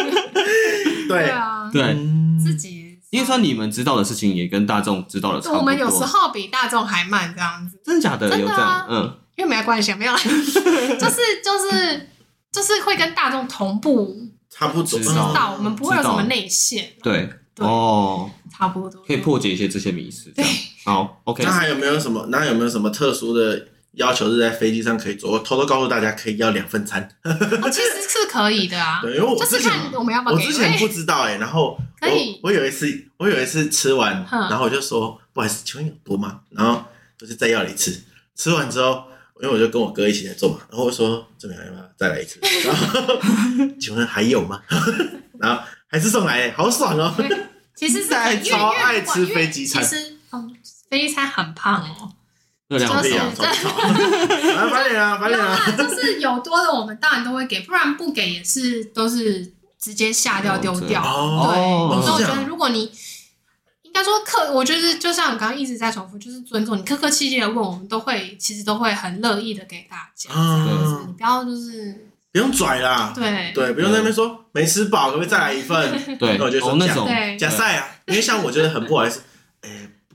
[SPEAKER 3] 对
[SPEAKER 2] 对，
[SPEAKER 3] 啊，
[SPEAKER 1] 对，
[SPEAKER 2] 嗯
[SPEAKER 3] 自己
[SPEAKER 1] 因为说你们知道的事情也跟大众知道的差不多。
[SPEAKER 3] 我们有时候比大众还慢这样子，
[SPEAKER 1] 真的假的
[SPEAKER 3] 真
[SPEAKER 1] 有
[SPEAKER 3] 的啊
[SPEAKER 1] 这样，嗯，
[SPEAKER 3] 因为没关系，没有啦， 就是就是就是会跟大众同步
[SPEAKER 2] 差不多
[SPEAKER 1] 知
[SPEAKER 3] 知
[SPEAKER 1] 道
[SPEAKER 3] 道，我们不会有什么
[SPEAKER 1] 知道
[SPEAKER 3] 内线，
[SPEAKER 1] 对，
[SPEAKER 3] 对
[SPEAKER 1] 哦，
[SPEAKER 3] 差不多
[SPEAKER 1] 可以破解一些这些迷思，这样好，OK，
[SPEAKER 2] 那还有没有什么？那有没有什么特殊的要求是在飞机上可以做？我偷偷告诉大家，可以要两份餐。
[SPEAKER 3] 哦，其实是可以的啊，
[SPEAKER 2] 对，因为我
[SPEAKER 3] 就
[SPEAKER 2] 之
[SPEAKER 3] 是
[SPEAKER 2] 前
[SPEAKER 3] 看我们要不要
[SPEAKER 2] 我
[SPEAKER 3] 给。
[SPEAKER 2] 之前不
[SPEAKER 3] 哎
[SPEAKER 2] 知道哎，然后
[SPEAKER 3] 可以
[SPEAKER 2] 我我有一次我有一次吃完，
[SPEAKER 3] 嗯
[SPEAKER 2] 然后我就说不好意思，请问有多吗？然后就是再要了一次，吃完之后。因为我就跟我哥一起在做嘛，然后我说这边要不要再来一次？然后请问还有吗？然后还是送来，好爽哦！
[SPEAKER 3] 其实是可以因为
[SPEAKER 2] 超
[SPEAKER 3] 因为
[SPEAKER 2] 爱
[SPEAKER 3] 不管
[SPEAKER 2] 吃
[SPEAKER 3] 因为
[SPEAKER 2] 飞机餐
[SPEAKER 3] 其实嗯，飞机餐很胖哦，
[SPEAKER 1] 热量
[SPEAKER 3] 就
[SPEAKER 1] 好
[SPEAKER 3] 是
[SPEAKER 2] 对
[SPEAKER 1] 低
[SPEAKER 2] 呀
[SPEAKER 1] 啊，，
[SPEAKER 2] 超吵！啊，翻脸啊，翻脸啊！
[SPEAKER 3] 那就是有多的我们当然都会给，不然不给也是都是直接下掉丢掉。
[SPEAKER 2] 哦
[SPEAKER 1] 哦
[SPEAKER 3] 对，所以我
[SPEAKER 2] 是
[SPEAKER 3] 觉
[SPEAKER 2] 这
[SPEAKER 3] 得
[SPEAKER 2] 样
[SPEAKER 3] 如果你应该说客，我就是就像我刚刚一直在重复，就是尊重你，客客气气的问，我们都会其实都会很乐意的给大家。
[SPEAKER 2] 啊
[SPEAKER 3] 就是你不要就是
[SPEAKER 2] 不用拽啦，
[SPEAKER 3] 对
[SPEAKER 2] 对，不用在那边说没吃饱，可不可以再来一份？
[SPEAKER 1] 对，
[SPEAKER 2] 那我就说
[SPEAKER 1] 哦那种
[SPEAKER 3] 对，
[SPEAKER 2] 假赛啊，因为像我觉得很不好意思，哎，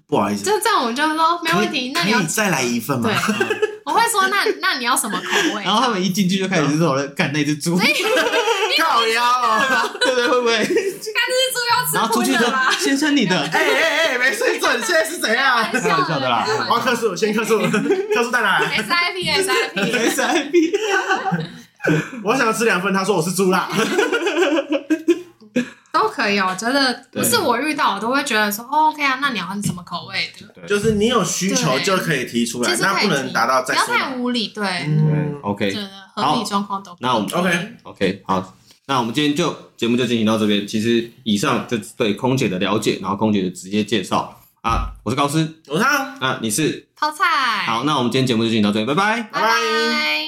[SPEAKER 2] 不好意思，
[SPEAKER 3] 就这样我们就说没问
[SPEAKER 2] 可以
[SPEAKER 3] 题，那你要
[SPEAKER 2] 可以再来一份吗
[SPEAKER 3] 对？，我会说那那你要什么口味？
[SPEAKER 1] 然后他们一进去就开始讨论干那只猪，对
[SPEAKER 2] 靠腰哦，
[SPEAKER 1] 不对？会不会？然
[SPEAKER 3] 看
[SPEAKER 1] 后出
[SPEAKER 3] 这只
[SPEAKER 1] 去
[SPEAKER 3] 猪要
[SPEAKER 1] 说
[SPEAKER 3] 吃荤的啦，
[SPEAKER 1] 先生你的，
[SPEAKER 2] 哎哎哎，没水准，现在是怎 样？
[SPEAKER 1] 开玩笑的啦
[SPEAKER 2] 我要克数，先克 数，克数带来，
[SPEAKER 3] S I P S I P，
[SPEAKER 1] S I B，
[SPEAKER 2] 我想要吃两份，他说我是猪 啦，
[SPEAKER 3] 都可以哦。我觉得
[SPEAKER 1] 对
[SPEAKER 3] 不是我遇到，我都会觉得说、哦、OK 啊，那你要什么口味的？
[SPEAKER 2] 就是你有需求
[SPEAKER 3] 对
[SPEAKER 2] 就可以提出
[SPEAKER 1] 啊
[SPEAKER 2] 来
[SPEAKER 3] 其，实
[SPEAKER 2] 那
[SPEAKER 3] 可以
[SPEAKER 2] 不能
[SPEAKER 3] 提
[SPEAKER 2] 达到
[SPEAKER 3] 不
[SPEAKER 2] 再
[SPEAKER 3] 要
[SPEAKER 2] 说
[SPEAKER 3] 太
[SPEAKER 2] 吧。
[SPEAKER 3] 无理，对，
[SPEAKER 1] 对
[SPEAKER 2] 嗯，
[SPEAKER 3] 觉
[SPEAKER 1] ，OK
[SPEAKER 3] 得合理状况都
[SPEAKER 1] 那我们
[SPEAKER 2] OK
[SPEAKER 1] OK，好，那我们今天就节目就进行到这边。其实以上就是对空姐的了解，然后空姐的职业介绍啊，我是高斯，
[SPEAKER 2] 我看啊
[SPEAKER 1] 那你是
[SPEAKER 3] 泡菜，
[SPEAKER 1] 好，那我们今天节目就进行到这里，拜拜。
[SPEAKER 2] 拜
[SPEAKER 3] 拜拜。